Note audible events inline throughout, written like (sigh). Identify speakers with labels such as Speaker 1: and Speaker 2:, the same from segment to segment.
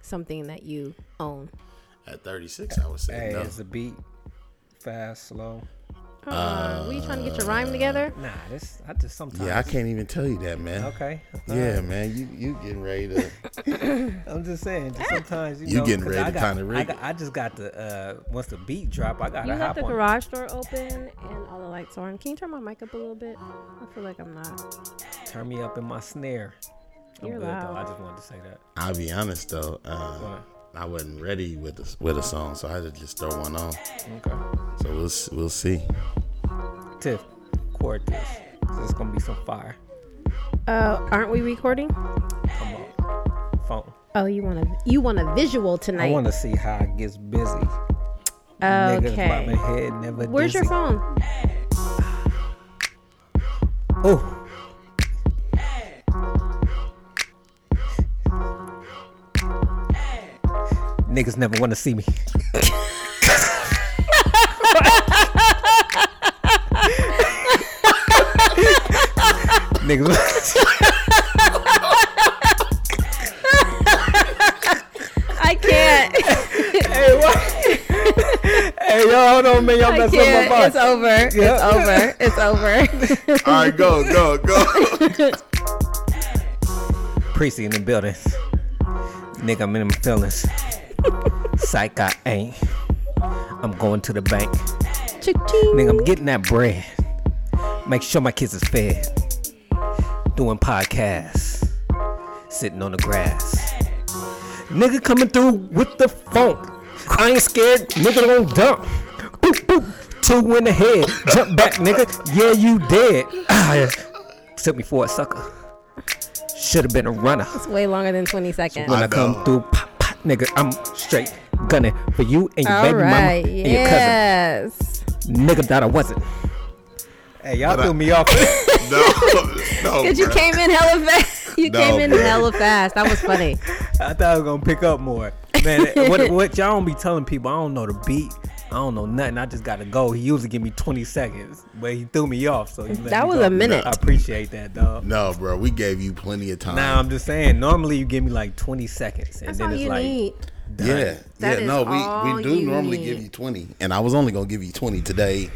Speaker 1: something that you own?
Speaker 2: At 36, I would say
Speaker 3: Hey,
Speaker 2: no.
Speaker 3: it's a beat. Fast, slow.
Speaker 1: Uh, were you trying to get your rhyme together?
Speaker 3: Nah, this I just sometimes.
Speaker 2: yeah, I can't even tell you that, man.
Speaker 3: Okay. (laughs)
Speaker 2: Yeah, man, you you getting ready to?
Speaker 3: I'm just saying.
Speaker 1: Ah.
Speaker 3: Just sometimes you,
Speaker 2: You
Speaker 3: know,
Speaker 2: getting
Speaker 3: 'cause
Speaker 2: ready
Speaker 3: I
Speaker 2: to
Speaker 3: got-
Speaker 2: kinda
Speaker 3: I,
Speaker 2: rig
Speaker 3: got, I just got the uh once the beat drop, I got
Speaker 1: You
Speaker 3: to
Speaker 1: have
Speaker 3: hop
Speaker 1: the
Speaker 3: on.
Speaker 1: garage door open and all the lights on. Can you turn my mic up a little bit? I feel like I'm not.
Speaker 3: Turn me up in my snare. I'm
Speaker 1: You're
Speaker 3: good though. I
Speaker 1: loud.
Speaker 3: just wanted to say that.
Speaker 2: I'll be honest though, uh,
Speaker 3: What?
Speaker 2: I wasn't ready with a, with a song, so I had to just throw one on.
Speaker 3: Okay.
Speaker 2: So we'll s- we'll see.
Speaker 3: Tiff, record this. This is gonna be some fire.
Speaker 1: Uh, aren't we recording?
Speaker 3: Come on. Phone.
Speaker 1: Oh, you want a you want a visual
Speaker 3: I
Speaker 1: tonight?
Speaker 3: want to see how it gets busy. Niggas bobbing
Speaker 1: okay.
Speaker 3: head never
Speaker 1: Where's your
Speaker 3: dizzy.
Speaker 1: phone?
Speaker 3: Oh. Niggas never want to see me. Niggas.
Speaker 1: (laughs) I
Speaker 3: (laughs)
Speaker 1: can't.
Speaker 3: hey, what? hey, yo, hold on, man. Y'all
Speaker 1: I
Speaker 3: messing up my
Speaker 1: can't.
Speaker 3: box.
Speaker 1: It's over.
Speaker 3: Yeah.
Speaker 1: It's
Speaker 3: (laughs)
Speaker 1: over. It's over.
Speaker 2: All right, go go (laughs) go.
Speaker 3: Precy in the buildings. Nigga, I'm in them feelings. Psych, I ain't. I'm going to the bank.
Speaker 1: Cha-ching.
Speaker 3: Nigga, I'm getting that bread. Make sure my kids is fed. Doing podcasts. Sitting on the grass. Nigga coming through with the funk. I ain't scared. Nigga don't dump. Boop, boop. Two in the head. Jump back, nigga. Yeah, you dead. Ah, yeah. Took me for a sucker. Should have been a runner.
Speaker 1: It's way longer than 20 seconds.
Speaker 3: When I,
Speaker 2: I
Speaker 3: come
Speaker 2: know.
Speaker 3: through, pop, pop, nigga, I'm straight gunning for you and your
Speaker 1: All
Speaker 3: baby
Speaker 1: right.
Speaker 3: mama and your cousin.
Speaker 1: Yes.
Speaker 3: Nigga thought I wasn't. Hey, y'all
Speaker 2: But I-
Speaker 3: threw me off. (laughs)
Speaker 2: no,
Speaker 1: (laughs)
Speaker 2: no.
Speaker 1: Because you
Speaker 2: bruh.
Speaker 1: came in hella fast. (laughs) You
Speaker 2: No,
Speaker 1: came in
Speaker 2: bruh.
Speaker 1: hella fast. That was funny.
Speaker 3: I thought I was gonna pick up more.
Speaker 1: (laughs)
Speaker 3: Man, what, what y'all don't be telling people? I don't know the beat. I don't know nothing. I just gotta go. He usually give me 20 seconds, but he threw me off. So he let
Speaker 1: That
Speaker 3: me
Speaker 1: was
Speaker 3: go.
Speaker 1: a minute.
Speaker 3: I appreciate that, dog.
Speaker 2: No, bro, we gave you plenty of time.
Speaker 3: Now I'm just saying. Normally you give me like 20 seconds, and
Speaker 1: That's
Speaker 3: then
Speaker 1: all
Speaker 3: it's
Speaker 1: you
Speaker 3: like
Speaker 1: need.
Speaker 3: done.
Speaker 2: yeah,
Speaker 1: That
Speaker 2: yeah.
Speaker 1: is
Speaker 2: No, we
Speaker 1: all
Speaker 2: we do
Speaker 1: you
Speaker 2: normally
Speaker 1: need.
Speaker 2: give you twenty, and I was only gonna give you twenty
Speaker 3: (laughs)
Speaker 2: today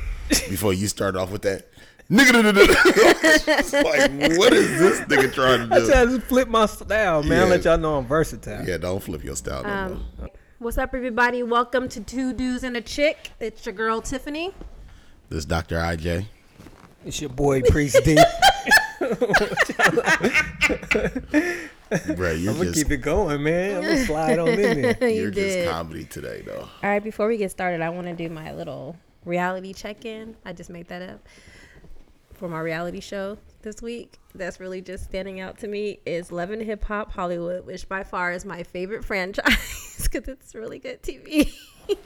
Speaker 2: before you start off with that. Nigga, da, da, da. It's (laughs) like what is this nigga trying to
Speaker 3: I
Speaker 2: do?
Speaker 3: just flip my style, man. I
Speaker 2: Yeah.
Speaker 3: Let y'all know I'm versatile.
Speaker 2: Yeah, don't flip your style no more.
Speaker 1: Um, What's up, everybody? Welcome to Two Dudes and a Chick. It's your girl Tiffany.
Speaker 2: This Dr. IJ.
Speaker 3: It's your boy Priest
Speaker 2: (laughs)
Speaker 3: D.
Speaker 2: Bro, you're
Speaker 3: I'm gonna
Speaker 2: just
Speaker 3: keep it going, man. I'm gonna slide on in
Speaker 1: (laughs)
Speaker 3: there.
Speaker 2: you're
Speaker 1: You did.
Speaker 2: just comedy today though.
Speaker 1: All right, before we get started, I want to do my little reality check in. I just made that up for my reality show this week. That's really just standing out to me is Love and Hip Hop Hollywood, which by far is my favorite (laughs) franchise because it's really good TV. (laughs)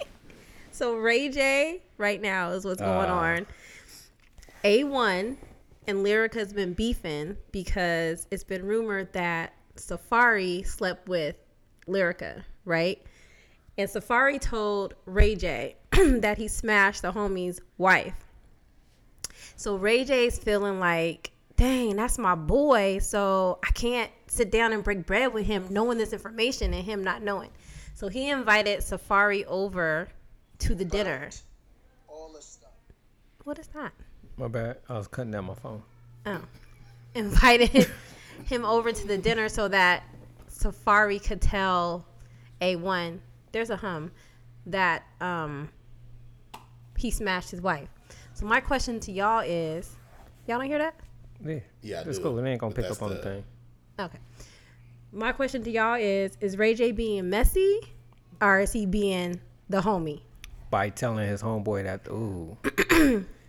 Speaker 1: so Ray J right now is what's going
Speaker 3: Ah.
Speaker 1: on. A1 and Lyrica's been beefing because it's been rumored that Safari slept with Lyrica, right? And Safari told Ray J (clears throat) that he smashed the homie's wife. So Ray J's feeling like, dang, that's my boy. So I can't sit down and break bread with him knowing this information and him not knowing. So he invited Safari over to the dinner. What is that?
Speaker 3: My bad. I was cutting down my phone.
Speaker 1: Oh. Invited (laughs) him over to the dinner so that Safari could tell A1, there's a hum, that um, he smashed his wife. So my question to y'all is, y'all don't hear that?
Speaker 3: Yeah.
Speaker 2: Yeah, I
Speaker 3: It's
Speaker 2: do.
Speaker 3: cool. It ain't gonna
Speaker 2: But
Speaker 3: pick up
Speaker 2: that's
Speaker 3: on the
Speaker 2: the-
Speaker 3: thing.
Speaker 1: Okay. My question to y'all is, is Ray J being messy or is he being the homie?
Speaker 3: By telling his homeboy that, ooh,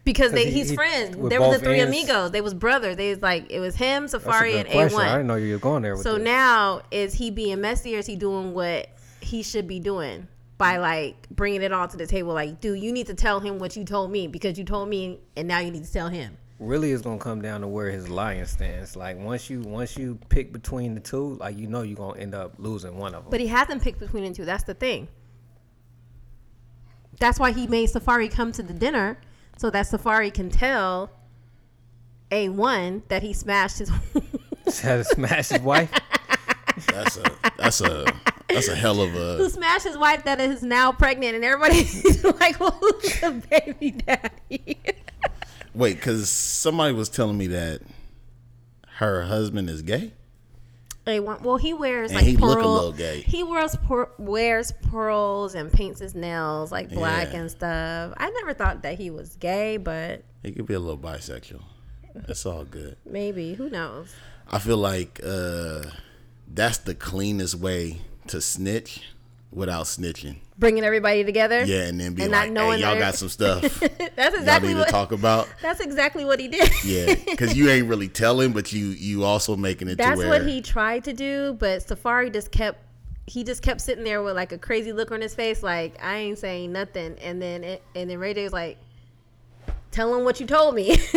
Speaker 1: Because they,
Speaker 3: he-
Speaker 1: he's
Speaker 3: he-
Speaker 1: friends.
Speaker 3: with
Speaker 1: They were the
Speaker 3: both
Speaker 1: three
Speaker 3: ends.
Speaker 1: amigos. They was brother. They was like it was him,
Speaker 3: that's
Speaker 1: Safari,
Speaker 3: a
Speaker 1: and
Speaker 3: good question.
Speaker 1: A1.
Speaker 3: I didn't know you were going there with
Speaker 1: So
Speaker 3: this.
Speaker 1: now is he being messy or is he doing what he should be doing by like bringing it all to the table? Like, dude, you need to tell him what you told me because you told me and now you need to tell him.
Speaker 3: really it's gonna come down to where his lion stands. Like once you once you pick between the two, like you know you're gonna end up losing one of them. (laughs)
Speaker 1: But he hasn't picked between the two. That's the thing. That's why he made Safari come to the dinner so that Safari can tell A1 that he smashed his. (laughs)
Speaker 3: Had to smash his wife.
Speaker 2: That's a that's a That's a hell of
Speaker 1: who
Speaker 2: a.
Speaker 1: smashed his wife that is now pregnant, and (laughs) everybody's like, "Well, who's the baby daddy?"
Speaker 2: Wait, because somebody was telling me that her husband is gay.
Speaker 1: They want- well, he wears
Speaker 2: And
Speaker 1: like
Speaker 2: he
Speaker 1: pearl.
Speaker 2: look a little gay.
Speaker 1: He wears por- wears pearls and paints his nails like black
Speaker 2: Yeah.
Speaker 1: and stuff. I never thought that he was gay, but
Speaker 2: He could be a little bisexual. It's all good.
Speaker 1: maybe who knows?
Speaker 2: I feel like uh, that's the cleanest way to snitch without snitching.
Speaker 1: Bringing everybody together.
Speaker 2: Yeah, and then be
Speaker 1: And not
Speaker 2: like,
Speaker 1: knowing
Speaker 2: hey, y'all
Speaker 1: that-
Speaker 2: got some stuff
Speaker 1: (laughs) that's
Speaker 2: y'all
Speaker 1: exactly
Speaker 2: need
Speaker 1: what.
Speaker 2: to talk about.
Speaker 1: that's exactly what he did.
Speaker 2: Yeah, because you ain't really telling, but you you also making it
Speaker 1: That's
Speaker 2: to where
Speaker 1: what he tried to do, but Safari just kept he just kept sitting there with like a crazy look on his face, like I ain't saying nothing. And then it, and then Ray J was like, "Tell him what you told me." (laughs)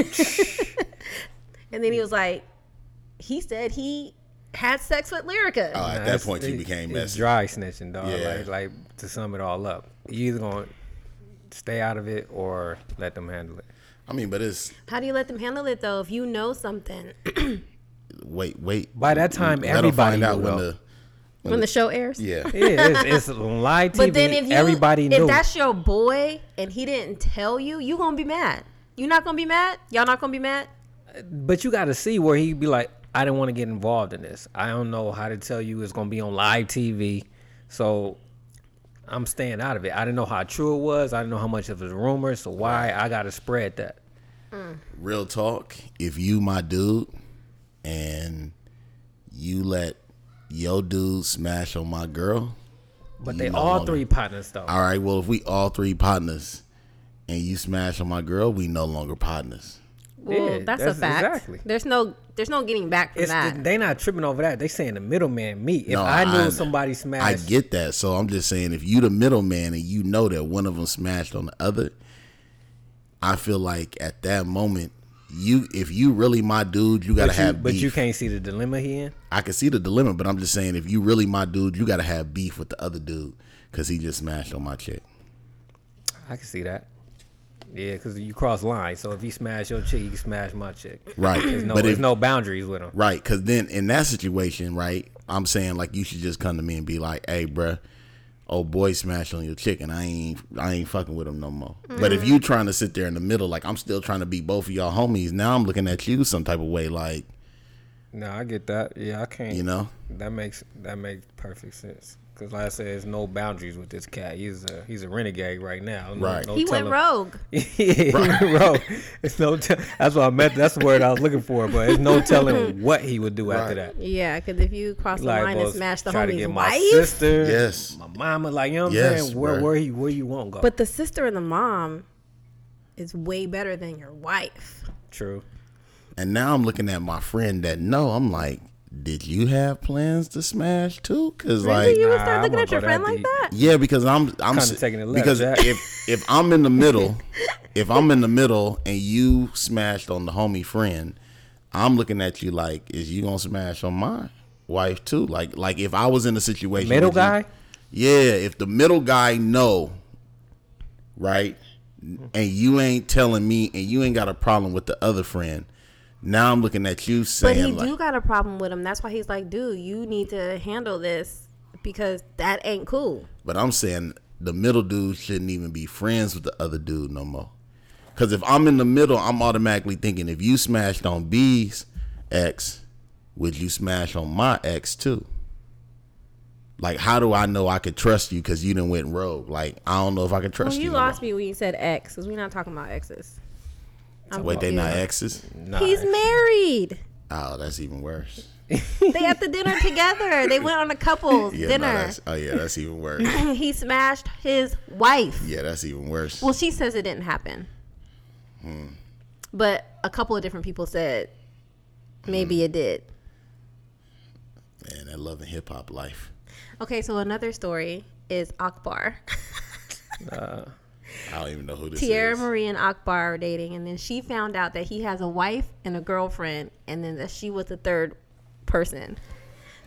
Speaker 1: and then he was like, "He said he had sex with Lyrica."
Speaker 2: Oh, (laughs) at that
Speaker 3: That's-
Speaker 2: point you
Speaker 3: it-
Speaker 2: became messy.
Speaker 3: it's Dry snitching, dog.
Speaker 2: Yeah.
Speaker 3: Like, like to sum it all up, you either gonna stay out of it or let them handle it.
Speaker 2: I mean, but it's
Speaker 1: How do you let them handle it though if you know something
Speaker 2: wait, wait.
Speaker 3: By that time,
Speaker 2: Let 'em
Speaker 3: everybody
Speaker 2: Mm, find out
Speaker 3: knew.
Speaker 2: when
Speaker 3: well.
Speaker 2: the
Speaker 1: when the show airs?
Speaker 2: yeah.
Speaker 3: yeah, it's, (laughs) it's live TV.
Speaker 1: But then if you
Speaker 3: everybody
Speaker 1: if
Speaker 3: knew.
Speaker 1: that's your boy and he didn't tell you, you gonna be mad. You not gonna be mad? Y'all not gonna be mad?
Speaker 3: But you got to see where he'd be like, I didn't want to get involved in this. I don't know how to tell you it's going to be on live TV. So I'm staying out of it. I didn't know how true it was. I didn't know how much of it was rumor. So why I got to spread that?
Speaker 2: Real talk. If you my dude, and you let your dude smash on my girl,
Speaker 3: But
Speaker 2: you
Speaker 3: they
Speaker 2: no
Speaker 3: all
Speaker 2: longer-
Speaker 3: three partners, though.
Speaker 2: All right. Well, if we all three partners, and you smash on my girl, we no longer partners.
Speaker 1: Well,
Speaker 3: Yeah,
Speaker 1: that's,
Speaker 3: that's
Speaker 1: a fact.
Speaker 3: exactly.
Speaker 1: There's no there's no getting back from
Speaker 3: It's
Speaker 1: that.
Speaker 3: they not tripping over that. They saying the middleman me. If
Speaker 2: No,
Speaker 3: I knew
Speaker 2: I-
Speaker 3: somebody
Speaker 2: I
Speaker 3: smashed,
Speaker 2: get that. So I'm just saying, if you the middleman and you know that one of them smashed on the other, I feel like at that moment, you if you really my dude, you gotta
Speaker 3: but, you,
Speaker 2: have.
Speaker 3: but
Speaker 2: beef.
Speaker 3: you can't see the dilemma he in.
Speaker 2: I can see the dilemma, but I'm just saying, if you really my dude, you gotta have beef with the other dude because he just smashed on my chick.
Speaker 3: I can see that. Yeah, because you cross lines. So if you smash your chick, you smash my chick.
Speaker 2: Right.
Speaker 3: There's no,
Speaker 2: but
Speaker 3: there's
Speaker 2: if,
Speaker 3: no boundaries with them.
Speaker 2: right, because then in that situation, right, I'm saying like you should just come to me and be like, hey, bruh. Oh boy, smashed on your chick, and I ain't, I ain't fucking with him no more. But if
Speaker 1: Mm.
Speaker 2: you trying to sit there in the middle, like I'm still trying to be both of y'all homies. Now I'm looking at you some type of way, like
Speaker 3: No, I get that. Yeah, I can't.
Speaker 2: you know,
Speaker 3: That makes that makes perfect sense. Cause like I said, there's no boundaries with this cat. He's a he's a renegade right now. No,
Speaker 2: Right.
Speaker 3: No
Speaker 1: he went
Speaker 3: telling-
Speaker 1: rogue.
Speaker 3: (laughs) yeah, bro. It's no. Te- that's what I meant. That's the word I was looking for. But it's
Speaker 1: (laughs)
Speaker 3: no telling what he would do after
Speaker 2: Right.
Speaker 3: that.
Speaker 1: Yeah, because if you cross the line
Speaker 3: well,
Speaker 1: and smash the
Speaker 3: try to get
Speaker 1: homie's
Speaker 3: my
Speaker 1: wife,
Speaker 3: sister,
Speaker 2: Yes.
Speaker 3: my mama. Like you know what I'm
Speaker 2: Yes,
Speaker 3: saying? Where
Speaker 2: bruh.
Speaker 3: where you where you won't go?
Speaker 1: but the sister and the mom is way better than your wife.
Speaker 3: True.
Speaker 2: And now I'm looking at my friend that no, I'm like, did you have plans to smash too? Because
Speaker 1: Really,
Speaker 2: like,
Speaker 1: you would
Speaker 3: nah,
Speaker 1: start
Speaker 3: I
Speaker 1: looking
Speaker 3: won't
Speaker 1: at your
Speaker 3: go
Speaker 1: friend
Speaker 3: that
Speaker 1: like
Speaker 3: deep.
Speaker 1: that?
Speaker 2: yeah, because I'm I'm
Speaker 3: Kinda taking it left,
Speaker 2: because
Speaker 3: Jack.
Speaker 2: if if I'm in
Speaker 1: (laughs)
Speaker 2: the middle, if I'm in the middle and you smashed on the homie friend, I'm looking at you like, is you gonna smash on my wife too? Like like if I was in a situation,
Speaker 3: Middle
Speaker 2: would you-
Speaker 3: guy.
Speaker 2: yeah, if the middle guy know, right, and you ain't telling me, and you ain't got a problem with the other friend. Now I'm looking at you
Speaker 1: But
Speaker 2: saying
Speaker 1: he
Speaker 2: like,
Speaker 1: do got a problem with him. That's why he's like, dude, you need to handle this because that ain't cool.
Speaker 2: But I'm saying the middle dude shouldn't even be friends with the other dude no more. Because if I'm in the middle, I'm automatically thinking if you smashed on B's ex, would you smash on my ex too? Like, how do I know I could trust you because you didn't went rogue? Like, I don't know if I could trust
Speaker 1: Well, you
Speaker 2: you.
Speaker 1: lost me when you said ex, because we're not talking about exes. I'm
Speaker 2: Wait, they not
Speaker 1: confused.
Speaker 2: exes?
Speaker 3: Nah.
Speaker 1: He's married.
Speaker 2: Oh, that's even worse.
Speaker 1: They at the dinner together. They went on
Speaker 3: (laughs)
Speaker 1: a couple's
Speaker 2: Yeah, no,
Speaker 1: dinner.
Speaker 2: that's, oh yeah, that's even worse.
Speaker 1: (laughs) (clears throat) he smashed his wife.
Speaker 2: Yeah, that's even worse.
Speaker 1: Well, she says it didn't happen. But a couple of different people said maybe it did.
Speaker 2: Man, that love and hip hop life.
Speaker 1: Okay, so another story is Akbar.
Speaker 2: I don't even know who this
Speaker 1: Tierra
Speaker 2: is.
Speaker 1: Marie and Akbar are dating, and then she found out that he has a wife and a girlfriend, and then that she was the third person.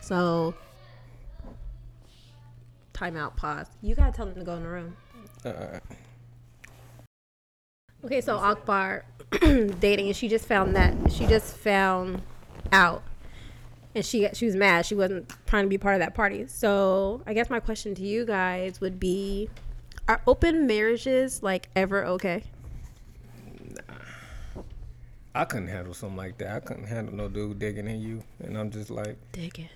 Speaker 1: So, timeout, pause. You gotta tell them to go in the room.
Speaker 3: Uh,
Speaker 1: Okay, so (clears throat) Akbar dating, and she just found that she just found out, and she she was mad. She wasn't trying to be part of that party. So I guess my question to you guys would be: Are open marriages like ever okay?
Speaker 3: I couldn't handle something like that. I couldn't handle no dude digging in you, and I'm just like,
Speaker 1: Digging.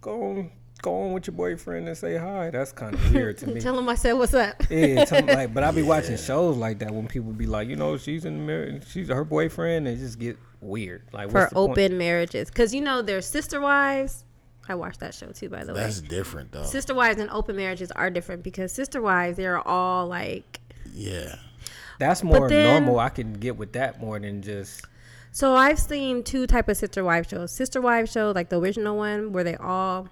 Speaker 3: go on, go on with your boyfriend and say hi. That's kind of weird to me.
Speaker 1: Tell him I said what's up.
Speaker 3: Yeah, something like. But I
Speaker 2: (laughs)
Speaker 3: be watching shows like that when people be like, you know, she's in the marriage, she's her boyfriend, and it just get weird. Like
Speaker 1: For
Speaker 3: what's the
Speaker 1: open
Speaker 3: Point?
Speaker 1: marriages, because you know there's sister wives. I watched that show too, by the way.
Speaker 2: That's different though.
Speaker 1: Sister wives and open marriages are different because sister wives they're all like
Speaker 2: Yeah.
Speaker 3: That's more
Speaker 1: then-
Speaker 3: normal. I can get with that more than just.
Speaker 1: So I've seen two type of sister wife shows. Sister wife show, like the original one, where they all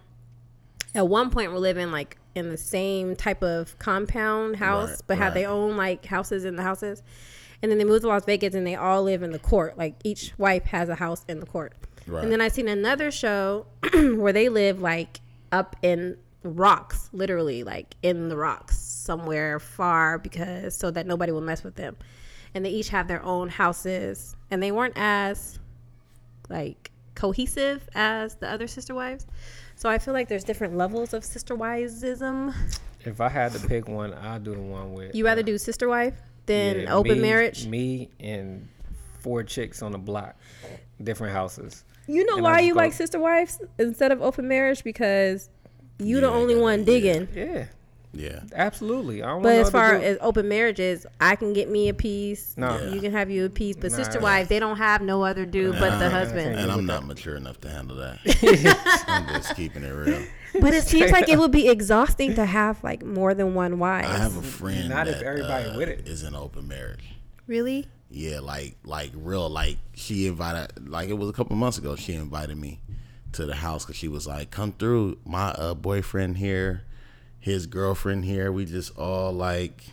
Speaker 1: at one point were living like in the same type of compound house,
Speaker 2: Right,
Speaker 1: but had their
Speaker 2: right.
Speaker 1: own like houses in the houses. And then they moved to Las Vegas and they all live in the court. Like each wife has a house in the court.
Speaker 2: Right.
Speaker 1: And then I seen another show (clears throat) where they live like up in rocks, literally like in the rocks somewhere far because so that nobody will mess with them. And they each have their own houses and they weren't as like cohesive as the other sister wives. So I feel like there's different levels of sister wivesism.
Speaker 3: If I had to pick one, I'd do the one with.
Speaker 1: You rather do sister wife than
Speaker 3: Yeah,
Speaker 1: open
Speaker 3: me-
Speaker 1: marriage?
Speaker 3: Me and four chicks on the block, different houses.
Speaker 1: You know
Speaker 3: And
Speaker 1: why
Speaker 3: I'll
Speaker 1: you
Speaker 3: go-
Speaker 1: like sister wives instead of open marriage because you the
Speaker 2: Yeah, I
Speaker 1: only
Speaker 2: got
Speaker 1: one
Speaker 2: it,
Speaker 1: digging.
Speaker 3: Yeah,
Speaker 2: Yeah.
Speaker 3: absolutely. I don't
Speaker 1: But
Speaker 3: want
Speaker 1: as
Speaker 3: no
Speaker 1: far
Speaker 3: other dude-
Speaker 1: as open marriages, I can get me a piece.
Speaker 3: Nah.
Speaker 1: You can have you a piece. But
Speaker 3: Nah.
Speaker 1: sister wives, they don't have no other dude but the husband.
Speaker 2: Uh-huh. (laughs) And I'm not mature enough to handle that. (laughs) I'm just keeping it real.
Speaker 1: But it seems like it would be exhausting to have like more than one
Speaker 2: I
Speaker 1: wife.
Speaker 2: have a friend
Speaker 3: Not if
Speaker 2: that,
Speaker 3: everybody
Speaker 2: uh,
Speaker 3: with it.
Speaker 2: is in open marriage.
Speaker 1: Really?
Speaker 2: Yeah, like like real like she invited like it was a couple months ago. She invited me to the house because she was like, "Come through, my uh, boyfriend here, his girlfriend here. We just all like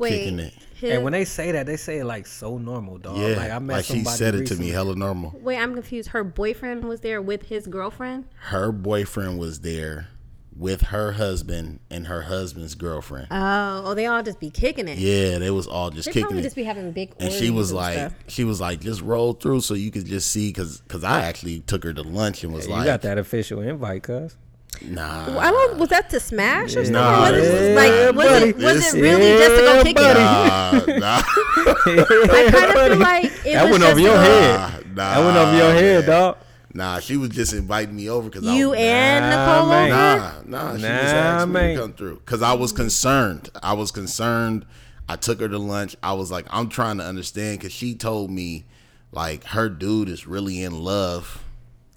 Speaker 2: kicking
Speaker 1: Wait.
Speaker 2: it."
Speaker 1: his-
Speaker 3: and when they say that, they say it like so normal, dog.
Speaker 2: Yeah,
Speaker 3: Oh, like I met
Speaker 2: like she
Speaker 3: somebody
Speaker 2: said it to
Speaker 3: recently.
Speaker 2: me, hella normal.
Speaker 1: wait, I'm confused. Her boyfriend was there with his girlfriend.
Speaker 2: Her boyfriend was there with her husband and her husband's girlfriend.
Speaker 1: Oh, oh, they all just be kicking it.
Speaker 2: yeah, they was all just
Speaker 1: they
Speaker 2: kicking
Speaker 1: probably
Speaker 2: it.
Speaker 1: just be having big.
Speaker 2: and she
Speaker 1: orgies
Speaker 2: was like,
Speaker 1: stuff.
Speaker 2: she was like, just roll through so you could just see, cause, cause I actually took her to lunch and was
Speaker 3: You
Speaker 2: like,
Speaker 3: got that official invite, cuz.
Speaker 2: nah,
Speaker 1: I don't. Was that to smash or something?
Speaker 2: Nah,
Speaker 1: was it,
Speaker 2: this
Speaker 1: like,
Speaker 2: is-
Speaker 1: was it,
Speaker 2: buddy.
Speaker 1: was
Speaker 2: This
Speaker 1: it really just to go kick
Speaker 3: buddy.
Speaker 1: it? (laughs)
Speaker 2: nah, nah,
Speaker 1: I kind of feel like it
Speaker 3: That
Speaker 1: was
Speaker 3: went
Speaker 1: just
Speaker 3: over your
Speaker 1: to-
Speaker 3: head.
Speaker 2: nah, nah,
Speaker 3: That went over your head,
Speaker 2: man.
Speaker 3: dog.
Speaker 2: Nah, she was just inviting me over because
Speaker 1: You
Speaker 2: I was,
Speaker 1: and
Speaker 3: Nah,
Speaker 1: Nicole
Speaker 3: man.
Speaker 1: over?
Speaker 2: nah, nah, she just asked
Speaker 3: Nah,
Speaker 2: me
Speaker 3: man.
Speaker 2: to come through because I was concerned. I was concerned. I took her to lunch. I was like, I'm trying to understand because she told me like her dude is really in love.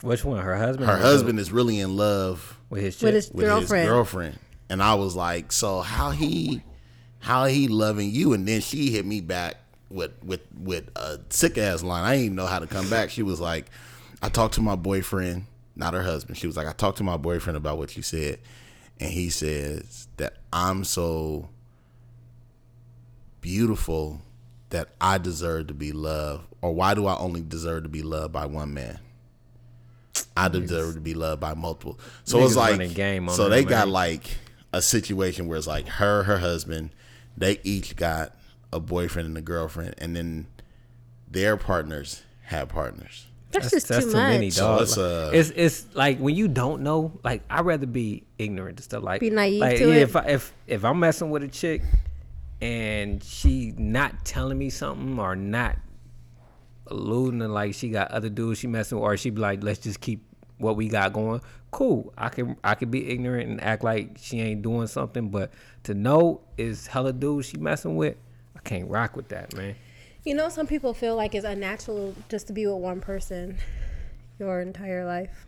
Speaker 3: Which one? Her husband.
Speaker 2: Her
Speaker 3: or
Speaker 2: husband is really in love
Speaker 3: with his
Speaker 1: with
Speaker 3: chick?
Speaker 1: his
Speaker 2: with
Speaker 1: girlfriend.
Speaker 2: his girlfriend, and I was like, "So how he, how he loving you?" And then she hit me back with with with a sick ass line. I didn't even know how to come back. She was like, "I talked to my boyfriend, not her husband." She was like, "I talked to my boyfriend about what you said, and he says that I'm so beautiful that I deserve to be loved, or why do I only deserve to be loved by one man?" I deserve to be loved by multiple. So it's
Speaker 3: Niggas
Speaker 2: like,
Speaker 3: running game on
Speaker 2: so
Speaker 3: that,
Speaker 2: they
Speaker 3: man.
Speaker 2: got like a situation where it's like her, her husband, they each got a boyfriend and a girlfriend, and then their partners have partners.
Speaker 1: That's, just too, much.
Speaker 3: many, dog.
Speaker 2: it's, uh,
Speaker 3: it's it's like when you don't know. Like I'd rather be ignorant to stuff. Like
Speaker 1: Be naive
Speaker 3: Like,
Speaker 1: to
Speaker 3: yeah,
Speaker 1: it.
Speaker 3: If I, if if I'm messing with a chick and she not telling me something or not alluding to like she got other dudes she messing with, or she be like, let's just keep what we got going. Cool. I can I can be ignorant and act like she ain't doing something, but to know is hella dudes she messing with. I can't rock with that, man.
Speaker 1: You know, some people feel like it's unnatural just to be with one person (laughs) your entire life.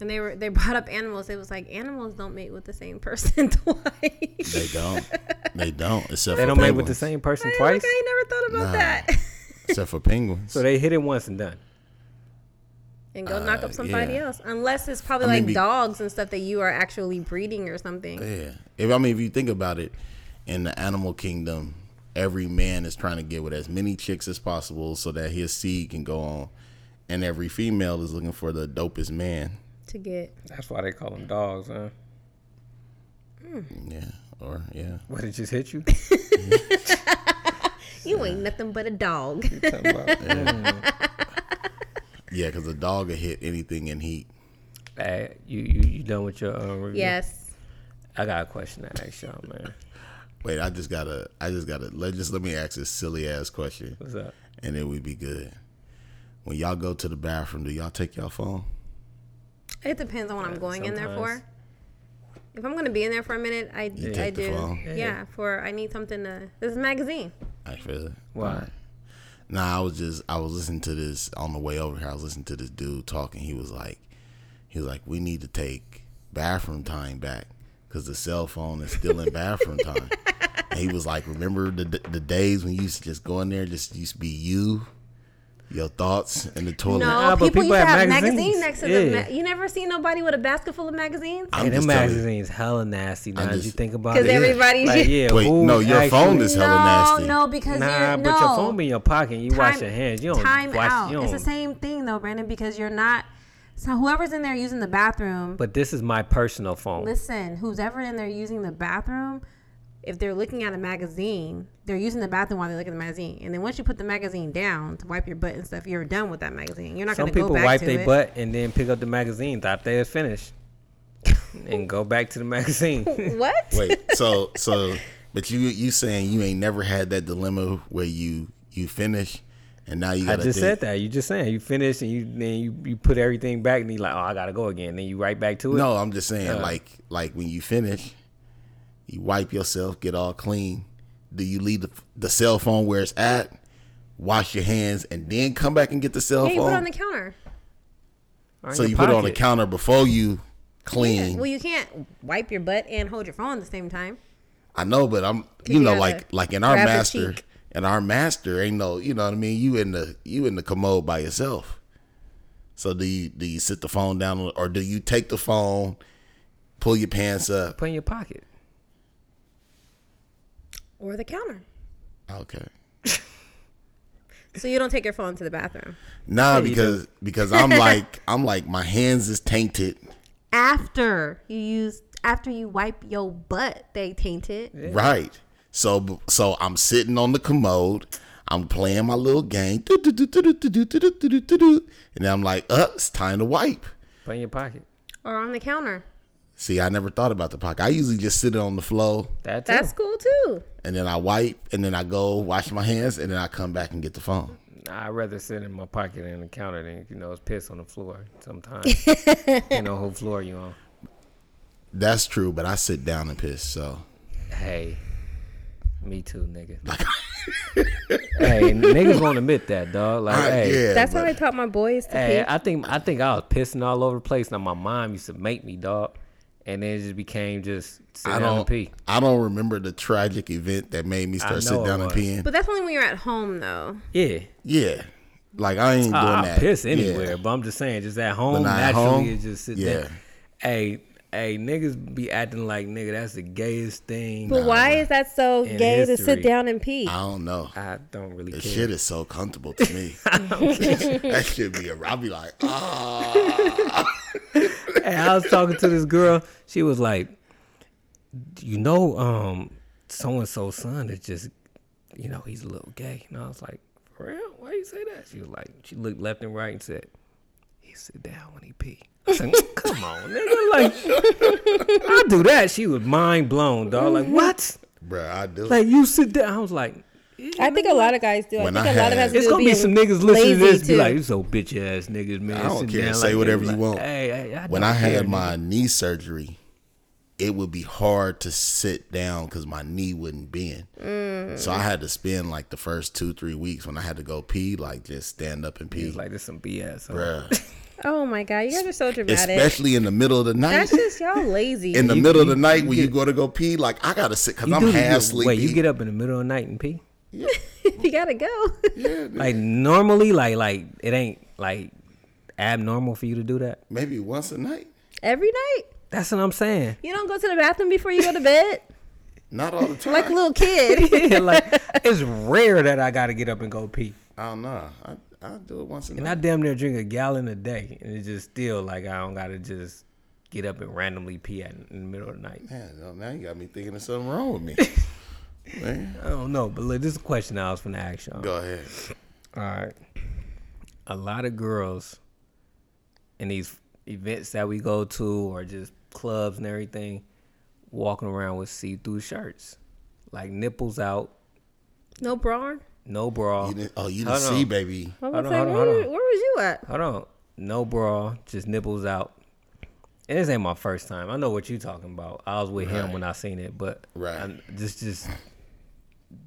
Speaker 1: And they were they brought up animals. It was like animals don't mate with the same person (laughs) twice.
Speaker 2: (laughs) They
Speaker 3: (laughs)
Speaker 2: don't. they don't. Except
Speaker 3: They
Speaker 2: for
Speaker 3: don't mate with the
Speaker 2: penguins.
Speaker 3: same person
Speaker 1: Like,
Speaker 3: twice,
Speaker 1: I ain't never thought about
Speaker 2: Nah.
Speaker 1: that. (laughs)
Speaker 2: Except for penguins.
Speaker 3: so they hit it once and done.
Speaker 1: and go knock up somebody
Speaker 2: Uh, yeah.
Speaker 1: else, unless it's probably
Speaker 2: I mean,
Speaker 1: like
Speaker 2: be-
Speaker 1: dogs and stuff that you are actually breeding or something.
Speaker 2: yeah. If I mean, if you think about it, in the animal kingdom, every man is trying to get with as many chicks as possible so that his seed can go on, and every female is looking for the dopest man.
Speaker 1: To get
Speaker 3: That's why they
Speaker 1: Mm.
Speaker 3: call them dogs, huh?
Speaker 2: Yeah. Or yeah.
Speaker 3: What it
Speaker 1: (laughs)
Speaker 3: just hit you?
Speaker 1: you ain't nothing but a dog.
Speaker 3: (laughs) Something about- Mm.
Speaker 2: Yeah, because a dog will hit anything in heat.
Speaker 3: Hey, you, you you done with your um, review?
Speaker 1: Yes.
Speaker 3: I got a question to ask y'all, man.
Speaker 2: Wait, I just gotta, I just gotta. Let just let me ask this silly ass question,
Speaker 3: What's up?
Speaker 2: and then we be good. When y'all go to the bathroom, do y'all take y'all phone?
Speaker 1: It depends on what I'm going in there
Speaker 3: sometimes.
Speaker 1: for. If I'm gonna be in there for a minute, I
Speaker 2: You
Speaker 1: I
Speaker 2: take the
Speaker 1: do.
Speaker 2: phone.
Speaker 1: Yeah. for I need something to. This is a magazine.
Speaker 2: I feel it.
Speaker 3: Why?
Speaker 2: Nah, I was just I was listening to this on the way over here. I was listening to this dude talking. He was like, he was like, we need to take bathroom time back because the cell phone is still in bathroom time. And he was like, remember the the days when you used to just go in there, just used to be you, your thoughts in the toilet.
Speaker 1: No,
Speaker 3: Nah, but
Speaker 1: people, used
Speaker 3: people
Speaker 1: to
Speaker 3: have
Speaker 1: have
Speaker 3: magazines.
Speaker 1: magazine next to the.
Speaker 3: Yeah.
Speaker 1: Ma- you never see nobody with a basket full of magazines.
Speaker 2: I'm
Speaker 3: And them
Speaker 2: just telling you.
Speaker 3: magazines hella nasty. Now that
Speaker 2: just-
Speaker 3: you think about it,
Speaker 1: Because everybody's
Speaker 3: Like, yeah,
Speaker 2: Wait,
Speaker 3: who
Speaker 2: no, your phone
Speaker 3: actually-
Speaker 2: is hella nasty.
Speaker 1: No, no, because
Speaker 3: Nah,
Speaker 1: you're, no.
Speaker 3: but your phone be in your pocket. and You wash your hands. You don't
Speaker 1: time
Speaker 3: wash.
Speaker 1: out.
Speaker 3: You don't.
Speaker 1: It's the same thing though, Brandon, because you're not. So whoever's in there using the bathroom,
Speaker 3: But this is my personal phone.
Speaker 1: listen, who's ever in there using the bathroom, if they're looking at a magazine, they're using the bathroom while they look at the magazine. And then once you put the magazine down to wipe your butt and stuff, you're done with that magazine. You're not
Speaker 3: Some
Speaker 1: going to go
Speaker 3: people
Speaker 1: back
Speaker 3: wipe
Speaker 1: to
Speaker 3: their
Speaker 1: it.
Speaker 3: butt and then pick up the magazine, thought they
Speaker 1: (laughs)
Speaker 3: was finished, and go back to the magazine.
Speaker 1: What?
Speaker 2: Wait, so so, but you you saying you ain't never had that dilemma where you you finish, and now you
Speaker 3: I
Speaker 2: gotta
Speaker 3: just
Speaker 2: think-
Speaker 3: said that. You just saying you finish and you then you, you put everything back and you like, oh, I gotta go again. Then you right back to it.
Speaker 2: No, I'm just saying,
Speaker 3: uh,
Speaker 2: like, like when you finish, you wipe yourself, get all clean. Do you leave the, the cell phone where it's at, wash your hands, and then come back and get the cell
Speaker 1: Yeah, you put it on
Speaker 2: phone?
Speaker 1: the counter.
Speaker 3: Or in
Speaker 2: so
Speaker 3: your
Speaker 2: you put it on the
Speaker 3: pocket.
Speaker 2: counter before you clean.
Speaker 1: Well, you can't wipe your butt and hold your phone at the same time.
Speaker 2: I know, but I'm, you,
Speaker 1: you
Speaker 2: know,
Speaker 1: gotta
Speaker 2: like, like in our
Speaker 1: grab the
Speaker 2: master,
Speaker 1: cheek.
Speaker 2: in our master, ain't no, you know what I mean. You in the, you in the commode by yourself. So do you do you sit the phone down, or do you take the phone, pull your pants up?
Speaker 3: Put in your pocket.
Speaker 1: Or the counter.
Speaker 2: Okay.
Speaker 1: So you don't take your phone to the bathroom.
Speaker 2: Nah,
Speaker 3: you
Speaker 2: because because I'm like (laughs) I'm like my hands is tainted,
Speaker 1: After you use, after you wipe your butt, they taint it.
Speaker 2: right? So so I'm sitting on the commode, I'm playing my little game, doo, doo, doo, doo, doo, doo, doo, doo, doo, doo, doo, doo. and I'm like, uh, it's time to wipe.
Speaker 3: Put in your pocket.
Speaker 1: Or on the counter.
Speaker 2: See, I never thought about the pocket. I usually just sit it on the floor,
Speaker 3: That too.
Speaker 1: That's cool too.
Speaker 2: and then I wipe, and then I go wash my hands, and then I come back and get the phone.
Speaker 3: I'd rather sit in my pocket than the counter than you know it's piss on the floor sometimes. you know who floor you on.
Speaker 2: That's true, but I sit down and piss. So
Speaker 3: Hey. Me too, nigga.
Speaker 2: (laughs)
Speaker 3: hey, niggas won't admit that, dog. Like,
Speaker 2: I-
Speaker 3: hey,
Speaker 2: yeah,
Speaker 1: That's
Speaker 2: but-
Speaker 1: why I taught my boys to
Speaker 3: Hey,
Speaker 1: pee.
Speaker 3: I think I think I was pissing all over the place. Now my mom used to make me dog, and then it just became just sit
Speaker 2: I
Speaker 3: down and
Speaker 2: don't.
Speaker 3: pee.
Speaker 2: I don't remember the tragic event that made me start
Speaker 3: know
Speaker 2: sitting
Speaker 3: it
Speaker 2: down and
Speaker 3: was.
Speaker 2: peeing.
Speaker 1: But that's only when you're at home, though.
Speaker 3: Yeah,
Speaker 2: Yeah, like I ain't doing
Speaker 3: I, I
Speaker 2: that.
Speaker 3: piss
Speaker 2: Yeah.
Speaker 3: anywhere, but I'm just saying, just at home
Speaker 2: not at
Speaker 3: naturally,
Speaker 2: home?
Speaker 3: it's just sit
Speaker 2: Yeah.
Speaker 3: there. Hey, hey, niggas be acting like nigga. That's the gayest thing.
Speaker 1: But why is that so
Speaker 3: In
Speaker 1: gay to
Speaker 3: history.
Speaker 1: sit down and pee?
Speaker 2: I don't know.
Speaker 3: I don't really
Speaker 2: This
Speaker 3: care.
Speaker 2: shit is so comfortable to
Speaker 3: (laughs)
Speaker 2: me. that should be a. I'll be like, ah.
Speaker 3: Hey, I was talking to this girl. She was like, "You know, um, so and so's son is just, you know, he's a little gay." And I was like, "For real? Why you say that?" She was like, she looked left and right and said, "He sit down when he pee." I said, "Mm, "Come on, nigga! Like, I do that." She was mind blown, dog.
Speaker 1: (laughs)
Speaker 3: Like, what?
Speaker 2: Bruh, I do.
Speaker 3: Like, you sit down? I was like,
Speaker 1: I think a lot of guys do. I
Speaker 2: When
Speaker 1: think
Speaker 2: I
Speaker 1: a lot of
Speaker 2: had-
Speaker 1: guys
Speaker 3: it's
Speaker 1: do
Speaker 3: gonna be
Speaker 1: being
Speaker 3: some niggas listening
Speaker 1: lazy,
Speaker 3: to this, be
Speaker 1: too.
Speaker 3: like, "You so bitch ass niggas, man."
Speaker 2: I don't
Speaker 3: sit
Speaker 2: care.
Speaker 3: down
Speaker 2: Say
Speaker 3: like
Speaker 2: whatever
Speaker 3: this."
Speaker 2: you
Speaker 3: Like,
Speaker 2: want.
Speaker 3: Hey, hey, I
Speaker 2: when
Speaker 3: don't
Speaker 2: I
Speaker 3: care,
Speaker 2: had
Speaker 3: nigga.
Speaker 2: my knee surgery, it would be hard to sit down because my knee wouldn't bend. So I
Speaker 3: Mm.
Speaker 2: had to spend like the first two three weeks when I had to go pee, like just stand up and pee.
Speaker 3: It's like this some BS. huh?
Speaker 2: Bruh.
Speaker 1: Oh my god, you guys are so dramatic.
Speaker 2: (laughs) especially in the middle of the night.
Speaker 1: that's just y'all lazy.
Speaker 2: in the
Speaker 3: You-
Speaker 2: middle of
Speaker 3: you-
Speaker 2: the night
Speaker 3: you
Speaker 2: when you
Speaker 3: get-
Speaker 2: go to go pee, like I gotta sit because
Speaker 3: You
Speaker 2: I'm
Speaker 3: do- you
Speaker 2: half
Speaker 3: get-
Speaker 2: sleepy.
Speaker 3: Wait, you get up in the middle of the night and pee?
Speaker 1: (laughs) you gotta go. (laughs)
Speaker 2: Yeah,
Speaker 3: Like normally, like like it ain't like abnormal for you to do that.
Speaker 2: maybe once a night.
Speaker 1: Every night,
Speaker 3: That's what I'm saying. (laughs)
Speaker 1: you don't go to the bathroom before you go to bed,
Speaker 2: Not all the
Speaker 1: (laughs)
Speaker 2: time.
Speaker 1: like a little kid.
Speaker 3: (laughs) like it's rare that I gotta get up and go pee,
Speaker 2: I don't know. Oh, I I do it once a
Speaker 3: and
Speaker 2: night.
Speaker 3: I damn near drink a gallon a day, and it's just still like I don't gotta just get up and randomly pee at, in the middle of the night.
Speaker 2: Man, no, Oh, now you got me thinking there's something wrong
Speaker 3: (laughs)
Speaker 2: with me. Man,
Speaker 3: I don't know, but look, this is a question I was gonna ask y'all.
Speaker 2: go ahead.
Speaker 3: All right, a lot of girls in these events that we go to or just clubs and everything, walking around with see-through shirts, like nipples out,
Speaker 1: No bra.
Speaker 3: no bra.
Speaker 2: You didn't, oh, you
Speaker 3: Hold
Speaker 2: didn't see,
Speaker 3: on.
Speaker 2: baby.
Speaker 1: I
Speaker 3: Hold
Speaker 1: was
Speaker 3: on,
Speaker 1: like,
Speaker 3: hold on,
Speaker 1: where,
Speaker 3: hold
Speaker 1: where
Speaker 3: on.
Speaker 1: was you at?
Speaker 3: Hold on. No bra, just nipples out. And this ain't my first time. I know what you talking about. I was with him when I seen it, but
Speaker 2: Right.
Speaker 3: I-
Speaker 2: (laughs)
Speaker 3: this just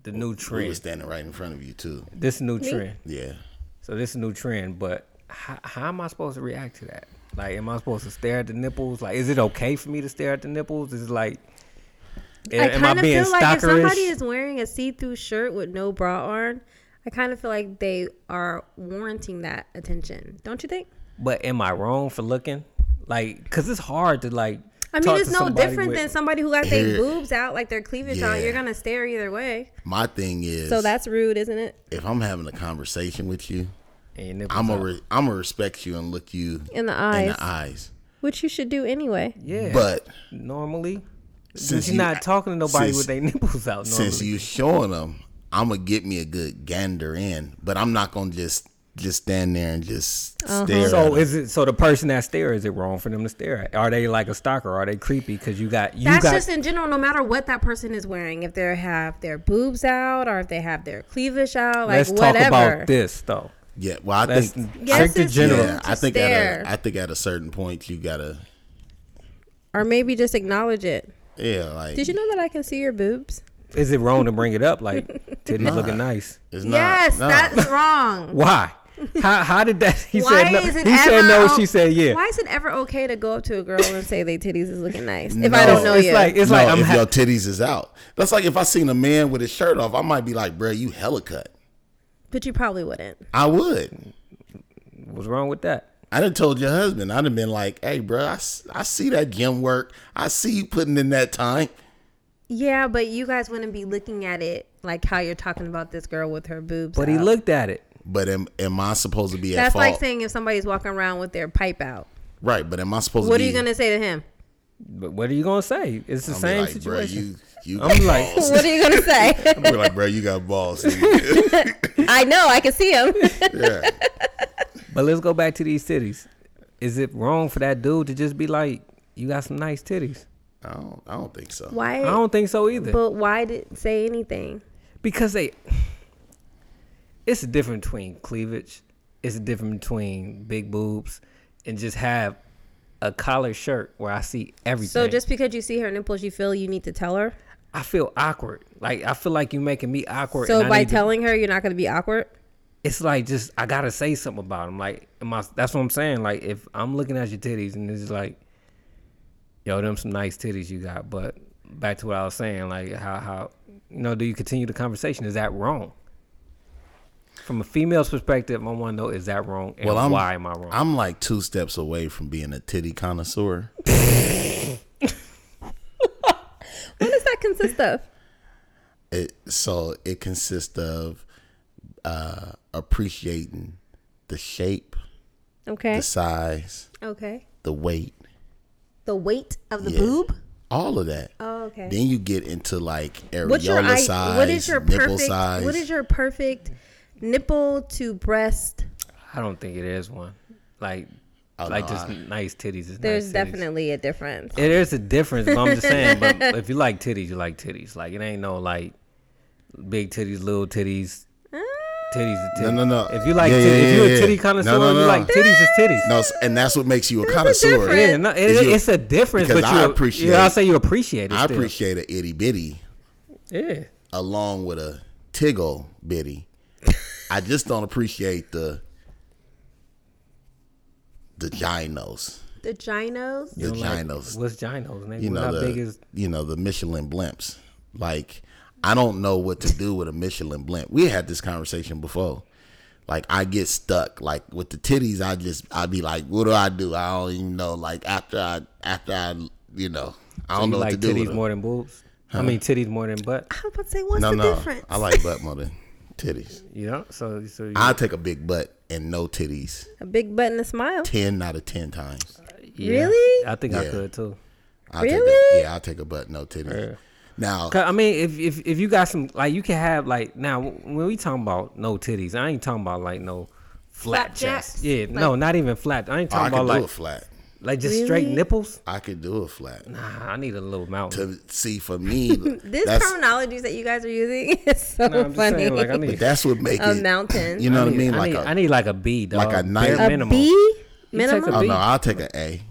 Speaker 3: the new
Speaker 2: We were
Speaker 3: trend.
Speaker 2: standing right in front of you too.
Speaker 3: This new trend.
Speaker 2: Yeah.
Speaker 3: So this is a new trend, but how, how am I supposed to react to that? Like, am I supposed to stare at the nipples? Like, is it okay for me to stare at the nipples? Is it like, a-
Speaker 1: I
Speaker 3: am I
Speaker 1: kind of
Speaker 3: being
Speaker 1: feel like if somebody
Speaker 3: stalkerish?
Speaker 1: is wearing a see-through shirt with no bra on, I kind of feel like they are warranting that attention. Don't you think?
Speaker 3: but am I wrong for looking? Like, cause it's hard to like.
Speaker 1: I mean,
Speaker 3: talk
Speaker 1: it's
Speaker 3: to
Speaker 1: no
Speaker 3: somebody
Speaker 1: different
Speaker 3: with-
Speaker 1: than somebody who got their
Speaker 2: Period.
Speaker 1: boobs out, like their cleavage out.
Speaker 2: Yeah.
Speaker 1: You're gonna stare either way.
Speaker 2: My thing is,
Speaker 1: So that's rude, isn't it?
Speaker 2: if I'm having a conversation with you,
Speaker 3: And your nipples
Speaker 2: I'm
Speaker 3: out.
Speaker 2: gonna re- I'm gonna respect you and look you
Speaker 1: In the
Speaker 2: in
Speaker 1: eyes,
Speaker 2: the eyes.
Speaker 1: which you should do anyway.
Speaker 3: yeah.
Speaker 2: But
Speaker 3: normally,
Speaker 2: since
Speaker 3: since you're not talking to nobody
Speaker 2: since-
Speaker 3: with their nipples out, normally.
Speaker 2: since you showing them, I'm gonna get me a good gander in. But I'm not gonna just just stand there and just
Speaker 1: Uh-huh.
Speaker 2: stare. at
Speaker 3: so
Speaker 2: 'em.
Speaker 3: is it so the person that stare is it wrong for them to stare at? Are they like a stalker? Are they creepy? Because you got you
Speaker 1: That's
Speaker 3: got
Speaker 1: just in general, no matter what that person is wearing, if they have their boobs out or if they have their cleavage out, like
Speaker 3: Let's
Speaker 1: whatever.
Speaker 3: talk about this though.
Speaker 2: yeah. Well, I
Speaker 3: Let's
Speaker 2: think
Speaker 1: Yes,
Speaker 3: drink the
Speaker 1: it's
Speaker 3: general.
Speaker 1: rude.
Speaker 2: yeah, I
Speaker 1: Just
Speaker 2: think
Speaker 1: stare.
Speaker 2: at a I think at a certain point you gotta
Speaker 1: Or maybe just acknowledge it.
Speaker 2: yeah like
Speaker 1: Did you know that I can see your boobs?
Speaker 3: Is it wrong to bring it up? Like
Speaker 1: (laughs)
Speaker 3: titties looking nice.
Speaker 2: it's not
Speaker 1: yes,
Speaker 2: no. (laughs)
Speaker 1: that's wrong.
Speaker 3: (laughs) Why? How how did that? He
Speaker 1: Why
Speaker 3: said no.
Speaker 1: is it
Speaker 3: he
Speaker 1: ever
Speaker 3: said no.
Speaker 1: o-
Speaker 3: She said yeah.
Speaker 1: Why is it ever okay to go up to a girl and say they titties is looking
Speaker 3: (laughs)
Speaker 1: nice if
Speaker 2: No.
Speaker 1: I don't know
Speaker 3: it's
Speaker 1: you?
Speaker 3: like it's
Speaker 2: no,
Speaker 3: like I'm
Speaker 2: if
Speaker 3: ha-
Speaker 2: your titties is out. That's like if I seen a man with his shirt off, I might be like, bruh, you hella cut.
Speaker 1: but you probably wouldn't.
Speaker 2: I would.
Speaker 3: what's wrong with that?
Speaker 2: I done told your husband. I done been like, hey, bruh, I s- I, see that gym work. I see you putting in that time.
Speaker 1: Yeah, but you guys wouldn't be looking at it like how you're talking about this girl with her boobs.
Speaker 3: But he
Speaker 1: out.
Speaker 3: looked at it.
Speaker 2: But am, am I supposed to be at
Speaker 1: That's
Speaker 2: fault?
Speaker 1: like saying if somebody's walking around with their pipe out,
Speaker 2: right, but am I supposed
Speaker 1: what
Speaker 2: to
Speaker 1: are
Speaker 2: be
Speaker 1: you gonna say to
Speaker 3: (laughs)
Speaker 1: him?
Speaker 3: But what are you gonna say? It's the
Speaker 2: I'm
Speaker 3: same
Speaker 2: like, bruh,
Speaker 3: situation.
Speaker 2: you, you
Speaker 3: (laughs) I'm
Speaker 2: got
Speaker 3: like-
Speaker 2: balls.
Speaker 1: What are you gonna say?
Speaker 2: (laughs) I'm like, bruh, you got balls.
Speaker 1: I know I can see
Speaker 3: (laughs)
Speaker 1: him.
Speaker 2: (laughs) yeah.
Speaker 3: (laughs) But let's go back to these titties. Is it wrong for that dude to just be like, "You got some nice titties"?
Speaker 2: I don't, I don't think so.
Speaker 1: Why?
Speaker 3: I don't think so either.
Speaker 1: but why did say anything?
Speaker 3: because they it's a difference between cleavage it's a difference between big boobs and just have a collared shirt where i see everything
Speaker 1: So just because you see her nipples, you feel you need to tell her.
Speaker 3: i feel awkward like i feel like you're making me awkward
Speaker 1: So
Speaker 3: and I
Speaker 1: by
Speaker 3: need to-
Speaker 1: telling her, you're not gonna be awkward.
Speaker 3: it's like just i gotta say something about them like am I, that's what i'm saying like if i'm looking at your titties and it's like yo them some nice titties you got but back to what i was saying like how how you know do you continue the conversation is that wrong from a female's perspective i want to know is that wrong and
Speaker 2: Well, I'm,
Speaker 3: why am i wrong
Speaker 2: I'm like two steps away from being a titty connoisseur.
Speaker 1: What does that consist
Speaker 3: (laughs)
Speaker 1: of?
Speaker 2: It, so it consists of uh, appreciating the shape,
Speaker 1: Okay.
Speaker 2: the size,
Speaker 1: Okay.
Speaker 2: the weight,
Speaker 1: The weight of the
Speaker 2: Yeah.
Speaker 1: boob.
Speaker 2: all of that.
Speaker 1: Oh, okay.
Speaker 2: Then you get into like areola
Speaker 1: What's your I-
Speaker 2: size,
Speaker 1: what is your
Speaker 2: nipple
Speaker 1: perfect
Speaker 2: size.
Speaker 1: what is your perfect nipple to breast?
Speaker 3: i don't think it is one like
Speaker 2: Oh,
Speaker 3: like
Speaker 2: no,
Speaker 3: just
Speaker 2: I-
Speaker 3: nice titties is
Speaker 1: There's
Speaker 3: nice titties.
Speaker 1: definitely a difference.
Speaker 3: It is a difference, but I'm just saying. But if you like titties, you like titties. Like it ain't no like big titties, little titties, titties. To
Speaker 2: No,
Speaker 3: titties.
Speaker 2: no, no.
Speaker 3: If you like,
Speaker 2: Yeah,
Speaker 3: titty,
Speaker 2: yeah,
Speaker 3: if you
Speaker 2: yeah,
Speaker 3: a
Speaker 2: yeah.
Speaker 3: titty connoisseur,
Speaker 2: No, no,
Speaker 3: you
Speaker 2: no.
Speaker 3: like titties is titties.
Speaker 2: no, s- and that's what makes you a
Speaker 1: difference.
Speaker 2: connoisseur.
Speaker 3: yeah, no, it,
Speaker 2: Is you-
Speaker 3: it's a difference.
Speaker 2: because
Speaker 3: But
Speaker 2: I
Speaker 3: you
Speaker 2: appreciate-
Speaker 3: Yeah, I say you appreciate it.
Speaker 2: I
Speaker 3: still.
Speaker 2: appreciate a itty bitty
Speaker 3: Yeah,
Speaker 2: along with a tiggle bitty. I just don't appreciate the the ginos,
Speaker 1: The ginos.
Speaker 2: the
Speaker 3: You don't
Speaker 2: ginos.
Speaker 3: What's ginos? Nigga?
Speaker 2: you know
Speaker 3: how
Speaker 2: the
Speaker 3: big is?
Speaker 2: you know the Michelin blimps. Like I don't know what to do with a Michelin blimp. We had this conversation before. Like I get stuck. Like with the titties, I just I'd be like, what do I do? I don't even know. Like after I after I you know I don't
Speaker 3: You
Speaker 2: know
Speaker 3: like
Speaker 2: what to do with
Speaker 3: titties
Speaker 2: them.
Speaker 3: more than boobs? I mean, titties more than butt.
Speaker 1: I was about to say, what's
Speaker 2: no
Speaker 1: the
Speaker 2: no,
Speaker 1: difference?
Speaker 2: I like butt more than titties.
Speaker 3: You know, so so you,
Speaker 2: I'll take a big butt and no titties
Speaker 1: a big butt and a smile.
Speaker 2: ten out of ten times.
Speaker 3: yeah,
Speaker 1: Really?
Speaker 3: I think I
Speaker 2: Yeah.
Speaker 3: could too.
Speaker 2: I'll Take
Speaker 1: Really?
Speaker 2: a, yeah, I'll take a butt, no titties. Now,
Speaker 3: 'Cause, I mean, if, if if you got some, like, you can have like now when we talking about no titties, I ain't talking about like no flat
Speaker 1: Flapjacks?
Speaker 3: chest. Yeah,
Speaker 1: Like-
Speaker 3: no, not even flat. I ain't
Speaker 2: Oh, I
Speaker 3: talking
Speaker 2: could
Speaker 3: about
Speaker 2: do
Speaker 3: like
Speaker 2: a flat.
Speaker 3: like just straight
Speaker 1: Really?
Speaker 3: nipples.
Speaker 2: I could do a flat.
Speaker 3: Nah, I need a little
Speaker 2: To
Speaker 3: mountain.
Speaker 2: see for
Speaker 1: (laughs)
Speaker 2: me,
Speaker 1: This
Speaker 2: that's
Speaker 1: terminology that you guys are using (laughs) is so
Speaker 3: Nah, I'm just
Speaker 1: funny.
Speaker 3: saying, like I need.
Speaker 2: that's what makes
Speaker 1: A
Speaker 2: it
Speaker 1: mountain.
Speaker 2: You know
Speaker 3: I
Speaker 2: what I
Speaker 3: need,
Speaker 2: mean?
Speaker 3: I
Speaker 2: Like
Speaker 3: need,
Speaker 2: a-
Speaker 3: I need like a B, dog.
Speaker 2: like a nice-
Speaker 1: a
Speaker 3: bare minimum.
Speaker 1: B
Speaker 3: takes a
Speaker 1: minimum.
Speaker 2: Oh
Speaker 3: B.
Speaker 2: no, I'll take an A.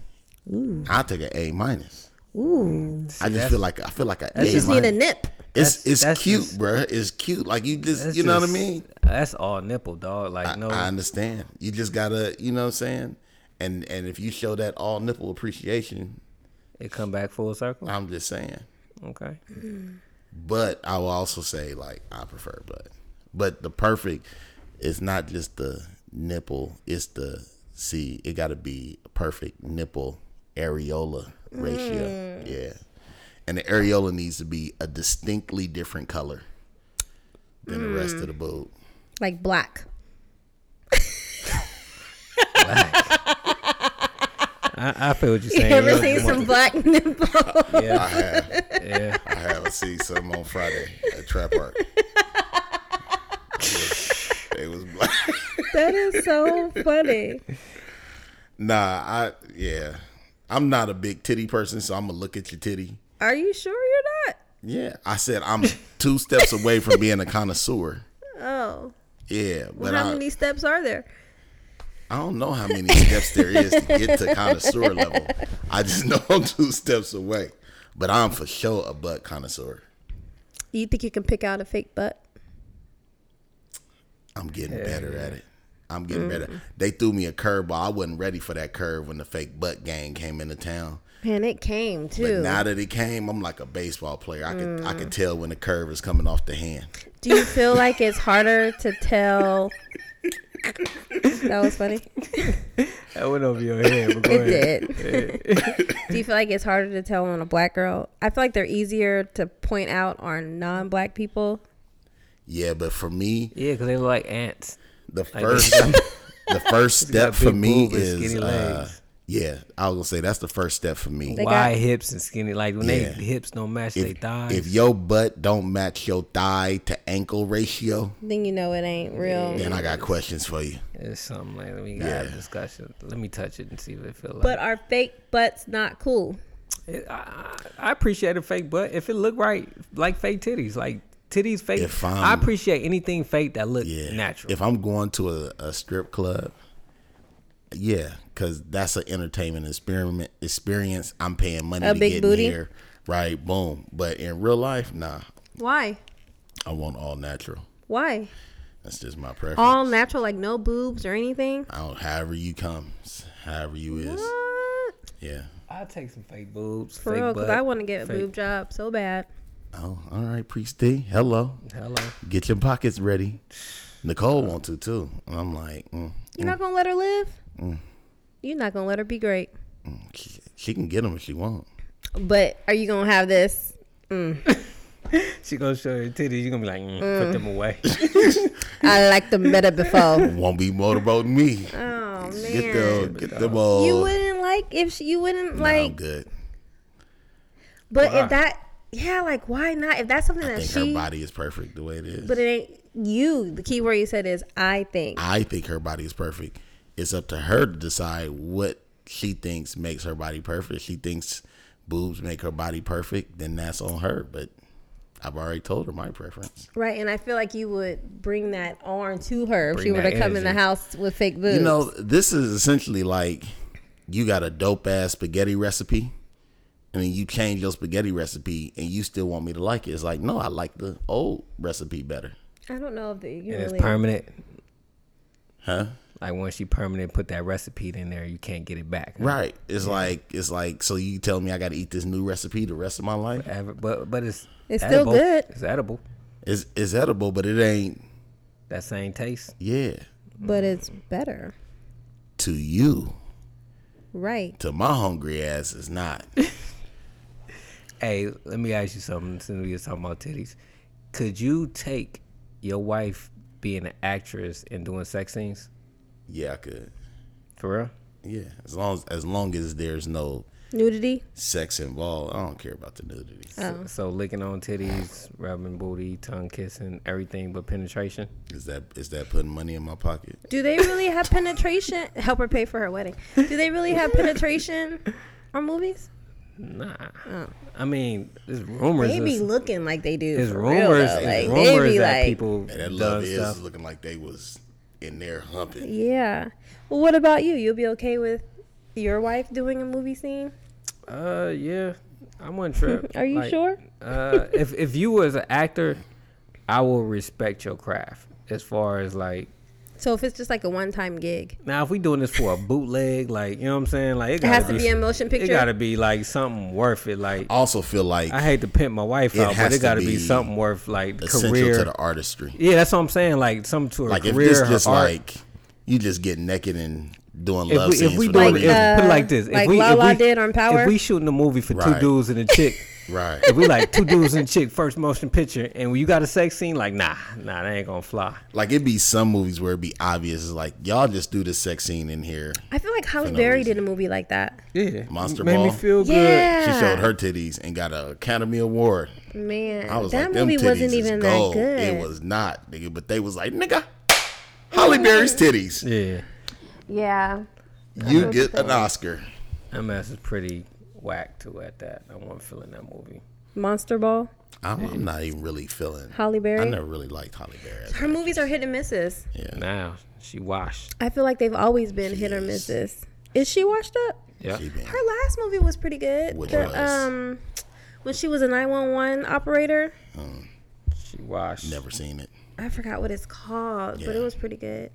Speaker 2: I'll take an A minus.
Speaker 1: Ooh,
Speaker 2: I just feel like I feel like an A.
Speaker 1: you just need a
Speaker 2: minus.
Speaker 1: nip.
Speaker 2: It's
Speaker 3: That's-
Speaker 2: it's
Speaker 3: that's
Speaker 2: cute,
Speaker 3: just-
Speaker 2: bruh. It's cute. Like you just
Speaker 3: That's
Speaker 2: you know what I
Speaker 3: just-
Speaker 2: mean.
Speaker 3: That's all nipple, dog. Like
Speaker 2: I,
Speaker 3: no,
Speaker 2: I understand. You just gotta you know what I'm saying. And and if you show that all nipple appreciation,
Speaker 3: it come back full circle.
Speaker 2: I'm just saying.
Speaker 3: Okay.
Speaker 2: But I will also say like I prefer butt. But the perfect is not just the nipple, it's the see, it gotta be a perfect nipple areola ratio. Yeah. And the areola needs to be a distinctly different color than the rest of the boob.
Speaker 1: Like black. (laughs)
Speaker 3: I, I feel
Speaker 1: (laughs)
Speaker 3: what you're
Speaker 1: You
Speaker 3: saying.
Speaker 1: ever
Speaker 3: Yeah,
Speaker 1: seen
Speaker 3: (laughs)
Speaker 1: some black nipple?
Speaker 2: I have
Speaker 3: yeah.
Speaker 2: I have seen some on Friday at Trap Art. it was black.
Speaker 1: (laughs) that is so funny.
Speaker 2: Nah, I yeah. I'm not a big titty person, so I'm gonna look at your titty.
Speaker 1: Are you sure you're
Speaker 2: Yeah, I said I'm two steps away from being a connoisseur.
Speaker 1: not? Oh,
Speaker 2: Yeah, but
Speaker 1: how
Speaker 2: I,
Speaker 1: many steps are there?
Speaker 2: I don't know how many steps there is to get to connoisseur level. I just know I'm two steps away. But I'm for sure a butt connoisseur.
Speaker 1: You think you can pick out a fake butt?
Speaker 2: I'm getting better at it. I'm getting
Speaker 1: Mm-hmm.
Speaker 2: better. They threw me a curveball. I wasn't ready for that curve when the fake butt gang came into town.
Speaker 1: Man, it came
Speaker 2: But
Speaker 1: too.
Speaker 2: now that it came, I'm like a baseball player. I could I could
Speaker 1: Mm.
Speaker 2: tell when the curve is coming off the hand.
Speaker 1: Do you
Speaker 3: (laughs)
Speaker 1: feel like it's harder to tell? that was funny.
Speaker 3: That went over your head.
Speaker 1: (laughs)
Speaker 3: But go
Speaker 1: It
Speaker 3: ahead.
Speaker 1: did. (laughs) Do you feel like it's harder to tell on a black girl? I feel like they're easier to point out on non-black people.
Speaker 2: Yeah, but for me,
Speaker 3: Yeah, because they look like ants.
Speaker 2: the
Speaker 3: Like,
Speaker 2: first (laughs) the first
Speaker 3: (laughs)
Speaker 2: step
Speaker 3: got
Speaker 2: for
Speaker 3: big
Speaker 2: me
Speaker 3: boob and
Speaker 2: is
Speaker 3: skinny
Speaker 2: uh,
Speaker 3: legs.
Speaker 2: yeah i was gonna say that's the first step for me
Speaker 1: They
Speaker 3: Wide
Speaker 1: got-
Speaker 3: hips and skinny. Like when
Speaker 2: Yeah.
Speaker 3: they hips don't match they
Speaker 2: if,
Speaker 3: thighs.
Speaker 2: if your butt don't match your thigh to ankle ratio
Speaker 1: Then you know it ain't real.
Speaker 2: then i got questions for you
Speaker 3: it's something like that. We gotta have a
Speaker 2: Yeah.
Speaker 3: discussion. Let me touch it and see what it feels like.
Speaker 1: But are fake butts not cool?
Speaker 3: It- I, I I appreciate a fake butt if it look right, like fake titties, like titties fake.
Speaker 2: If I'm-
Speaker 3: I appreciate anything fake that look
Speaker 2: yeah
Speaker 3: natural.
Speaker 2: if i'm going to a, a strip club yeah because that's an entertainment experiment experience i'm paying money
Speaker 1: A
Speaker 2: to
Speaker 1: big
Speaker 2: get
Speaker 1: booty?
Speaker 2: in here right boom but in real life nah
Speaker 1: Why?
Speaker 2: i want all natural
Speaker 1: Why?
Speaker 2: that's just my preference
Speaker 1: All natural, like no boobs or anything.
Speaker 2: I don't, however you come, however you is.
Speaker 1: What?
Speaker 2: Yeah.
Speaker 3: I take some fake boobs,
Speaker 1: For
Speaker 3: fake
Speaker 1: real,
Speaker 3: butt.
Speaker 1: because I want to get a
Speaker 3: fake-
Speaker 1: boob job so bad.
Speaker 2: Oh, all right, Priest D. Hello.
Speaker 3: Hello.
Speaker 2: Get your pockets ready. Nicole want to too. And I'm like, mm,
Speaker 1: You're not gonna let her live.
Speaker 3: Mm.
Speaker 1: You're not gonna let her be great.
Speaker 2: she, she can get them if she want.
Speaker 1: But are you gonna have this?
Speaker 3: She gonna show her titties. You gonna be like, mm, put
Speaker 1: (laughs)
Speaker 3: them away.
Speaker 1: I like them better before.
Speaker 3: (laughs)
Speaker 2: Won't be motorboating me.
Speaker 1: Oh
Speaker 2: Get
Speaker 1: man,
Speaker 2: them, get them all.
Speaker 1: you wouldn't like if she, you wouldn't
Speaker 2: Nah, I'm
Speaker 1: like.
Speaker 2: good.
Speaker 1: But
Speaker 3: Why?
Speaker 1: if that, yeah, like why not? If that's something
Speaker 2: I
Speaker 1: that
Speaker 2: think
Speaker 1: she,
Speaker 2: her body is perfect the way it is.
Speaker 1: but it ain't you. The key word you said is I think.
Speaker 2: I think her body is perfect. It's up to her to decide what she thinks makes her body perfect. If she thinks boobs make her body perfect, then that's on her. But I've already told her my preference.
Speaker 1: Right, and I feel like you would bring that on to her if
Speaker 3: Bring
Speaker 1: she were to
Speaker 3: that
Speaker 1: come in the
Speaker 3: energy.
Speaker 1: house with fake boobs.
Speaker 2: You know, this is essentially like you got a dope ass spaghetti recipe, and then you change your spaghetti recipe, and you still want me to like it. It's like, no, I like the old recipe better,
Speaker 1: I don't know if the, you
Speaker 3: And it's
Speaker 1: really.
Speaker 3: permanent.
Speaker 2: huh?
Speaker 3: Like once you permanent put that recipe in there, you can't get it back.
Speaker 2: Right? It's like it's like so you tell me I got to eat this new recipe the rest of my life.
Speaker 3: Ever- But but it's
Speaker 1: It's still good.
Speaker 3: It's edible.
Speaker 2: It's it's edible, but it ain't.
Speaker 3: That same taste.
Speaker 2: Yeah,
Speaker 1: but it's better,
Speaker 2: to you,
Speaker 1: right?
Speaker 2: to my hungry ass, it's not.
Speaker 3: Hey, let me ask you something since we was talking about titties. Could you take your wife being an actress and doing sex scenes?
Speaker 2: yeah, I could.
Speaker 3: For real?
Speaker 2: Yeah, as long as as long as there's no
Speaker 1: Nudity.
Speaker 2: sex involved. I don't care about the nudity.
Speaker 1: Oh.
Speaker 3: So licking on titties, rubbing booty, tongue kissing, everything but penetration.
Speaker 2: Is that is that putting money in my pocket?
Speaker 1: Do they really have penetration? Help her pay for her wedding. Do they really have penetration on movies?
Speaker 3: Nah. I mean, there's rumors.
Speaker 1: They be
Speaker 3: of-
Speaker 1: looking like they do.
Speaker 3: There's
Speaker 1: for
Speaker 3: rumors.
Speaker 1: real, though.
Speaker 3: there's
Speaker 1: Like, they
Speaker 3: rumors
Speaker 1: be
Speaker 3: that
Speaker 1: like,
Speaker 3: people
Speaker 2: And that
Speaker 3: done
Speaker 2: love is (laughs)
Speaker 3: stuff.
Speaker 2: looking like they was in there humping.
Speaker 1: Yeah. Well, what about you? You'll be okay with your wife doing a movie scene?
Speaker 3: Uh, yeah. I wouldn't trip.
Speaker 1: (laughs) Are you
Speaker 3: Like,
Speaker 1: sure?
Speaker 3: uh, if if you was an actor, I will respect your craft as far as like
Speaker 1: So if it's just like a one-time gig,
Speaker 3: now if we doing this for a bootleg, like you know what I'm saying, like it,
Speaker 1: it
Speaker 3: gotta
Speaker 1: has to be
Speaker 3: some-
Speaker 1: a motion
Speaker 3: it
Speaker 1: picture.
Speaker 3: gotta be like something worth it. Like
Speaker 2: I also feel like
Speaker 3: I hate to pimp my wife
Speaker 2: It
Speaker 3: out,
Speaker 2: has
Speaker 3: but it
Speaker 2: to
Speaker 3: gotta be,
Speaker 2: be
Speaker 3: something worth like the
Speaker 2: essential
Speaker 3: career.
Speaker 2: to the artistry.
Speaker 3: yeah, that's what I'm saying. Like some to her
Speaker 2: Like if
Speaker 3: career.
Speaker 2: this
Speaker 3: her
Speaker 2: just
Speaker 3: art.
Speaker 2: like you just get naked and doing
Speaker 3: if
Speaker 2: love
Speaker 3: we,
Speaker 2: scenes
Speaker 3: if we
Speaker 2: for no
Speaker 1: Like,
Speaker 3: doing
Speaker 2: reason.
Speaker 3: if, put it like
Speaker 1: uh,
Speaker 3: this, if
Speaker 1: like
Speaker 3: we,
Speaker 1: La
Speaker 3: if
Speaker 1: La
Speaker 3: we-
Speaker 1: did on Power?
Speaker 3: If we shooting a movie for two
Speaker 2: Right.
Speaker 3: dudes and a chick,
Speaker 2: right.
Speaker 3: if we like two dudes
Speaker 2: (laughs)
Speaker 3: and a chick first motion picture, and you got a sex scene, like nah, nah, that ain't gonna fly.
Speaker 2: Like it'd be some movies where it'd be obvious. It's like y'all just do this sex scene in here.
Speaker 1: I feel like Holly
Speaker 2: no
Speaker 1: Berry
Speaker 2: reason.
Speaker 1: did a movie like that.
Speaker 3: Yeah,
Speaker 2: Monster
Speaker 3: made
Speaker 2: Ball.
Speaker 3: me feel good.
Speaker 1: Yeah.
Speaker 2: She showed her titties and got an Academy Award.
Speaker 1: Man,
Speaker 2: I was
Speaker 1: that
Speaker 2: like, them
Speaker 1: movie
Speaker 2: titties
Speaker 1: wasn't
Speaker 2: is
Speaker 1: even
Speaker 2: gold.
Speaker 1: that good.
Speaker 2: It was not, nigga. But they was like, nigga, Holly Berry's titties.
Speaker 3: Yeah,
Speaker 1: Yeah.
Speaker 2: You get an Oscar.
Speaker 3: that mess is pretty whack too. At that, I wasn't feeling that movie.
Speaker 1: Monster Ball,
Speaker 2: I'm, I'm not even really feeling.
Speaker 1: Holly
Speaker 2: I
Speaker 1: Berry.
Speaker 2: never really liked Holly Berry.
Speaker 1: Her movies are hit and misses.
Speaker 2: Yeah,
Speaker 3: Now she washed.
Speaker 1: I feel like they've always been hit or
Speaker 2: Jeez.
Speaker 1: misses. Is she washed up?
Speaker 3: Yeah,
Speaker 2: she been.
Speaker 1: Her last movie was pretty good.
Speaker 2: Which
Speaker 1: The,
Speaker 2: was?
Speaker 1: Um, when she was a 911 operator.
Speaker 3: she washed.
Speaker 2: Never seen it.
Speaker 1: I forgot what it's called, but
Speaker 2: Yeah.
Speaker 1: it was pretty good.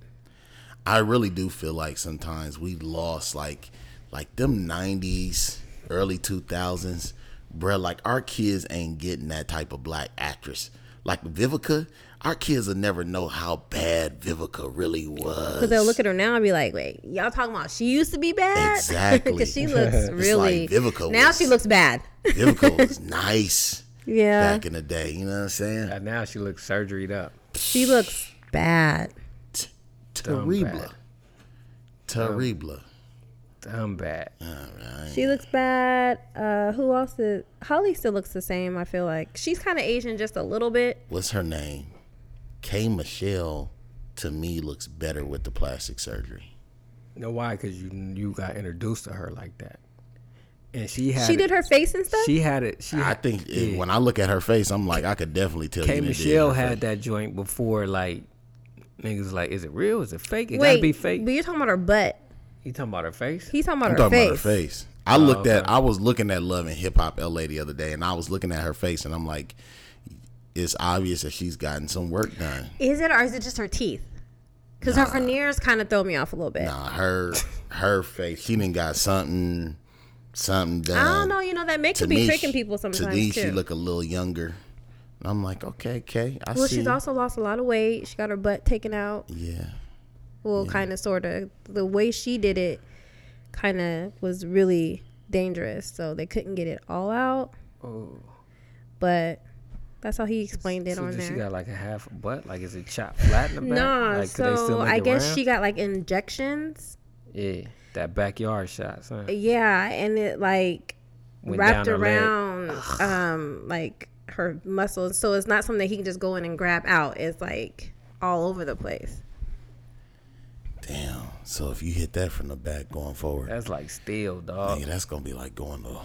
Speaker 2: I really do feel like sometimes we lost like like them nineties, early two thousands, bruh, like our kids ain't getting that type of black actress. Like Vivica, our kids will never know how bad Vivica really
Speaker 1: (laughs)
Speaker 2: was.
Speaker 1: Because they'll look at her now and be like, wait, y'all talking about she used to be bad? (laughs)
Speaker 2: Exactly.
Speaker 1: Because
Speaker 2: (laughs)
Speaker 1: she looks really.
Speaker 2: like Vivica
Speaker 1: now
Speaker 2: was-
Speaker 1: she looks bad. (laughs)
Speaker 2: Vivica was nice
Speaker 1: Yeah.
Speaker 2: back in the day, you know what I'm saying?
Speaker 3: And now she looks surgeried up.
Speaker 1: She looks bad.
Speaker 2: Terrible. Terrible.
Speaker 3: Dumb bad.
Speaker 2: All right.
Speaker 1: She looks bad. Uh, who else is. Holly still looks the same, I feel like. She's kind of Asian just a little bit.
Speaker 2: What's her name? K Michelle to me looks better with the plastic surgery.
Speaker 3: You know why? Because you you got introduced to her like that, and she had
Speaker 1: She
Speaker 3: it-
Speaker 1: did her face and stuff?
Speaker 3: She had it. She
Speaker 2: I
Speaker 3: had,
Speaker 2: think it, when I look at her face, I'm like, I could definitely tell
Speaker 3: K
Speaker 2: you. didn't dig
Speaker 3: Michelle
Speaker 2: her
Speaker 3: had
Speaker 2: face.
Speaker 3: that joint before. Like niggas, like is it real? Is it fake? It
Speaker 1: wait,
Speaker 3: gotta be fake.
Speaker 1: but you're talking about her butt.
Speaker 3: you talking about her face?
Speaker 1: He's talking about,
Speaker 2: I'm
Speaker 1: her,
Speaker 2: talking
Speaker 1: face. Oh,
Speaker 2: about her face. I looked at. I was looking at Love and Hip Hop LA the other day, and I was looking at her face, and I'm like, it's obvious that she's gotten some work done.
Speaker 1: Is it or is it just her teeth? Because her veneers kind of throw me off a little bit.
Speaker 2: Nah, her her face. She didn't got something something done.
Speaker 1: I don't know. You know that makeup be tricking
Speaker 2: she-
Speaker 1: people sometimes
Speaker 2: To me,
Speaker 1: too.
Speaker 2: she look a little younger. And I'm like, okay, Kay, I
Speaker 1: well,
Speaker 2: see.
Speaker 1: she's also lost a lot of weight. She got her butt taken out.
Speaker 2: yeah.
Speaker 1: Well, kind of, sort of. The way she did it, kind of was really dangerous. So they couldn't get it all out.
Speaker 3: Oh,
Speaker 1: But that's how he explained it
Speaker 3: so
Speaker 1: on
Speaker 3: does she
Speaker 1: there.
Speaker 3: got like a half a butt? Like is it chopped flat in the back?
Speaker 1: Nah,
Speaker 3: like, could they still
Speaker 1: so
Speaker 3: make
Speaker 1: I
Speaker 3: it
Speaker 1: guess
Speaker 3: round?
Speaker 1: she got like injections.
Speaker 3: Yeah, that backyard shot. Son.
Speaker 1: Yeah, and it like
Speaker 3: Went
Speaker 1: wrapped
Speaker 3: down her leg.
Speaker 1: around um like her muscles. So it's not something that he can just go in and grab out. It's like all over the place.
Speaker 2: Damn. So if you hit that from the back going forward,
Speaker 3: That's like steel, dog.
Speaker 2: nigga, that's gonna be like going to.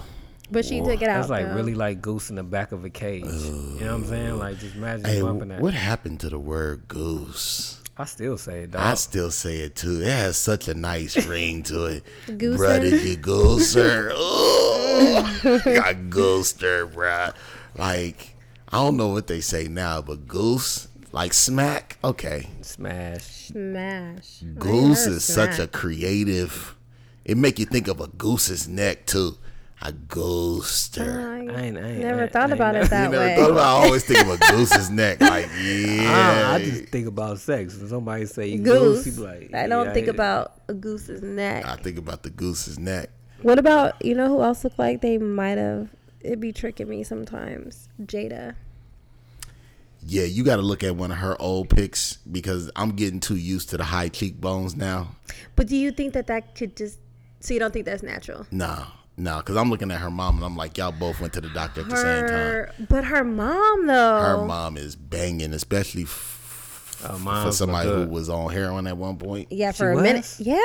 Speaker 1: But she took it out.
Speaker 3: That's like
Speaker 1: though.
Speaker 3: really like goose in the back of a cage. you know what I'm saying? Like just imagine
Speaker 2: Hey,
Speaker 3: bumping
Speaker 2: wh-
Speaker 3: that.
Speaker 2: what happened to the word goose?
Speaker 3: I still say it, dog.
Speaker 2: I still say it too. It has such a nice
Speaker 1: (laughs)
Speaker 2: ring to it.
Speaker 1: Gooser?
Speaker 2: Bruh, did you gooser? Ooh, I goosed her, bruh. Like, I don't know what they say now, but goose, like smack, okay.
Speaker 3: Smash.
Speaker 1: smash. I ain't
Speaker 2: Goose
Speaker 1: heard
Speaker 2: is such a
Speaker 1: smash.
Speaker 2: creative. It make you think of a goose's neck too. I goosed her.
Speaker 1: I
Speaker 3: I ain't. I ain't
Speaker 1: never
Speaker 3: I ain't-
Speaker 1: thought
Speaker 3: I ain't
Speaker 1: about it
Speaker 3: never- (laughs)
Speaker 1: that
Speaker 2: You never
Speaker 1: Uh, way.
Speaker 2: thought about? I always think of a goose's
Speaker 1: (laughs)
Speaker 2: neck. Like, yeah,
Speaker 1: Ah,
Speaker 3: I, I just think about sex. When somebody say you goose,
Speaker 1: goose.
Speaker 3: you be like,
Speaker 1: I don't
Speaker 3: yeah,
Speaker 1: think
Speaker 3: ain't-
Speaker 1: about a goose's neck.
Speaker 2: I think about the goose's neck.
Speaker 1: what about you know who else looked like they might have? It'd be tricking me sometimes. Jada.
Speaker 2: Yeah, you got to look at one of her old pics because I'm getting too used to the high cheekbones now.
Speaker 1: But do you think that that could just? So you don't think that's natural?
Speaker 2: Nah, Nah, because I'm looking at her mom and I'm like, y'all both went to the doctor at the same time.
Speaker 1: Her, but her mom though.
Speaker 2: Her mom is banging, especially f-
Speaker 3: Oh,
Speaker 2: for
Speaker 3: mom's
Speaker 2: somebody
Speaker 3: no
Speaker 2: who
Speaker 3: good.
Speaker 2: was on heroin at one point.
Speaker 1: Yeah,
Speaker 3: She
Speaker 1: for a minute.
Speaker 3: was?
Speaker 1: Yeah.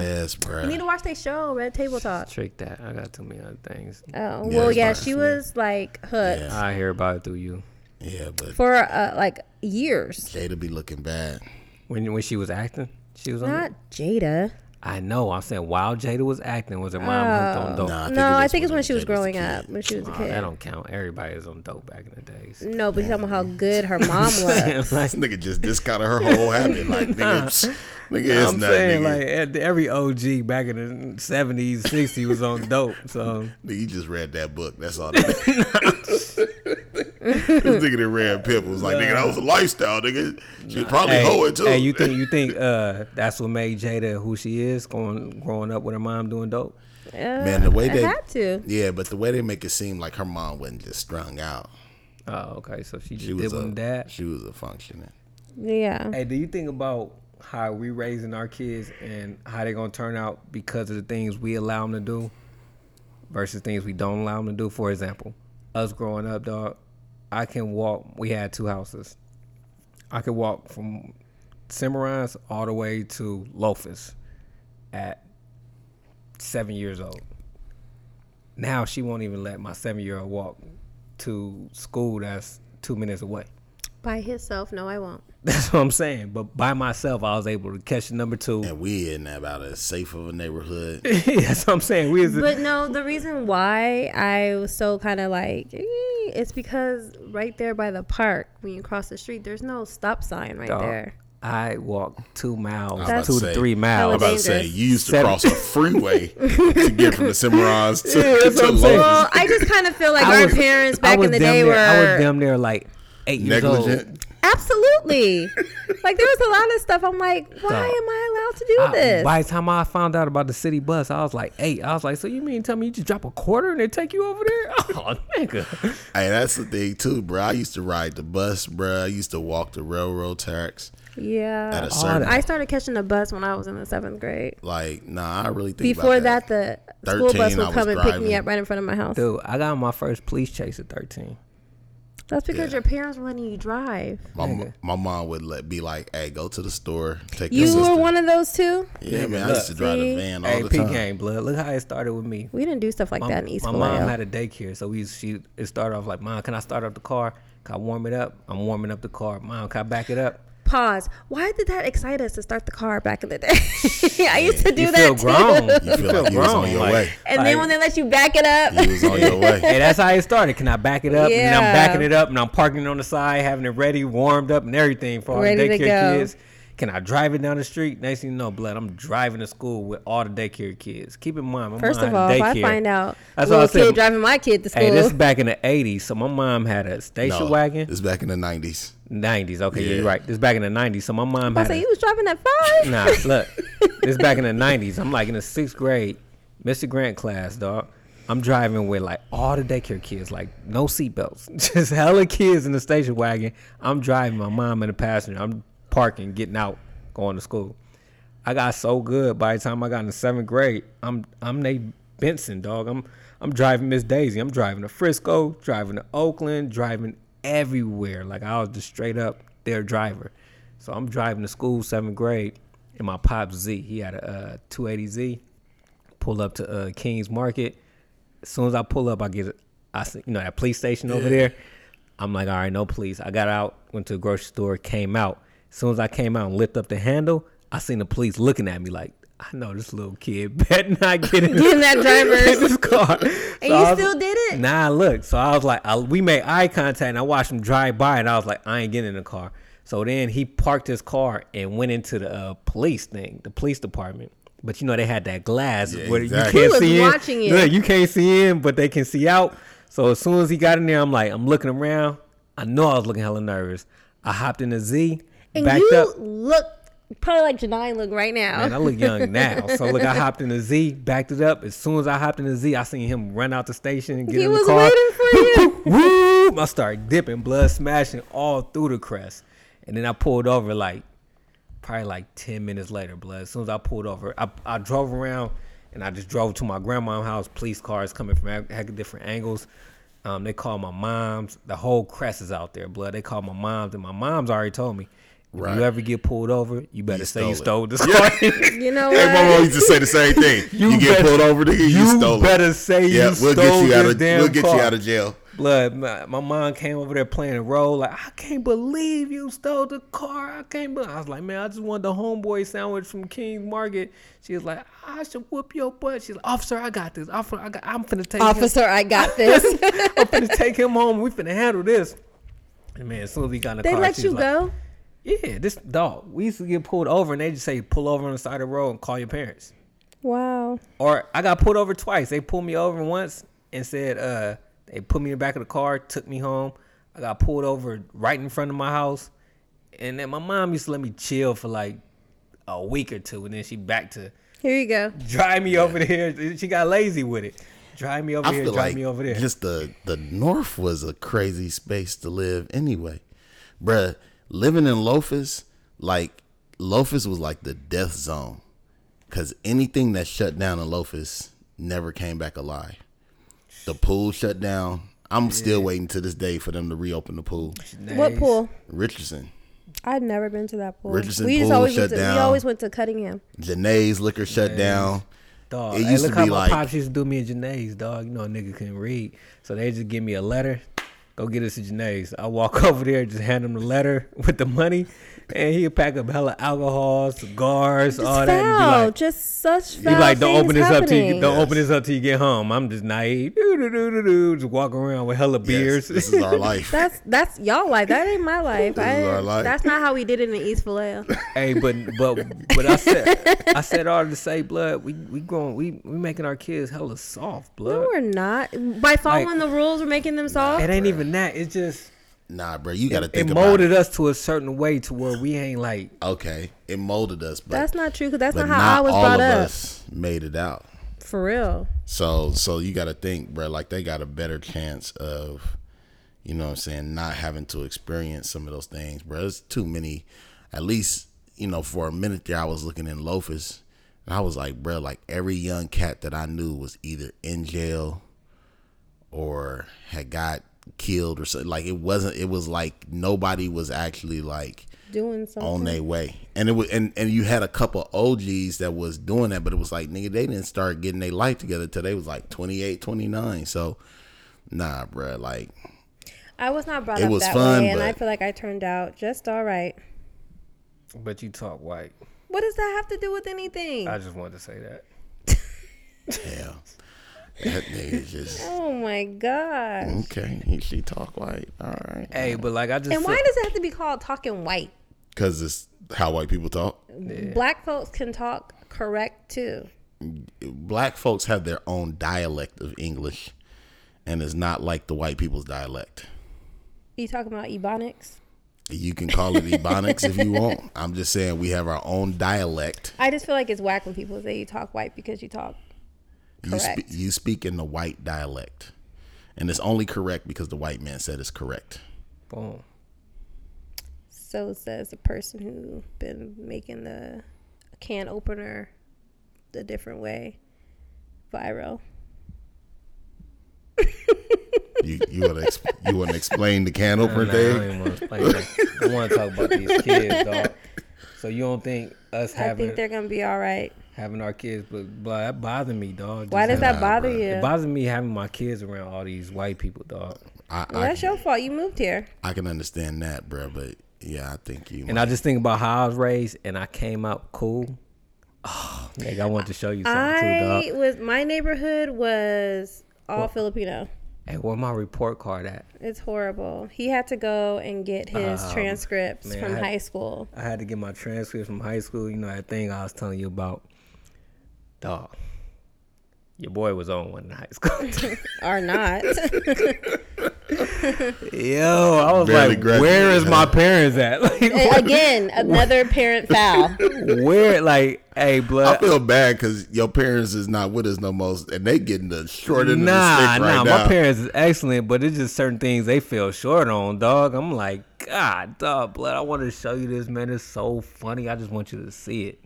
Speaker 2: Yes,
Speaker 1: You need to
Speaker 2: bruh.
Speaker 1: watch that show, Red Table Talk.
Speaker 3: Trick that. I got too many other things.
Speaker 1: Oh
Speaker 2: Yeah,
Speaker 1: well,
Speaker 2: it's
Speaker 1: yeah,
Speaker 2: not-
Speaker 1: she was like hooked
Speaker 2: Yeah.
Speaker 3: I hear about it through you.
Speaker 2: Yeah, but
Speaker 1: for uh, like years.
Speaker 2: Jada be looking bad.
Speaker 3: When when she was acting, she was on.
Speaker 1: Not
Speaker 3: it?
Speaker 1: Jada.
Speaker 3: I know. I'm saying while Jada was acting, was her mom
Speaker 1: Oh.
Speaker 3: hooked on dope?
Speaker 2: Nah, I think
Speaker 1: no,
Speaker 2: it
Speaker 1: I
Speaker 2: was
Speaker 1: think it's
Speaker 2: when
Speaker 1: when she was
Speaker 2: Jada was a
Speaker 1: growing
Speaker 2: kid. (laughs)
Speaker 1: up, when she was a
Speaker 3: Oh, that
Speaker 1: kid.
Speaker 3: don't count. Everybody is on dope back in the
Speaker 1: (laughs)
Speaker 3: days.
Speaker 1: No, but you talking about how good her mom was.
Speaker 3: (laughs) Like,
Speaker 2: This nigga just discounted her whole
Speaker 3: (laughs)
Speaker 2: habit. Like, nigga, psst, nigga it's
Speaker 3: I'm
Speaker 2: not,
Speaker 3: saying
Speaker 2: nigga.
Speaker 3: like at the- every OG back in the 70s, 60s was on dope.
Speaker 2: (laughs)
Speaker 3: So
Speaker 2: Nigga, you just read that book. That's all. That
Speaker 3: (laughs)
Speaker 2: this nigga that read Pimples. Like, nigga, that was a lifestyle, nigga. She was probably hoeing, too.
Speaker 3: hey, you think you think uh, that's what made Jada who she is, going growing up with her mom doing dope?
Speaker 1: Uh,
Speaker 2: Man, the way
Speaker 1: I
Speaker 2: they
Speaker 1: had to.
Speaker 2: Yeah, but the way they make it seem like her mom wasn't just strung out.
Speaker 3: Oh, okay. So she just
Speaker 2: She
Speaker 3: did
Speaker 2: was a
Speaker 3: with dad.
Speaker 2: she was a functioning.
Speaker 1: Yeah.
Speaker 3: Hey, do you think about how we raising our kids and how they're gonna turn out because of the things we allow them to do versus things we don't allow them to do? For example, us growing up, dog, I can walk. We had two houses. I could walk from Cimarron's all the way to Lofus at seven years old. Now she won't even let my seven-year-old walk to school that's two minutes away.
Speaker 1: By himself, no, I won't.
Speaker 3: That's what I'm saying. But by myself, I was able to catch the number two.
Speaker 2: And we in about as safe of a
Speaker 3: (laughs)
Speaker 2: neighborhood.
Speaker 3: That's what I'm saying. We was
Speaker 1: But no, the reason why I was so kind of like, eh, it's because right there by the park, when you cross the street, there's no stop sign right
Speaker 3: Dog,
Speaker 1: there.
Speaker 3: I walked two miles,
Speaker 2: about
Speaker 3: two
Speaker 2: to
Speaker 3: to
Speaker 2: say-
Speaker 3: three
Speaker 2: I'm
Speaker 3: miles.
Speaker 2: about to say you used to cross a freeway to get from the Cimarron's
Speaker 3: (laughs)
Speaker 2: to,
Speaker 3: that's
Speaker 2: to
Speaker 3: what I'm saying.
Speaker 2: Lowe's.
Speaker 1: Well, I just kind of feel like
Speaker 3: I
Speaker 1: our
Speaker 3: was-
Speaker 1: parents
Speaker 3: I
Speaker 1: back
Speaker 3: was
Speaker 1: in the
Speaker 3: damn
Speaker 1: day
Speaker 3: near,
Speaker 1: were
Speaker 3: I was damn near like eight years old.
Speaker 2: Negligent.
Speaker 1: absolutely like there was a lot of stuff. I'm
Speaker 3: (laughs)
Speaker 1: like, why
Speaker 3: Dog.
Speaker 1: am I allowed to do
Speaker 3: I-
Speaker 1: this?
Speaker 3: by the time I found out about the city bus, I was like eight. I was like, so you mean tell me you just drop a quarter and they take you over there? (laughs) Oh, nigga.
Speaker 2: Hey, that's the thing too, bro. I used to ride the bus, bro. I used to walk the railroad tracks at
Speaker 1: yeah,
Speaker 2: a certain
Speaker 3: that-
Speaker 1: I started catching the bus when I was in the seventh grade.
Speaker 2: like. Nah, I really think
Speaker 1: Before
Speaker 2: about
Speaker 1: that, the school
Speaker 2: 13,
Speaker 1: bus
Speaker 2: I
Speaker 1: would
Speaker 2: was
Speaker 1: come and pick me
Speaker 2: driving.
Speaker 1: up right in front of my house.
Speaker 3: Dude, I got my first police chase at 13.
Speaker 1: That's because
Speaker 2: Yeah.
Speaker 1: your parents were letting you drive.
Speaker 2: my, mo- my mom would let be like, "Hey, go to the store, take your
Speaker 1: You
Speaker 2: sister."
Speaker 1: were one of those too.
Speaker 2: yeah,
Speaker 3: Nigga,
Speaker 2: man. I used to
Speaker 3: look.
Speaker 2: drive
Speaker 1: See?
Speaker 2: the van all
Speaker 3: hey,
Speaker 2: the
Speaker 3: P
Speaker 2: time.
Speaker 3: game, blood. Look how it started with me.
Speaker 1: We didn't do stuff like that in East
Speaker 3: my mom
Speaker 1: Vallejo.
Speaker 3: had a daycare, so we she it started off like, "Mom, can I start up the car? Can I warm it up? I'm warming up the car. Mom, can I back it up?
Speaker 1: Pause. Why did that excite us to start the car back in the day? (laughs) I used to do
Speaker 3: you feel
Speaker 1: that
Speaker 3: grown.
Speaker 1: too.
Speaker 2: You feel like you was on your way.
Speaker 1: (laughs) And then when they let you back it up,
Speaker 2: You was on your way.
Speaker 3: (laughs) Hey, that's how it started. Can I back it up? And I'm
Speaker 1: Yeah.
Speaker 3: backing it up, and I'm parking it on the side, having it ready, warmed up, and everything for all the
Speaker 1: Ready to
Speaker 3: daycare
Speaker 1: go.
Speaker 3: kids. Can I drive it down the street? Next thing you know, blood, I'm driving to school with all the daycare kids. Keep in mind, my
Speaker 1: first
Speaker 3: mom
Speaker 1: of
Speaker 3: had
Speaker 1: all,
Speaker 3: a
Speaker 1: if I
Speaker 3: daycare.
Speaker 1: find out
Speaker 3: That's what I
Speaker 1: little kid
Speaker 3: said.
Speaker 1: driving my kid to school,
Speaker 3: Hey, this is back in the '80s, so my mom had a station
Speaker 2: No,
Speaker 3: wagon.
Speaker 2: It's back in the nineties.
Speaker 3: '90s, okay, yeah,
Speaker 2: Yeah.
Speaker 3: you're right. This is back in the '90s, so my mom
Speaker 1: I
Speaker 3: had.
Speaker 1: say
Speaker 3: a-
Speaker 1: you was driving at five. (laughs)
Speaker 3: (laughs) Nah, look, this back in the nineties. I'm like in the sixth grade, Mr. Grant class, dog. I'm driving with like all the daycare kids, like no seatbelts, (laughs) just hella kids in the station wagon. I'm driving, my mom and the passenger. I'm parking, getting out, going to school. I got so good by the time I got in the seventh grade. I'm I'm Nate Benson, dog. I'm I'm driving Miss Daisy. I'm driving to Frisco, driving to Oakland, driving everywhere. Like I was just straight up their driver. So I'm driving to school seventh grade, and my pop Z, he had a uh, 280Z. Pull up to uh, King's Market. As soon as I pull up, I get I see, you know that police station over there. I'm like, all right, no police. I got out, went to the grocery store, came out. As soon as I came out and lift up the handle, I seen the police looking at me like, I know this little kid (laughs) better not
Speaker 1: (laughs)
Speaker 3: get in
Speaker 1: Get in that driver's.
Speaker 3: this car.
Speaker 1: And you still did it?
Speaker 3: Nah, look. So I was like, I, we made eye contact, and I watched him drive by, and I was like, I ain't getting in the car. So then he parked his car and went into the uh, police thing, the police department. But you know they had that glass
Speaker 2: Yeah,
Speaker 3: where
Speaker 2: exactly.
Speaker 3: you
Speaker 1: He
Speaker 3: can't
Speaker 1: was
Speaker 3: see in.
Speaker 1: watching it.
Speaker 3: Look, you can't see in, but they can see out. So as soon as he got in there, I'm like, I'm looking around. I know I was looking hella nervous. I hopped in a Z,
Speaker 1: and
Speaker 3: (laughs) backed
Speaker 1: you
Speaker 3: up.
Speaker 1: look probably like Janine look right now.
Speaker 3: Man, I look young now. So look, I hopped in the Z, backed it up. As soon as I hopped in the Z, I seen him run out the station and get
Speaker 1: He
Speaker 3: in the
Speaker 1: was
Speaker 3: car.
Speaker 1: waiting for
Speaker 3: (laughs)
Speaker 1: you. (laughs)
Speaker 3: Whoop! I started dipping, blood smashing all through the crest, and then I pulled over like probably like ten minutes later, blood. As soon as I pulled over, I, I drove around and I just drove to my grandma's house. Police cars coming from a- heck of different angles. Um, they called my mom's. The whole crest is out there, blood. They called my mom's, and my mom's already told me, if
Speaker 2: Right.
Speaker 3: you ever get pulled over, you better say (laughs) you
Speaker 2: stole
Speaker 3: stole this car.
Speaker 1: You know
Speaker 2: (laughs) Hey, my mom
Speaker 1: what?
Speaker 2: used to say the same thing. you,
Speaker 3: (laughs) You
Speaker 2: get
Speaker 3: better-
Speaker 2: pulled over, nigga, you,
Speaker 3: you
Speaker 2: stole it.
Speaker 3: better say you
Speaker 2: we'll
Speaker 3: stole
Speaker 2: get you out
Speaker 3: this
Speaker 2: of
Speaker 3: damn
Speaker 2: we'll get
Speaker 3: car.
Speaker 2: you out of jail.
Speaker 3: Blood, my, my mom came over there playing a role. Like, I can't believe you stole the car. I can't believe. I was like, man, I just wanted the homeboy sandwich from King's Market. She was like, I should whoop your butt. She's like, officer, I got this. Officer, I got, I'm finna
Speaker 1: (laughs)
Speaker 3: take
Speaker 1: Officer, I got this.
Speaker 3: him. (laughs) I'm finna take him home. We finna handle this. And man, as soon as we got in
Speaker 1: (laughs)
Speaker 3: the
Speaker 1: they
Speaker 3: car,
Speaker 1: let
Speaker 3: she
Speaker 1: you
Speaker 3: was like,
Speaker 1: go.
Speaker 3: Yeah, this dog. We used to get pulled over, and they just say, pull over on the side of the road and call your parents
Speaker 1: Wow.
Speaker 3: or I got pulled over twice. They pulled me over once and said, uh, they put me in the back of the car, took me home. I got pulled over right in front of my house. And then my mom used to let me chill for like a week or two. And then she back to
Speaker 1: Here you go.
Speaker 3: drive me over there. She got lazy with it. Drive me over
Speaker 2: I
Speaker 3: here,
Speaker 2: feel
Speaker 3: drive
Speaker 2: like
Speaker 3: me over there.
Speaker 2: just the the North was a crazy space to live anyway, bruh. Living in Lofus, like Lofus was like the death zone, cause anything that shut down in Lofus never came back alive. The pool shut down. I'm still waiting to this day for them to reopen the pool.
Speaker 1: What
Speaker 3: Nice.
Speaker 1: pool?
Speaker 2: Richardson,
Speaker 1: I've never been to that pool.
Speaker 2: Richardson
Speaker 1: we just
Speaker 2: pool
Speaker 1: always went
Speaker 2: shut
Speaker 1: to,
Speaker 2: down.
Speaker 1: We always went to Cunningham.
Speaker 2: Janae's liquor shut down.
Speaker 3: Dog,
Speaker 2: It
Speaker 3: hey,
Speaker 2: used
Speaker 3: look
Speaker 2: to
Speaker 3: how
Speaker 2: be
Speaker 3: my
Speaker 2: like-
Speaker 3: pops used to do me at Janae's, dog. You know a nigga couldn't read, so they just give me a letter. Go get us a Janae's. I walk (laughs) over there, just hand him the letter (laughs) with the money, and he'll pack up hella alcohol, cigars,
Speaker 1: Just
Speaker 3: all Oh, that,
Speaker 1: foul.
Speaker 3: and be like,
Speaker 1: just such
Speaker 3: be
Speaker 1: foul.
Speaker 3: like, don't open this up till you,
Speaker 1: happening.
Speaker 3: don't
Speaker 2: Yes.
Speaker 3: open this up till you get home. I'm just naive, doo doo doo doo doo, just walking around with hella
Speaker 2: Yes,
Speaker 3: beers.
Speaker 2: this is our
Speaker 1: (laughs)
Speaker 2: life.
Speaker 1: That's that's y'all life. That ain't my life.
Speaker 2: This is
Speaker 1: I-
Speaker 2: our life.
Speaker 1: That's not how we did it in East
Speaker 3: (laughs)
Speaker 1: Vallejo.
Speaker 3: (laughs) hey, but but but I said I said all to say, blood. We we growing, we we making our kids hella soft,
Speaker 1: No,
Speaker 3: blood.
Speaker 1: we're not. By following the rules, we're making them soft.
Speaker 3: it ain't even that. It's just.
Speaker 2: Nah, bro, you got to
Speaker 3: it
Speaker 2: think about
Speaker 3: molded us to a certain way to where we ain't like
Speaker 2: Okay, it molded us, but
Speaker 1: that's not true because that's
Speaker 2: but
Speaker 1: not how I was
Speaker 2: all
Speaker 1: brought
Speaker 2: of
Speaker 1: up.
Speaker 2: us made it out.
Speaker 1: For real.
Speaker 2: So so you got to think, bro. Like they got a better chance of, you know, what I'm saying, not having to experience some of those things, bro. There's too many. At least you know, for a minute there, I was looking in Lofus, and I was like, bro, like every young cat that I knew was either in jail or had got killed or something. Like it wasn't. It was like nobody was actually like
Speaker 1: Doing something.
Speaker 2: on their way. And it was and, and you had a couple OGs that was doing that, but it was like nigga, they didn't start getting their life together till they was like 28, 29. So nah, bruh, like
Speaker 1: I was not brought
Speaker 2: It
Speaker 1: up
Speaker 2: was
Speaker 1: that
Speaker 2: fun,
Speaker 1: way, and I
Speaker 2: but-
Speaker 1: feel like I turned out just all right.
Speaker 3: but you talk white
Speaker 1: What does that have to do with anything?
Speaker 3: i just wanted to say that
Speaker 2: hell. That nigga just
Speaker 1: oh my god!
Speaker 2: okay. He, she talk like all right
Speaker 3: hey but like i just
Speaker 1: And why
Speaker 3: feel-
Speaker 1: does it have to be called talking white?
Speaker 2: because it's how white people talk.
Speaker 1: Black folks can talk correct too.
Speaker 2: Black folks have their own dialect of English, and it's not like the white people's dialect.
Speaker 1: You talking about ebonics?
Speaker 2: You can call it Ebonics if you want. I'm just saying we have our own dialect.
Speaker 1: I just feel like it's whack when people say you talk white because you talk.
Speaker 2: You, spe-
Speaker 1: Correct.
Speaker 2: you speak in the white dialect, and it's only correct because the white man said it's correct.
Speaker 3: boom
Speaker 1: So says the person who been making the can opener the different way viral.
Speaker 2: You you want to ex- you want to explain the can
Speaker 3: (laughs) Nah,
Speaker 2: opener
Speaker 3: I don't
Speaker 2: thing?
Speaker 3: even want to explain that. i want to talk about these kids dog so you don't think us
Speaker 1: I
Speaker 3: having
Speaker 1: think they're gonna be all right.
Speaker 3: having our kids but, but that bother me dog
Speaker 1: Why does
Speaker 3: Just
Speaker 1: that
Speaker 3: having-
Speaker 1: bother
Speaker 2: bruh.
Speaker 1: you?
Speaker 3: it bothers me having my kids around all these white people dog
Speaker 2: I,
Speaker 1: Well,
Speaker 2: I,
Speaker 1: that's your fault. You moved here.
Speaker 2: I can understand that, bro. But yeah, I think you.
Speaker 3: and i just think about how i was raised and i came out cool (sighs) oh nigga i want to show you something too dog
Speaker 1: I was my neighborhood was all Filipino.
Speaker 3: hey where my report card at
Speaker 1: It's horrible. He had to go and get his transcripts
Speaker 3: Um, man,
Speaker 1: from
Speaker 3: I had-
Speaker 1: high school.
Speaker 3: I had to get my transcripts from high school. You know that thing I was telling you about. Dog, your boy was on one in high school. (laughs)
Speaker 1: Or not. (laughs)
Speaker 3: Yo, I was
Speaker 2: Barely
Speaker 3: like,
Speaker 2: graduated,
Speaker 3: where is my
Speaker 2: huh?"
Speaker 3: parents at? (laughs) Like, what-
Speaker 1: Again, another parent
Speaker 3: (laughs)
Speaker 1: foul.
Speaker 3: where? Like, hey,
Speaker 2: I
Speaker 3: blood.
Speaker 2: feel bad because your parents is not with us no more, and they getting the short end of the
Speaker 3: Nah,
Speaker 2: stick right
Speaker 3: nah.
Speaker 2: now.
Speaker 3: My parents is excellent, but it's just certain things they fell short on, dog. I'm like, God, dog, blood. I wanted to show you this, man. It's so funny. I just want you to see it.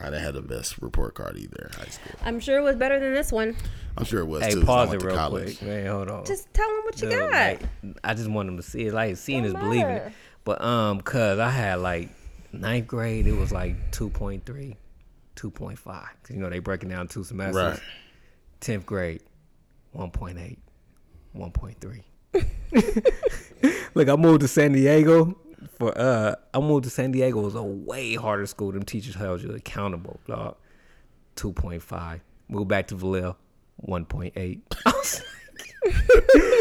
Speaker 2: I didn't have the best report card either in high school.
Speaker 1: I'm sure it was better than this one.
Speaker 2: I'm sure it was
Speaker 3: Hey,
Speaker 2: too. 'cause I
Speaker 3: pause
Speaker 2: went
Speaker 3: it
Speaker 2: to
Speaker 3: real
Speaker 2: college.
Speaker 3: quick, man. Hold on.
Speaker 1: Just tell them what you
Speaker 3: Look,
Speaker 1: got.
Speaker 3: like, I just want them to see it. Like seeing
Speaker 1: Don't
Speaker 3: is believing it.
Speaker 1: matter.
Speaker 3: But um, cause I had like ninth grade, it was like 2.3, 2.5. 'Cause, you know they breaking down two semesters.
Speaker 2: Right.
Speaker 3: Tenth grade, 1.8, 1.3. (laughs) Look, I moved to San Diego. For uh, I moved to San Diego. It was a way harder school. Them teachers held you accountable, dog. 2.5. Moved back to Vallejo, 1.8. (laughs) I was like-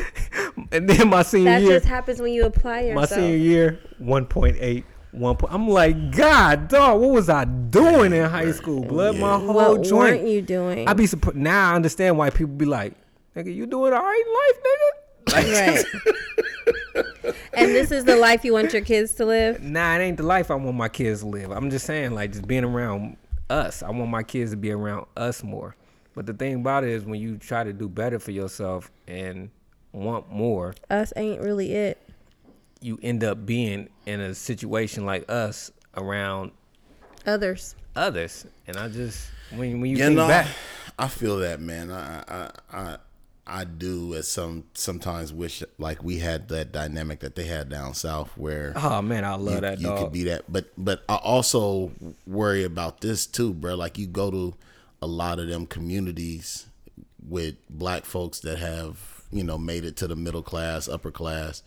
Speaker 3: (laughs) and then my senior
Speaker 1: that
Speaker 3: year,
Speaker 1: just happens when you apply
Speaker 3: my
Speaker 1: yourself.
Speaker 3: senior year, 1.8. One point, I'm like, God, dog, what was I doing in high school, blood? My whole
Speaker 1: what
Speaker 3: joint.
Speaker 1: weren't you doing?
Speaker 3: I be surprised. Now I understand why people be like, nigga, you doing all right in (laughs) life, nigga? Like,
Speaker 1: right. and this is the life you want your kids to live.
Speaker 3: nah, it ain't the life I want my kids to live. I'm just saying, like, just being around us. I want my kids to be around us more. But the thing about it is, when you try to do better for yourself and want more,
Speaker 1: Us ain't really it.
Speaker 3: you end up being in a situation like us around
Speaker 1: Others.
Speaker 3: others. And I just, when, when you,
Speaker 2: You
Speaker 3: think
Speaker 2: know,
Speaker 3: back,
Speaker 2: I feel that man. I I I I do at some sometimes wish like we had that dynamic that they had down south where
Speaker 3: oh man, I love that
Speaker 2: you, you could
Speaker 3: dog.
Speaker 2: be that. But but I also worry about this too, bro. Like you go to a lot of them communities with black folks that have you know made it to the middle class, upper class,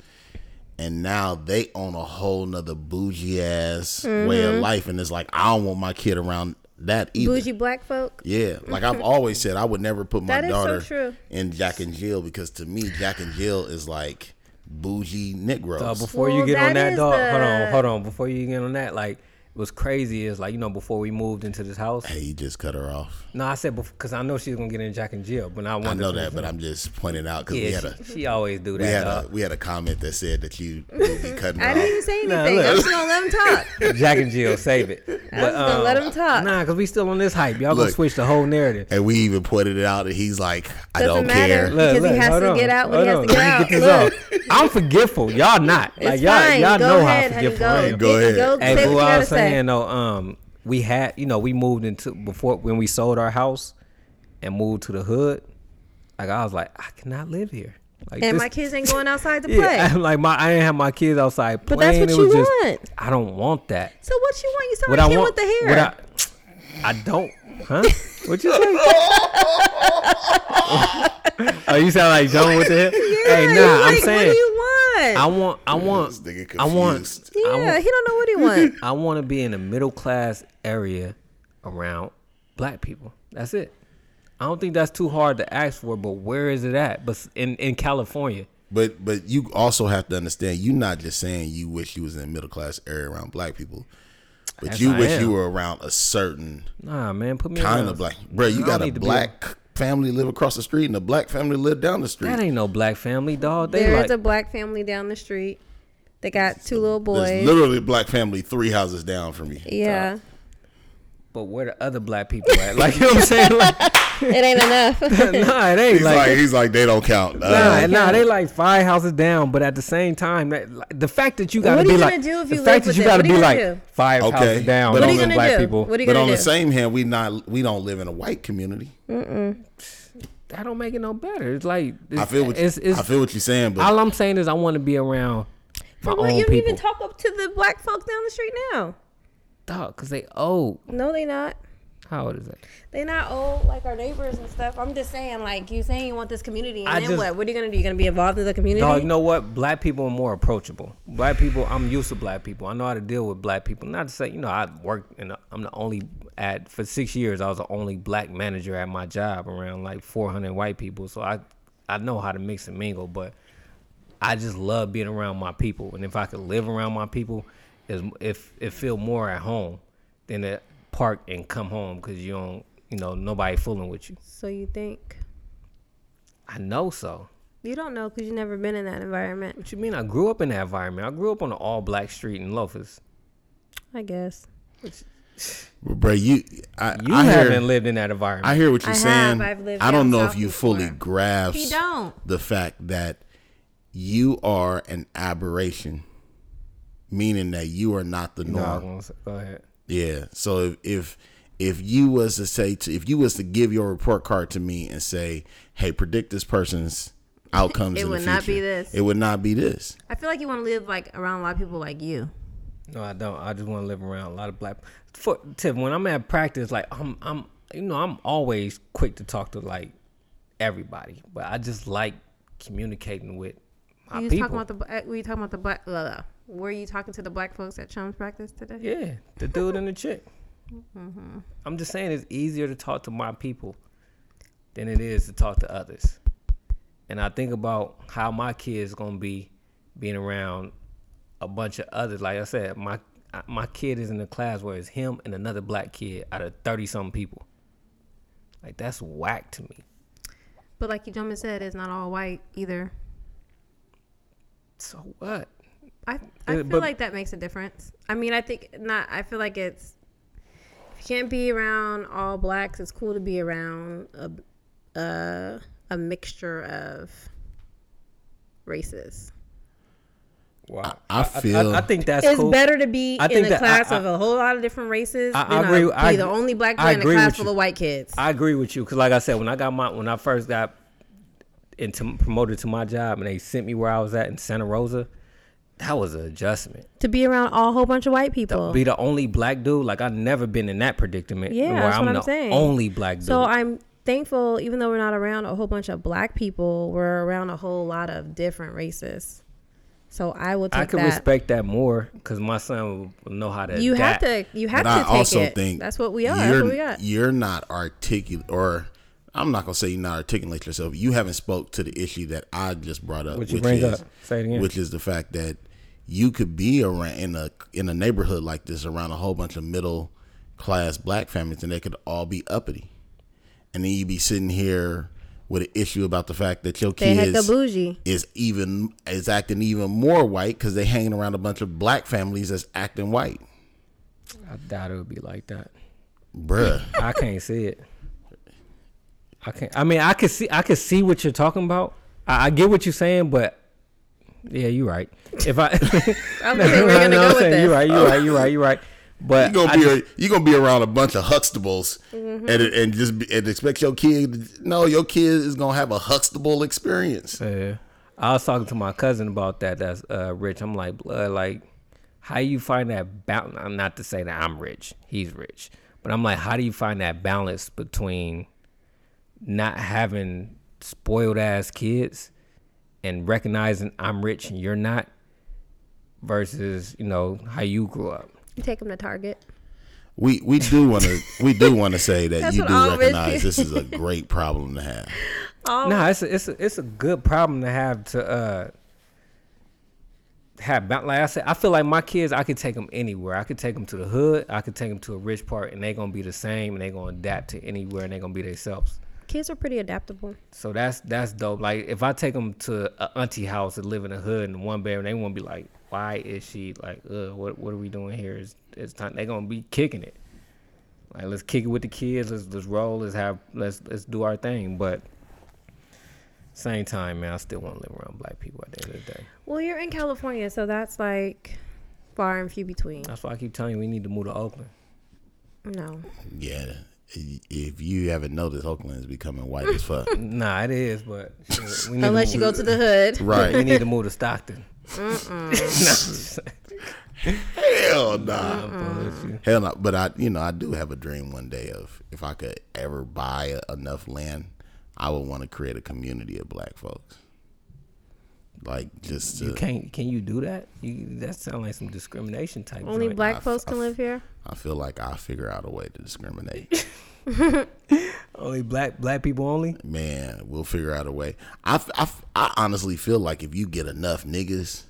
Speaker 2: and now they own a whole nother bougie ass way
Speaker 3: Mm-hmm.
Speaker 2: of life, and it's like I don't want my kid around that either.
Speaker 1: Bougie black folk.
Speaker 2: Yeah, like
Speaker 1: (laughs)
Speaker 2: I've always said, I would never put my
Speaker 1: That is so
Speaker 2: daughter
Speaker 1: true.
Speaker 2: in Jack and Jill because to me, Jack and Jill is like bougie Negroes.
Speaker 3: Uh, before
Speaker 1: Well,
Speaker 3: you get
Speaker 1: that
Speaker 3: on that
Speaker 1: is
Speaker 3: dog, hold on,
Speaker 1: the-
Speaker 3: hold on. Before you get on that, like, what's crazy is like you know before we moved into this house.
Speaker 2: hey, you just cut her off.
Speaker 3: No, I said because I know she's gonna get in Jack and Jill, but I
Speaker 2: I
Speaker 3: wanted
Speaker 2: know
Speaker 3: to-
Speaker 2: that, but I'm just pointing out because we
Speaker 3: (laughs) yeah,
Speaker 2: had a
Speaker 3: she, she always do
Speaker 2: we had
Speaker 3: that.
Speaker 2: a we had a comment that said that
Speaker 1: (laughs)
Speaker 2: you would be cutting
Speaker 1: I
Speaker 2: her
Speaker 1: didn't
Speaker 2: off.
Speaker 1: even say
Speaker 3: Nah,
Speaker 1: anything. I'm
Speaker 3: look.
Speaker 1: just gonna let them
Speaker 3: (laughs)
Speaker 1: talk.
Speaker 3: dog. Jack and Jill,
Speaker 2: (laughs)
Speaker 3: save it. But,
Speaker 1: I'm just gonna let 'em talk.
Speaker 3: Nah, because we still on this hype. Y'all gonna
Speaker 2: Look.
Speaker 3: switch the whole narrative.
Speaker 2: And we even pointed it out, and he's like, "I
Speaker 1: Doesn't
Speaker 2: don't
Speaker 1: matter.
Speaker 2: care."
Speaker 1: Look. because he has
Speaker 3: hold
Speaker 1: to get out when he has
Speaker 3: hold
Speaker 1: to
Speaker 3: let
Speaker 1: get
Speaker 3: me
Speaker 1: out.
Speaker 3: this off. I'm forgetful. Y'all not. Like
Speaker 1: It's
Speaker 3: y'all,
Speaker 1: fine.
Speaker 3: y'all
Speaker 1: go
Speaker 3: know
Speaker 1: ahead,
Speaker 3: how
Speaker 1: honey.
Speaker 3: forgetful I
Speaker 1: Go,
Speaker 3: am.
Speaker 2: Go
Speaker 1: Dicky,
Speaker 2: ahead.
Speaker 1: go
Speaker 3: Hey,
Speaker 1: say
Speaker 3: boo,
Speaker 1: what you
Speaker 3: I
Speaker 1: gotta
Speaker 3: was
Speaker 1: say.
Speaker 3: saying though, um, we had, you know, we moved into before when we sold our house and moved to the hood. Like I was like, I cannot live here. Like
Speaker 1: And
Speaker 3: this-
Speaker 1: my kids ain't going outside to play.
Speaker 3: (laughs) yeah, I'm like my, I didn't have my kids outside
Speaker 1: But
Speaker 3: playing.
Speaker 1: that's what
Speaker 3: it
Speaker 1: you
Speaker 3: was just,
Speaker 1: want.
Speaker 3: I don't want that.
Speaker 1: So what you want? You sound
Speaker 3: What
Speaker 1: like
Speaker 3: I
Speaker 1: him with
Speaker 3: want,
Speaker 1: the
Speaker 3: what
Speaker 1: hair.
Speaker 3: I, I don't, huh? What you say? (laughs) oh, you sound like John with the hair.
Speaker 1: (laughs) Yeah,
Speaker 3: hey,
Speaker 1: you
Speaker 3: nah, I'm
Speaker 1: like,
Speaker 3: saying
Speaker 1: What do you want?
Speaker 3: I want, I want,
Speaker 2: This nigga
Speaker 3: I want,
Speaker 2: confused.
Speaker 3: I
Speaker 1: yeah,
Speaker 3: want,
Speaker 1: he don't know what
Speaker 3: (laughs)
Speaker 1: he wants.
Speaker 3: I want to be in a middle class area around black people. That's it. I don't think that's too hard to ask for, but where is it at? But s- in in California,
Speaker 2: But but you also have to understand, you're not just saying you wish you was in a middle class area around black people, but
Speaker 3: Yes,
Speaker 2: you
Speaker 3: I
Speaker 2: wish
Speaker 3: am.
Speaker 2: you were around a certain
Speaker 3: nah, man, put me
Speaker 2: kind
Speaker 3: around-
Speaker 2: of black, bro. You
Speaker 3: I
Speaker 2: got a
Speaker 3: need to be-
Speaker 2: black family live across the street, and a black family live down the street.
Speaker 3: That ain't no black family, dog. They
Speaker 1: There is
Speaker 3: like
Speaker 1: a black family down the street. They got two little
Speaker 2: There's
Speaker 1: boys.
Speaker 2: literally a black family three houses down from me.
Speaker 1: yeah,
Speaker 3: but where the other black people at? Like you know what I'm
Speaker 1: (laughs)
Speaker 3: saying? Like, (laughs)
Speaker 1: it ain't (laughs) enough.
Speaker 3: nah, it ain't
Speaker 2: He's like,
Speaker 3: like,
Speaker 2: he's like they don't count.
Speaker 3: nah,
Speaker 2: Uh,
Speaker 3: nah, they like five houses down. But at the same time, that, like, the fact that you gotta
Speaker 1: What are
Speaker 3: be
Speaker 1: you gonna
Speaker 3: like,
Speaker 1: do if
Speaker 3: the
Speaker 1: you live
Speaker 3: fact that
Speaker 1: with
Speaker 3: you
Speaker 1: it?
Speaker 3: gotta
Speaker 1: What are
Speaker 3: be
Speaker 1: you
Speaker 3: like
Speaker 1: gonna do?
Speaker 3: five
Speaker 2: Okay,
Speaker 3: houses down.
Speaker 2: but
Speaker 1: what are
Speaker 2: on
Speaker 1: you
Speaker 2: the
Speaker 3: on
Speaker 1: gonna
Speaker 3: black
Speaker 1: do?
Speaker 3: people.
Speaker 1: What are you
Speaker 2: but
Speaker 1: gonna
Speaker 2: on
Speaker 1: do?
Speaker 2: the same hand, we not we don't live in a white community.
Speaker 3: that don't make it no better. It's like it's,
Speaker 2: I feel what
Speaker 3: it's,
Speaker 2: you,
Speaker 3: it's,
Speaker 2: I feel what you're saying, but
Speaker 3: all I'm saying is I want to be around my
Speaker 1: For what?
Speaker 3: own
Speaker 1: You don't
Speaker 3: people.
Speaker 1: even talk up to the black folk down the street now.
Speaker 3: Dog, cause they old.
Speaker 1: No, they not.
Speaker 3: How old is they?
Speaker 1: They not old like our neighbors and stuff. I'm just saying, like you saying you want this community, and
Speaker 3: I
Speaker 1: then
Speaker 3: just-
Speaker 1: what? What are you gonna do? You gonna be involved in the community?
Speaker 3: Dog, you know what? Black people are more approachable. Black people, I'm used to black people. I know how to deal with black people. Not to say, you know, I worked and I'm the only at for six years. I was the only black manager at my job around like 400 white people. So I, I know how to mix and mingle. But I just love being around my people, and if I could live around my people, is if it feel more at home than to park and come home because you don't, you know, nobody fooling with you.
Speaker 1: so you think
Speaker 3: I know so.
Speaker 1: you don't know because you never been in that environment.
Speaker 3: What you mean? I grew up in that environment. I grew up on an all black street in Loafers.
Speaker 1: I guess.
Speaker 2: bro, you I,
Speaker 3: You
Speaker 2: I
Speaker 3: haven't
Speaker 2: hear
Speaker 3: lived in that environment.
Speaker 2: I hear what you're
Speaker 1: I have.
Speaker 2: saying.
Speaker 1: I've lived
Speaker 2: I
Speaker 1: down
Speaker 2: don't know if
Speaker 1: south
Speaker 2: you
Speaker 1: before.
Speaker 2: fully grasp
Speaker 1: He don't.
Speaker 2: the fact that you are an aberration, meaning that you are not the
Speaker 3: No,
Speaker 2: norm.
Speaker 3: I'm gonna say- go ahead.
Speaker 2: Yeah. So if, if if you was to say to, if you was to give your report card to me and say, "Hey, predict this person's
Speaker 1: (laughs)
Speaker 2: outcomes
Speaker 1: It
Speaker 2: in the
Speaker 1: would not be
Speaker 2: future,"
Speaker 1: this.
Speaker 2: It would not be this.
Speaker 1: I feel like you want to live like around a lot of people like you.
Speaker 3: No, I don't. I just want to live around a lot of black. For Tiff, when I'm at practice, like I'm, I'm, you know, I'm always quick to talk to like everybody, but I just like communicating with my
Speaker 1: you was
Speaker 3: people.
Speaker 1: talking about the black- were you talking about the black? blah, blah. Were you talking to the black folks at Chum's practice today?
Speaker 3: yeah, the dude and the chick.
Speaker 1: Mm-hmm.
Speaker 3: I'm just saying, it's easier to talk to my people than it is to talk to others. And I think about how my kids gonna be being around a bunch of others. Like I said, my I- my kid is in a class where it's him and another black kid out of thirty some people. Like that's whack to me.
Speaker 1: But like you gentlemen said, it's not all white either.
Speaker 3: So what?
Speaker 1: I I
Speaker 3: Uh,
Speaker 1: feel
Speaker 3: but-
Speaker 1: like that makes a difference. I mean, I think not. I feel like it's if you can't be around all blacks. It's cool to be around a a, a mixture of races.
Speaker 3: Wow.
Speaker 2: I feel-
Speaker 3: I, think that's
Speaker 1: It's
Speaker 3: cool.
Speaker 1: better to be
Speaker 3: I
Speaker 1: in
Speaker 3: think
Speaker 1: a
Speaker 3: that-
Speaker 1: class
Speaker 3: I- I-
Speaker 1: of a whole lot of different races
Speaker 3: I- I
Speaker 1: than a-
Speaker 3: agree-
Speaker 1: be
Speaker 3: I-
Speaker 1: the only black
Speaker 3: I
Speaker 1: kid in a
Speaker 3: agree
Speaker 1: class
Speaker 3: with
Speaker 1: full
Speaker 3: you.
Speaker 1: of white kids.
Speaker 3: I agree with you because, like I said, when I got my when I first got into promoted to my job and they sent me where I was at in Santa Rosa, that was an adjustment.
Speaker 1: to be around all whole bunch of white people.
Speaker 3: Be the only black dude, like I've never been in that predicament
Speaker 1: Yeah,
Speaker 3: where
Speaker 1: that's
Speaker 3: I'm
Speaker 1: what I'm
Speaker 3: the
Speaker 1: saying.
Speaker 3: only black dude.
Speaker 1: So I'm thankful, even though we're not around a whole bunch of black people, we're around a whole lot of different races. So I will take
Speaker 3: I can
Speaker 1: that.
Speaker 3: respect that more because my son will know how to.
Speaker 1: you have
Speaker 3: adapt.
Speaker 1: to. You have
Speaker 2: But
Speaker 1: to
Speaker 2: I
Speaker 1: take
Speaker 2: also
Speaker 1: it.
Speaker 2: think
Speaker 1: that's what we are.
Speaker 2: You're,
Speaker 1: That's what we got.
Speaker 2: you're not articulate, or I'm not gonna say you're not articulate yourself. You haven't spoke to the issue that I just brought up,
Speaker 3: What you bring
Speaker 2: is
Speaker 3: up. Say it again.
Speaker 2: which is the fact that you could be around in a in a neighborhood like this around a whole bunch of middle class black families, and they could all be uppity, and then you be sitting here with an issue about the fact that your
Speaker 1: They had
Speaker 2: kids
Speaker 1: the bougie.
Speaker 2: is even is acting even more white because they hanging around a bunch of black families that's acting white,
Speaker 3: I doubt it would be like that.
Speaker 2: bruh.
Speaker 3: I can't see it. I can't. I mean, I could see. I could see what you're talking about. I, I get what you're saying, but yeah, you're right. If I, (laughs)
Speaker 1: I was saying (laughs) we're gonna go with this.
Speaker 3: You're right. You're right. You're right. You're right. But
Speaker 2: You gonna
Speaker 3: I
Speaker 2: be
Speaker 3: just-
Speaker 2: a, you gonna be around a bunch of Huxtables
Speaker 1: Mm-hmm.
Speaker 2: and and just be, and expect your kid? No, your kid is gonna have a Huxtable experience.
Speaker 3: Yeah. I was talking to my cousin about that. That's uh, rich. I'm like, blood, like, how you find that balance? I'm not to say that I'm rich. He's rich, but I'm like, how do you find that balance between not having spoiled ass kids and recognizing I'm rich and you're not, versus you know how you grew up.
Speaker 1: You take them to Target.
Speaker 2: We we do want to we do want to say that
Speaker 1: That's
Speaker 2: you
Speaker 1: what
Speaker 2: do
Speaker 1: all rich
Speaker 2: recognize this is a great problem to have.
Speaker 1: Oh.
Speaker 3: No, it's a, it's a, it's a good problem to have to uh have. ba- Like I said, I feel like my kids, I could take them anywhere. I could take them to the hood. I could take them to a rich part, and they're gonna be the same, and they're gonna adapt to anywhere, and they're gonna be themselves.
Speaker 1: Kids are pretty adaptable.
Speaker 3: So that's that's dope. Like if I take them to a auntie house and live in a hood in one bedroom, they won't be like, "Why is she like? Uh, what what are we doing here? It's, it's time." They're gonna be kicking it. Like let's kick it with the kids. Let's let's roll. Let's have let's let's do our thing. But same time, man, I still want to live around black people at the end of the day.
Speaker 1: Well, you're in California, so that's like far and few between.
Speaker 3: That's why I keep telling you we need to move to Oakland.
Speaker 1: No,
Speaker 2: Yeah, if you haven't noticed, Oakland is becoming white as (laughs) fuck.
Speaker 3: Nah, it is, but shit, we need
Speaker 1: unless
Speaker 3: to
Speaker 1: you
Speaker 3: move,
Speaker 1: go to the hood.
Speaker 3: we
Speaker 2: Right?
Speaker 3: need to move to Stockton. (laughs) Mm-mm.
Speaker 2: Hell nah. Hell no. But I you know I do have a dream one day of if I could ever buy enough land, I would want to create a community of black folks. Like just to,
Speaker 3: You can't. Can you do that? You, that sounds like some discrimination type.
Speaker 1: Only
Speaker 3: joint.
Speaker 1: black
Speaker 2: I-
Speaker 1: folks
Speaker 2: I-
Speaker 1: can live here.
Speaker 2: I feel like I figure out a way to discriminate.
Speaker 3: (laughs) Only black black people only.
Speaker 2: Man, we'll figure out a way. I, f- I f- I honestly feel like if you get enough niggas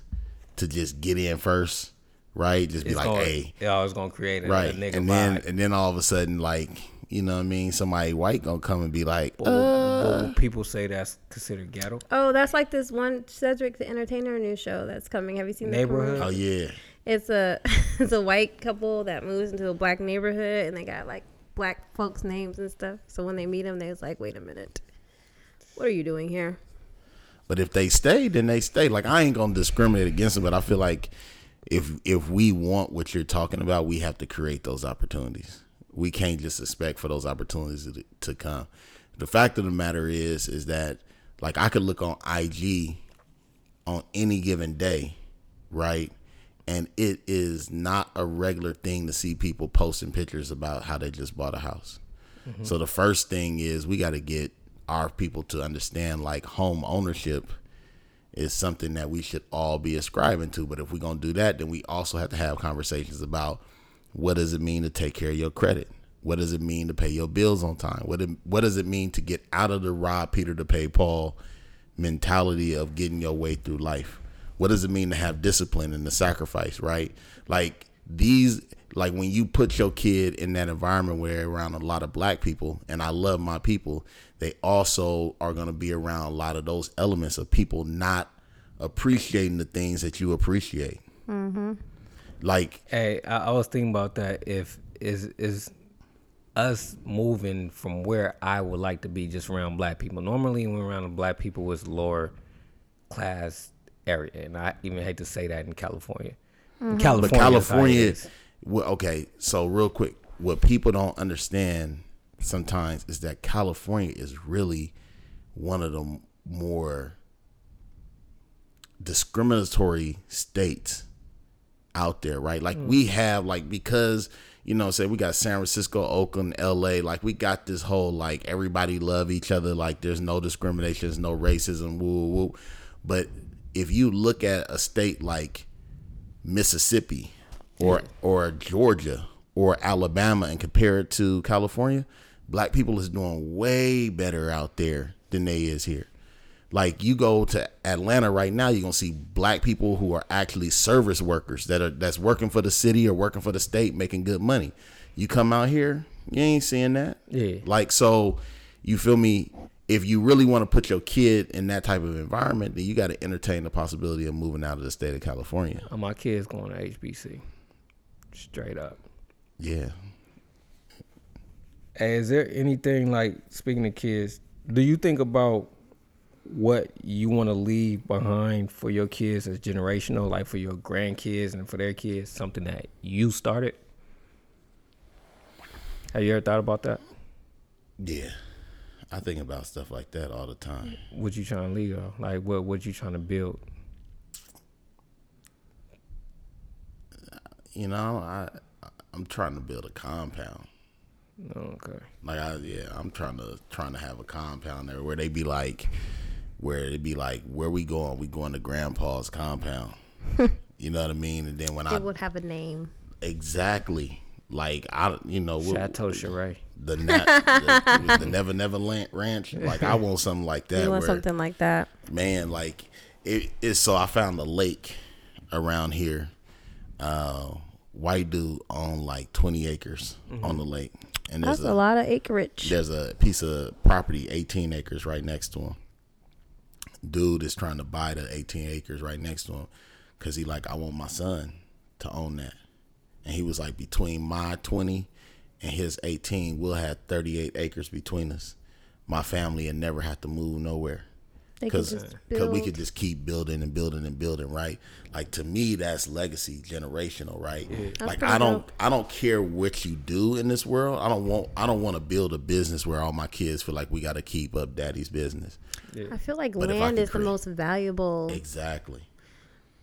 Speaker 2: to just get in first, right? Just be like,
Speaker 3: gonna,
Speaker 2: hey,
Speaker 3: yeah, it's gonna create a,
Speaker 2: right,
Speaker 3: a nigga
Speaker 2: and then
Speaker 3: vibe.
Speaker 2: and then all of a sudden, like, you know what I mean? Somebody white gonna come and be like,
Speaker 3: But
Speaker 2: uh,
Speaker 3: will- but will people say that's considered ghetto.
Speaker 1: Oh, that's like this one Cedric the Entertainer new show that's coming. Have you seen that
Speaker 3: Neighborhood?
Speaker 1: commercial?
Speaker 2: oh yeah,
Speaker 1: It's a (laughs) it's a white couple that moves into a black neighborhood and they got like black folks names and stuff. So when they meet them, they was like, "Wait a minute, what are you doing here?"
Speaker 2: But if they stay, then they stay. Like I ain't gonna discriminate against them, but I feel like if if we want what you're talking about, we have to create those opportunities. we can't just expect for those opportunities to, to come. The fact of the matter is, is that like I could look on IG on any given day, right? And it is not a regular thing to see people posting pictures about how they just bought a house. So the first thing is we got to get our people to understand like home ownership is something that we should all be ascribing to. But if we're gonna do that, then we also have to have conversations about what does it mean to take care of your credit? What does it mean to pay your bills on time? What it, what does it mean to get out of the Rob Peter to pay Paul mentality of getting your way through life? What does it mean to have discipline and the sacrifice, right? Like these like when you put your kid in that environment where around a lot of black people and I love my people, they also are going to be around a lot of those elements of people not appreciating the things that you appreciate. Like
Speaker 3: Hey, I, I was thinking about that. If is is us moving from where I would like to be, just around black people. Normally, when we're around black people, was lower class area, and I even hate to say that in California.
Speaker 1: Mm-hmm.
Speaker 3: In California,
Speaker 2: But California, is, well, okay. So real quick, what people don't understand sometimes is that California is really one of the m- more discriminatory states out there, right? Like we have like because you know, say we got San Francisco, Oakland, LA, like we got this whole like everybody love each other, like there's no discrimination, there's no racism, woo woo. woo. But if you look at a state like Mississippi or or Georgia or Alabama and compare it to California, black people is doing way better out there than they is here. Like you go to Atlanta right now, you're gonna see black people who are actually service workers that are that's working for the city or working for the state making good money. You come out here, you ain't seeing that.
Speaker 3: Yeah.
Speaker 2: Like so, you feel me? If you really want to put your kid in that type of environment, then you got to entertain the possibility of moving out of the state of California.
Speaker 3: Uh, My kids going to HBC. Straight up.
Speaker 2: Yeah.
Speaker 3: Hey, is there anything like speaking to kids? Do you think about what you want to leave behind for your kids as generational, like for your grandkids and for their kids, something that you started? Have you ever thought about that?
Speaker 2: Yeah. I think about stuff like that all the time.
Speaker 3: What you trying to leave? though? Like what? What you trying to build?
Speaker 2: You know, I I- I'm trying to build a compound.
Speaker 3: Okay.
Speaker 2: Like I yeah, I'm trying to trying to have a compound there where they be like where it be like where we going? We going to grandpa's
Speaker 1: (laughs)
Speaker 2: compound. you know what I mean? And then when I
Speaker 1: It would have a name.
Speaker 2: exactly like I you know what-
Speaker 3: Chateau Charay.
Speaker 2: the,
Speaker 1: (laughs)
Speaker 2: na- the the Never Never Lan- Ranch like I want something like that
Speaker 1: You want
Speaker 2: where-
Speaker 1: something like that?
Speaker 2: man, like it, it's so I found a lake around here. Uh, white dude owned like twenty acres on the lake,
Speaker 1: Mm-hmm.
Speaker 2: and
Speaker 1: That's
Speaker 2: there's
Speaker 1: a
Speaker 2: a,
Speaker 1: lot of acreage.
Speaker 2: there's a piece of property eighteen acres right next to him. Dude is trying to buy the eighteen acres right next to him because he like I want my son to own that, and he was like between my twenty and his eighteen, we'll have thirty eight acres between us. My family and never have to move nowhere
Speaker 1: They could
Speaker 2: because
Speaker 1: just
Speaker 2: because we could
Speaker 1: build.
Speaker 2: just keep building and building and building right like to me that's legacy generational right like
Speaker 1: pretty
Speaker 2: i don't
Speaker 1: dope.
Speaker 2: i don't care what you do in this world i don't want i don't want to build a business where all my kids feel like we got to keep up daddy's business
Speaker 1: I feel like
Speaker 2: if I
Speaker 1: land
Speaker 2: could
Speaker 1: is the
Speaker 2: create-
Speaker 1: most valuable.
Speaker 2: exactly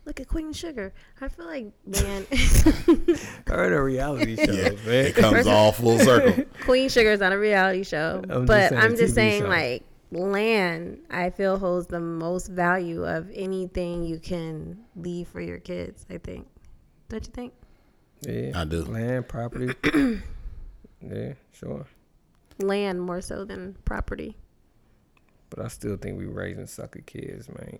Speaker 1: Look at Queen Sugar. I feel
Speaker 2: (laughs)
Speaker 1: like land. (laughs)
Speaker 3: Heard a (laughs) reality show,
Speaker 2: yeah
Speaker 3: Eh.
Speaker 2: it comes all
Speaker 1: (laughs)
Speaker 2: full circle
Speaker 1: Queen Sugar is not a reality show,
Speaker 3: I'm just
Speaker 1: but
Speaker 3: saying
Speaker 1: I'm just
Speaker 3: TV
Speaker 1: saying,
Speaker 3: show.
Speaker 1: like, land, I feel holds the most value of anything you can leave for your kids. I think. Don't you think?
Speaker 3: Yeah. (clears throat)
Speaker 2: i do
Speaker 3: Land (clears throat) property. yeah, sure.
Speaker 1: Land more so than property.
Speaker 3: But I still think we raising sucker kids, man.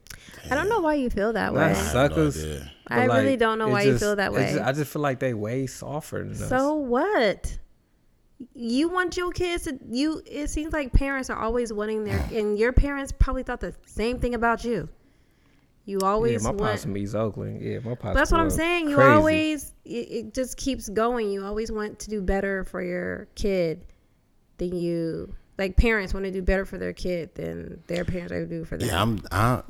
Speaker 1: I don't know why you feel that way.
Speaker 3: Not
Speaker 2: I have no
Speaker 3: suckers.
Speaker 2: idea.
Speaker 3: but,
Speaker 1: I really don't know
Speaker 3: it
Speaker 1: why you feel that
Speaker 3: it
Speaker 1: way.
Speaker 3: just- I just feel like they way softer than us.
Speaker 1: So what? You want your kids to you it seems like parents are always wanting
Speaker 3: (sighs)
Speaker 1: their and your parents probably thought the same thing about you. You
Speaker 3: yeah,
Speaker 1: always
Speaker 3: my
Speaker 1: want
Speaker 3: pops from East Oakland. Yeah, my pops.
Speaker 1: But that's what I'm
Speaker 3: was
Speaker 1: saying. You
Speaker 3: crazy.
Speaker 1: always it, it just keeps going. You always want to do better for your kid than you like parents want to do better for their kid than their parents would do for them.
Speaker 2: yeah i'm i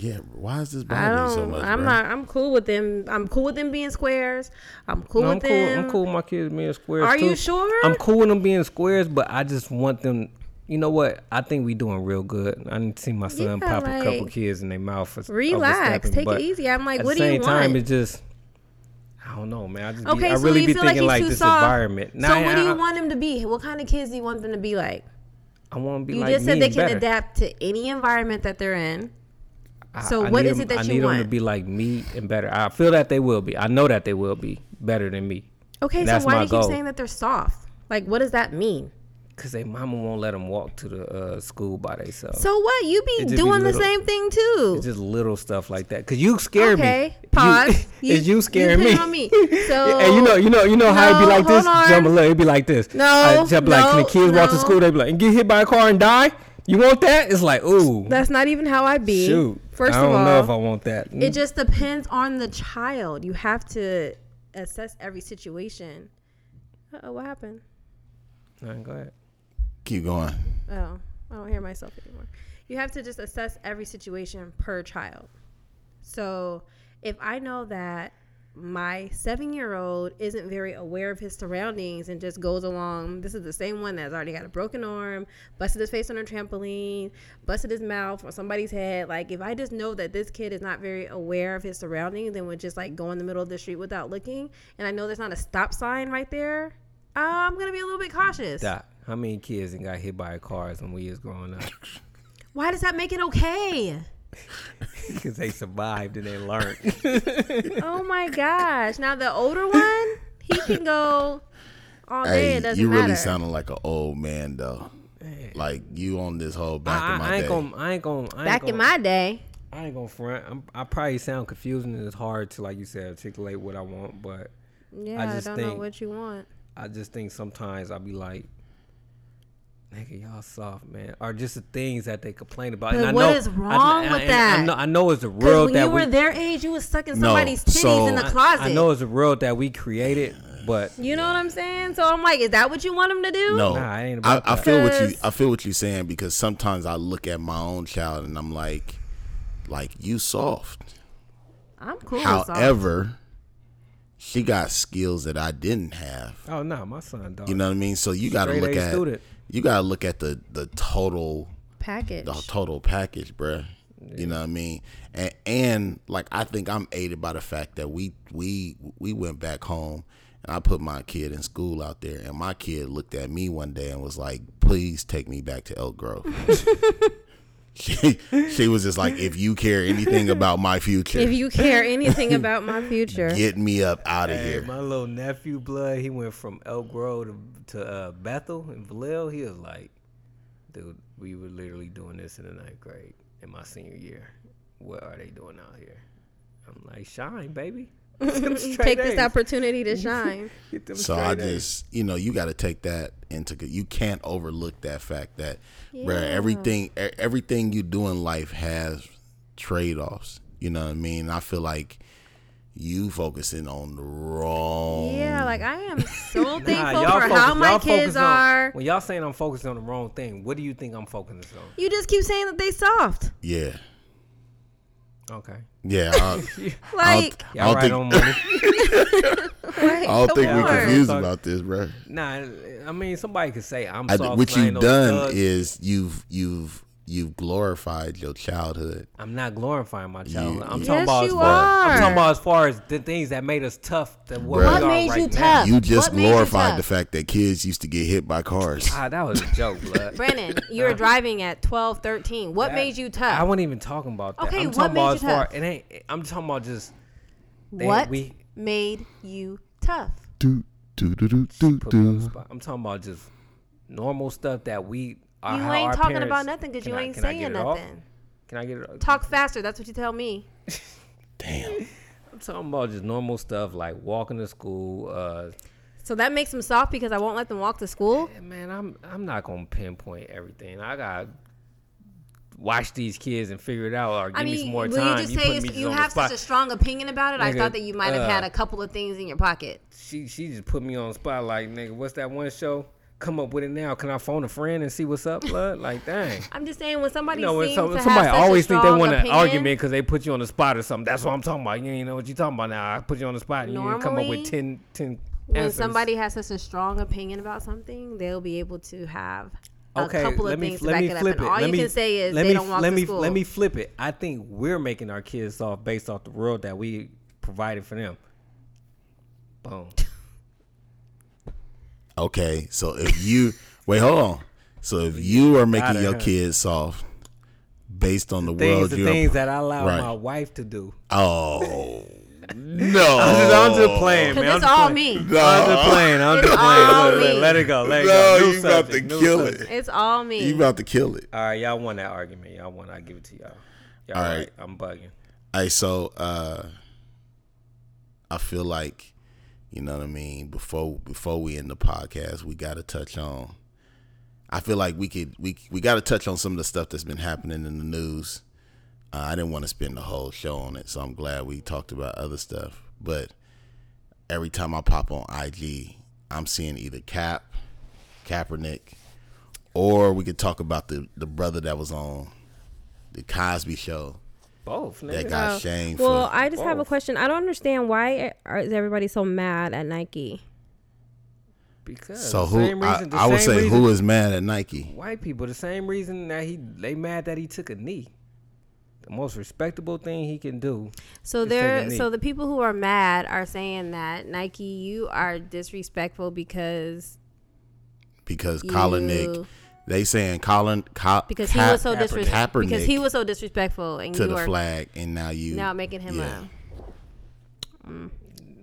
Speaker 2: Yeah, why is this
Speaker 1: I
Speaker 2: bothering
Speaker 1: don't.
Speaker 2: you so much?
Speaker 1: I'm
Speaker 2: bro?
Speaker 1: not. I'm cool with them. I'm cool with them being squares. I'm cool
Speaker 3: No, I'm
Speaker 1: with
Speaker 3: cool.
Speaker 1: them.
Speaker 3: I'm cool. with My kids being squares.
Speaker 1: Are you
Speaker 3: too.
Speaker 1: sure?
Speaker 3: I'm cool with them being squares, but I just want them. You know what? I think we doing real good. I didn't see my son
Speaker 1: Yeah,
Speaker 3: pop a couple
Speaker 1: like,
Speaker 3: kids in their mouth. For,
Speaker 1: Relax.
Speaker 3: overstepping,
Speaker 1: Take
Speaker 3: but
Speaker 1: it easy. I'm like,
Speaker 3: at
Speaker 1: what do
Speaker 3: the
Speaker 1: you
Speaker 3: same time,
Speaker 1: want?
Speaker 3: it just. I don't know, man. I just be,
Speaker 1: okay,
Speaker 3: I
Speaker 1: so
Speaker 3: really
Speaker 1: you
Speaker 3: be
Speaker 1: feel like
Speaker 3: thinking
Speaker 1: he's
Speaker 3: like,
Speaker 1: too
Speaker 3: this
Speaker 1: soft.
Speaker 3: environment. Nah,
Speaker 1: so what do
Speaker 3: I-
Speaker 1: you
Speaker 3: I-
Speaker 1: want them to be? What kind of kids do you want them to be like?
Speaker 3: I want to be
Speaker 1: You
Speaker 3: like
Speaker 1: just said
Speaker 3: me
Speaker 1: they
Speaker 3: and
Speaker 1: can
Speaker 3: better.
Speaker 1: adapt to any environment that they're in.
Speaker 3: I-
Speaker 1: So
Speaker 3: I
Speaker 1: what
Speaker 3: need
Speaker 1: is it
Speaker 3: them-
Speaker 1: that
Speaker 3: I
Speaker 1: you
Speaker 3: need them
Speaker 1: want?
Speaker 3: to be like me and better. I feel that they will be. I know that they will be better than me
Speaker 1: Okay,
Speaker 3: That's
Speaker 1: so why
Speaker 3: my
Speaker 1: do you
Speaker 3: goal.
Speaker 1: keep saying that they're soft? Like, what does that mean?
Speaker 3: because they mama won't let them walk to the uh, school by themselves.
Speaker 1: So what? You be
Speaker 3: It just be
Speaker 1: doing the
Speaker 3: little.
Speaker 1: same thing too.
Speaker 3: It's just little stuff like that. Cause you scare me.
Speaker 1: okay,
Speaker 3: You- (laughs)
Speaker 1: pause.
Speaker 3: is you scaring
Speaker 1: put it
Speaker 3: me?
Speaker 1: on
Speaker 3: (laughs)
Speaker 1: me.
Speaker 3: Yeah,
Speaker 1: So
Speaker 3: and you know, you know, you know how it be
Speaker 1: No,
Speaker 3: like this.
Speaker 1: hold on.
Speaker 3: Jump a little, it be like this.
Speaker 1: No,
Speaker 3: I jump like when the
Speaker 1: no,
Speaker 3: kids walk to
Speaker 1: no.
Speaker 3: school, they be like, and get hit by a car and die. You want that? It's like, ooh,
Speaker 1: that's not even how I be.
Speaker 3: shoot.
Speaker 1: First
Speaker 3: I don't
Speaker 1: of all,
Speaker 3: know if I want that.
Speaker 1: It just depends on the child. You have to assess every situation. Uh oh, what happened?
Speaker 3: All right, go ahead.
Speaker 2: Keep going.
Speaker 1: Oh, I don't hear myself anymore. You have to just assess every situation per child. So if I know that my seven year old isn't very aware of his surroundings and just goes along, this is the same one that's already got a broken arm, busted his face on a trampoline, busted his mouth on somebody's head. Like, if I just know that this kid is not very aware of his surroundings and would just like go in the middle of the street without looking, and I know there's not a stop sign right there, I'm going to be a little bit cautious.
Speaker 3: Doc, how many kids and got hit by cars when we was growing up? (laughs)
Speaker 1: Why does that make it okay?
Speaker 3: Because they survived and they
Speaker 2: (laughs)
Speaker 3: learned.
Speaker 1: Oh my gosh! Now the older one, he can go all day.
Speaker 2: Hey,
Speaker 1: it doesn't
Speaker 2: you really
Speaker 1: matter.
Speaker 2: sounding like an old man though. Like you on this whole back
Speaker 3: Eh. I,
Speaker 2: in my
Speaker 3: I ain't
Speaker 2: day.
Speaker 3: gonna, I ain't gonna, I ain't
Speaker 1: Back
Speaker 3: gonna,
Speaker 1: in my day,
Speaker 3: I ain't gonna front. I'm, I probably sound confusing and it's hard to, like you said, articulate what I want. But
Speaker 1: yeah, I,
Speaker 3: just
Speaker 1: don't know
Speaker 3: think-
Speaker 1: what you want.
Speaker 3: I just think sometimes I'll be like, nigga, y'all soft, man. Or just the things that they complain about.
Speaker 1: But
Speaker 3: and I
Speaker 1: what
Speaker 3: know,
Speaker 1: is
Speaker 3: I-
Speaker 1: wrong
Speaker 3: I,
Speaker 1: with
Speaker 3: and I
Speaker 1: that?
Speaker 3: know, I know it's a
Speaker 1: Because
Speaker 3: world
Speaker 1: when you
Speaker 3: that
Speaker 1: were
Speaker 3: we.
Speaker 1: their age, you was sucking
Speaker 2: No,
Speaker 1: somebody's titties in the
Speaker 2: so-
Speaker 1: closet.
Speaker 3: I know it's a world that we created, but
Speaker 1: You know what I'm saying? So I'm like, is that what you want him to do?
Speaker 2: No,
Speaker 3: Nah, it ain't
Speaker 2: I,
Speaker 3: about
Speaker 2: I feel what you.
Speaker 1: Because-
Speaker 2: I feel what you're saying because sometimes I look at my own child and I'm like, like you soft.
Speaker 1: I'm cool. with soft.
Speaker 2: However, she got skills that I didn't have.
Speaker 3: oh no, my son, dog.
Speaker 2: You know what I mean? So you got to
Speaker 3: Straight
Speaker 2: look
Speaker 3: A
Speaker 2: at
Speaker 3: student.
Speaker 2: you got to look at the the total
Speaker 1: package.
Speaker 2: the total package, bruh. You know what I mean? And and like I think I'm aided by the fact that we we we went back home and I put my kid in school out there and my kid looked at me one day and was like, "Please take me back to Elk Grove." (laughs) she, she was just like, "If you care anything about my future,
Speaker 1: If you care anything about my
Speaker 2: (laughs)
Speaker 1: future,
Speaker 2: get me up out of
Speaker 3: Hey,
Speaker 2: here."
Speaker 3: my little nephew, blood, he went from Elk Grove to, to uh, Bethel in Vallejo. He was like, dude, we were literally doing this in the ninth grade in my senior year. What are they doing out here? I'm like, shine,
Speaker 1: (laughs)
Speaker 3: baby.
Speaker 1: (laughs) take this opportunity to shine.
Speaker 2: So I just, you know, you got to take that into c- you can't overlook that fact that where
Speaker 1: Yeah.
Speaker 2: everything e- everything you do in life has trade-offs. You know what I mean? I feel like you focusing on the wrong
Speaker 1: yeah, like I am so thankful
Speaker 3: Nah,
Speaker 1: for
Speaker 3: focus-
Speaker 1: how my
Speaker 3: y'all
Speaker 1: kids
Speaker 3: focus on-
Speaker 1: are.
Speaker 3: When y'all saying I'm focusing on the wrong thing, what do you think I'm focusing on?
Speaker 1: You just keep saying that they soft.
Speaker 2: Yeah.
Speaker 3: Okay.
Speaker 2: Yeah,
Speaker 1: (laughs)
Speaker 2: I,
Speaker 1: Like,
Speaker 2: I don't
Speaker 3: Y'all right
Speaker 2: think, (laughs)
Speaker 3: on money.
Speaker 1: like,
Speaker 2: I don't think
Speaker 1: come
Speaker 2: we're
Speaker 1: on.
Speaker 2: confused
Speaker 3: Sorry.
Speaker 2: about this, bro.
Speaker 3: nah, I mean, somebody could say I'm
Speaker 2: I,
Speaker 3: soft.
Speaker 2: think
Speaker 3: 'cause
Speaker 2: what
Speaker 3: I ain't
Speaker 2: you've
Speaker 3: no
Speaker 2: done
Speaker 3: thug.
Speaker 2: is you've you've you've glorified your childhood.
Speaker 3: I'm not glorifying my childhood. I'm
Speaker 1: Yes,
Speaker 3: talking about as
Speaker 1: you
Speaker 3: far, I'm
Speaker 1: are.
Speaker 3: talking about as far as the things that made us tough. That what,
Speaker 2: Bruh.
Speaker 3: we
Speaker 2: What
Speaker 3: are
Speaker 1: made
Speaker 3: right
Speaker 1: you
Speaker 3: now.
Speaker 1: tough?
Speaker 2: You just
Speaker 1: What made you
Speaker 2: glorified
Speaker 1: tough?
Speaker 2: the fact that kids used to get hit by cars.
Speaker 3: Ah, that was a joke,
Speaker 1: (laughs)
Speaker 3: blood. (laughs)
Speaker 1: Brennan, you were driving at 12, 13. What made you
Speaker 3: I
Speaker 1: tough?
Speaker 3: wasn't even talking about that.
Speaker 1: Okay,
Speaker 3: I'm
Speaker 1: what
Speaker 3: talking about
Speaker 1: made
Speaker 3: as
Speaker 1: you
Speaker 3: far.
Speaker 1: tough?
Speaker 3: It ain't. I'm talking about just. They,
Speaker 1: what
Speaker 3: We
Speaker 1: made you tough?
Speaker 2: Do, do, do, do, do,
Speaker 3: put me on
Speaker 2: do.
Speaker 3: the spot. I'm talking about just normal stuff that we. Are,
Speaker 1: You
Speaker 3: how
Speaker 1: ain't
Speaker 3: our
Speaker 1: talking
Speaker 3: parents-
Speaker 1: about nothing because
Speaker 3: Can
Speaker 1: you
Speaker 3: I-
Speaker 1: ain't
Speaker 3: can I get
Speaker 1: saying
Speaker 3: it off?
Speaker 1: nothing.
Speaker 3: Can I get it? off?
Speaker 1: Talk faster. That's what you tell me.
Speaker 3: I'm talking about just normal stuff like walking to school. Uh,
Speaker 1: So that makes them soft because I won't let them walk to school.
Speaker 3: Yeah, man, I'm I'm not gonna pinpoint everything. I gotta watch these kids and figure it out, or give
Speaker 1: I mean,
Speaker 3: me some more
Speaker 1: when
Speaker 3: time.
Speaker 1: you just say
Speaker 3: putting me
Speaker 1: it's,
Speaker 3: just
Speaker 1: you
Speaker 3: on the
Speaker 1: have such
Speaker 3: spot.
Speaker 1: a strong opinion about it, I
Speaker 3: Nigga,
Speaker 1: thought that you might have
Speaker 3: uh,
Speaker 1: had a couple of things in your pocket.
Speaker 3: she she just put me on the spot. Like nigga, what's that one show? come up with it now. Can I phone a friend and see what's up, blood?
Speaker 1: (laughs)
Speaker 3: Like, dang.
Speaker 1: I'm just saying when somebody
Speaker 3: You know, when
Speaker 1: seems
Speaker 3: some,
Speaker 1: to
Speaker 3: somebody
Speaker 1: have such
Speaker 3: always
Speaker 1: a
Speaker 3: think they
Speaker 1: strong
Speaker 3: want an
Speaker 1: opinion,
Speaker 3: argument because they put you on the spot or something. That's what I'm talking about. You ain't know what you talking about now. I put you on the spot and you didn't come up
Speaker 1: Normally,
Speaker 3: with 10, 10
Speaker 1: When
Speaker 3: answers.
Speaker 1: somebody has such a strong opinion about something, they'll be able to have a
Speaker 3: okay,
Speaker 1: couple
Speaker 3: let
Speaker 1: of
Speaker 3: me,
Speaker 1: things to
Speaker 3: let
Speaker 1: back
Speaker 3: me
Speaker 1: it up.
Speaker 3: flip
Speaker 1: And
Speaker 3: it.
Speaker 1: all
Speaker 3: let
Speaker 1: you
Speaker 3: me,
Speaker 1: can say is
Speaker 3: let
Speaker 1: they
Speaker 3: me,
Speaker 1: don't walk
Speaker 3: let
Speaker 1: to
Speaker 3: me,
Speaker 1: school.
Speaker 3: Let me flip it. I think we're making our kids off based off the world that we provided for them.
Speaker 1: (laughs)
Speaker 3: Boom.
Speaker 2: Okay, so if you wait, hold on. So if you are making
Speaker 3: Outta
Speaker 2: your
Speaker 3: here.
Speaker 2: kids soft based on the,
Speaker 3: things,
Speaker 2: world
Speaker 3: the
Speaker 2: you're
Speaker 3: things that I allow
Speaker 2: Right.
Speaker 3: my wife to do. (laughs)
Speaker 2: oh no,
Speaker 3: I'm just playing, man.
Speaker 1: because it's
Speaker 3: I'm just
Speaker 1: all
Speaker 3: playing.
Speaker 1: me.
Speaker 3: I'm
Speaker 2: No,
Speaker 3: just playing. I'm
Speaker 1: It's
Speaker 3: just playing.
Speaker 1: all
Speaker 3: Look, look,
Speaker 1: me.
Speaker 3: let it go. Let it
Speaker 2: No,
Speaker 3: go. New
Speaker 2: you about to
Speaker 3: subject, new
Speaker 2: kill
Speaker 3: subject.
Speaker 2: it.
Speaker 1: It's all me.
Speaker 2: you about to kill it.
Speaker 3: All right, y'all won that argument. Y'all won. I give it to y'all. Y'all all
Speaker 2: All
Speaker 3: right.
Speaker 2: right.
Speaker 3: I'm bugging.
Speaker 2: Hey, so uh I feel like you know what I mean, before before we end the podcast, we gotta touch on I feel like we could we we gotta touch on some of the stuff that's been happening in the news. Uh, I didn't want to spend the whole show on it, so I'm glad we talked about other stuff. But every time I pop on IG, I'm seeing either Cap, Kaepernick, or we could talk about the the brother that was on the Cosby Show
Speaker 3: Both. Nigga.
Speaker 2: that got shamed.
Speaker 4: Well,
Speaker 2: for,
Speaker 4: I just have a
Speaker 3: Both.
Speaker 4: question. I don't understand why are, is everybody so mad at Nike?
Speaker 3: because
Speaker 2: So
Speaker 3: the
Speaker 2: who
Speaker 3: same
Speaker 2: I,
Speaker 3: reason, the
Speaker 2: I would
Speaker 3: same
Speaker 2: say
Speaker 3: reason,
Speaker 2: who is mad at Nike?
Speaker 3: white people. The same reason that he they mad that he took a knee. The most respectable thing he can do.
Speaker 1: So
Speaker 3: Just take a
Speaker 1: they're
Speaker 3: knee.
Speaker 1: so the people who are mad are saying that Nike, you are disrespectful because
Speaker 2: Because Colin Nick,
Speaker 1: You-
Speaker 2: they saying Colin Col,
Speaker 1: because
Speaker 2: Ka-
Speaker 1: he was so disrespectful
Speaker 2: Kaepernick
Speaker 1: because he was so disrespectful and
Speaker 2: to
Speaker 1: you
Speaker 2: the
Speaker 1: are
Speaker 2: flag, and now you
Speaker 1: now making him
Speaker 2: yeah.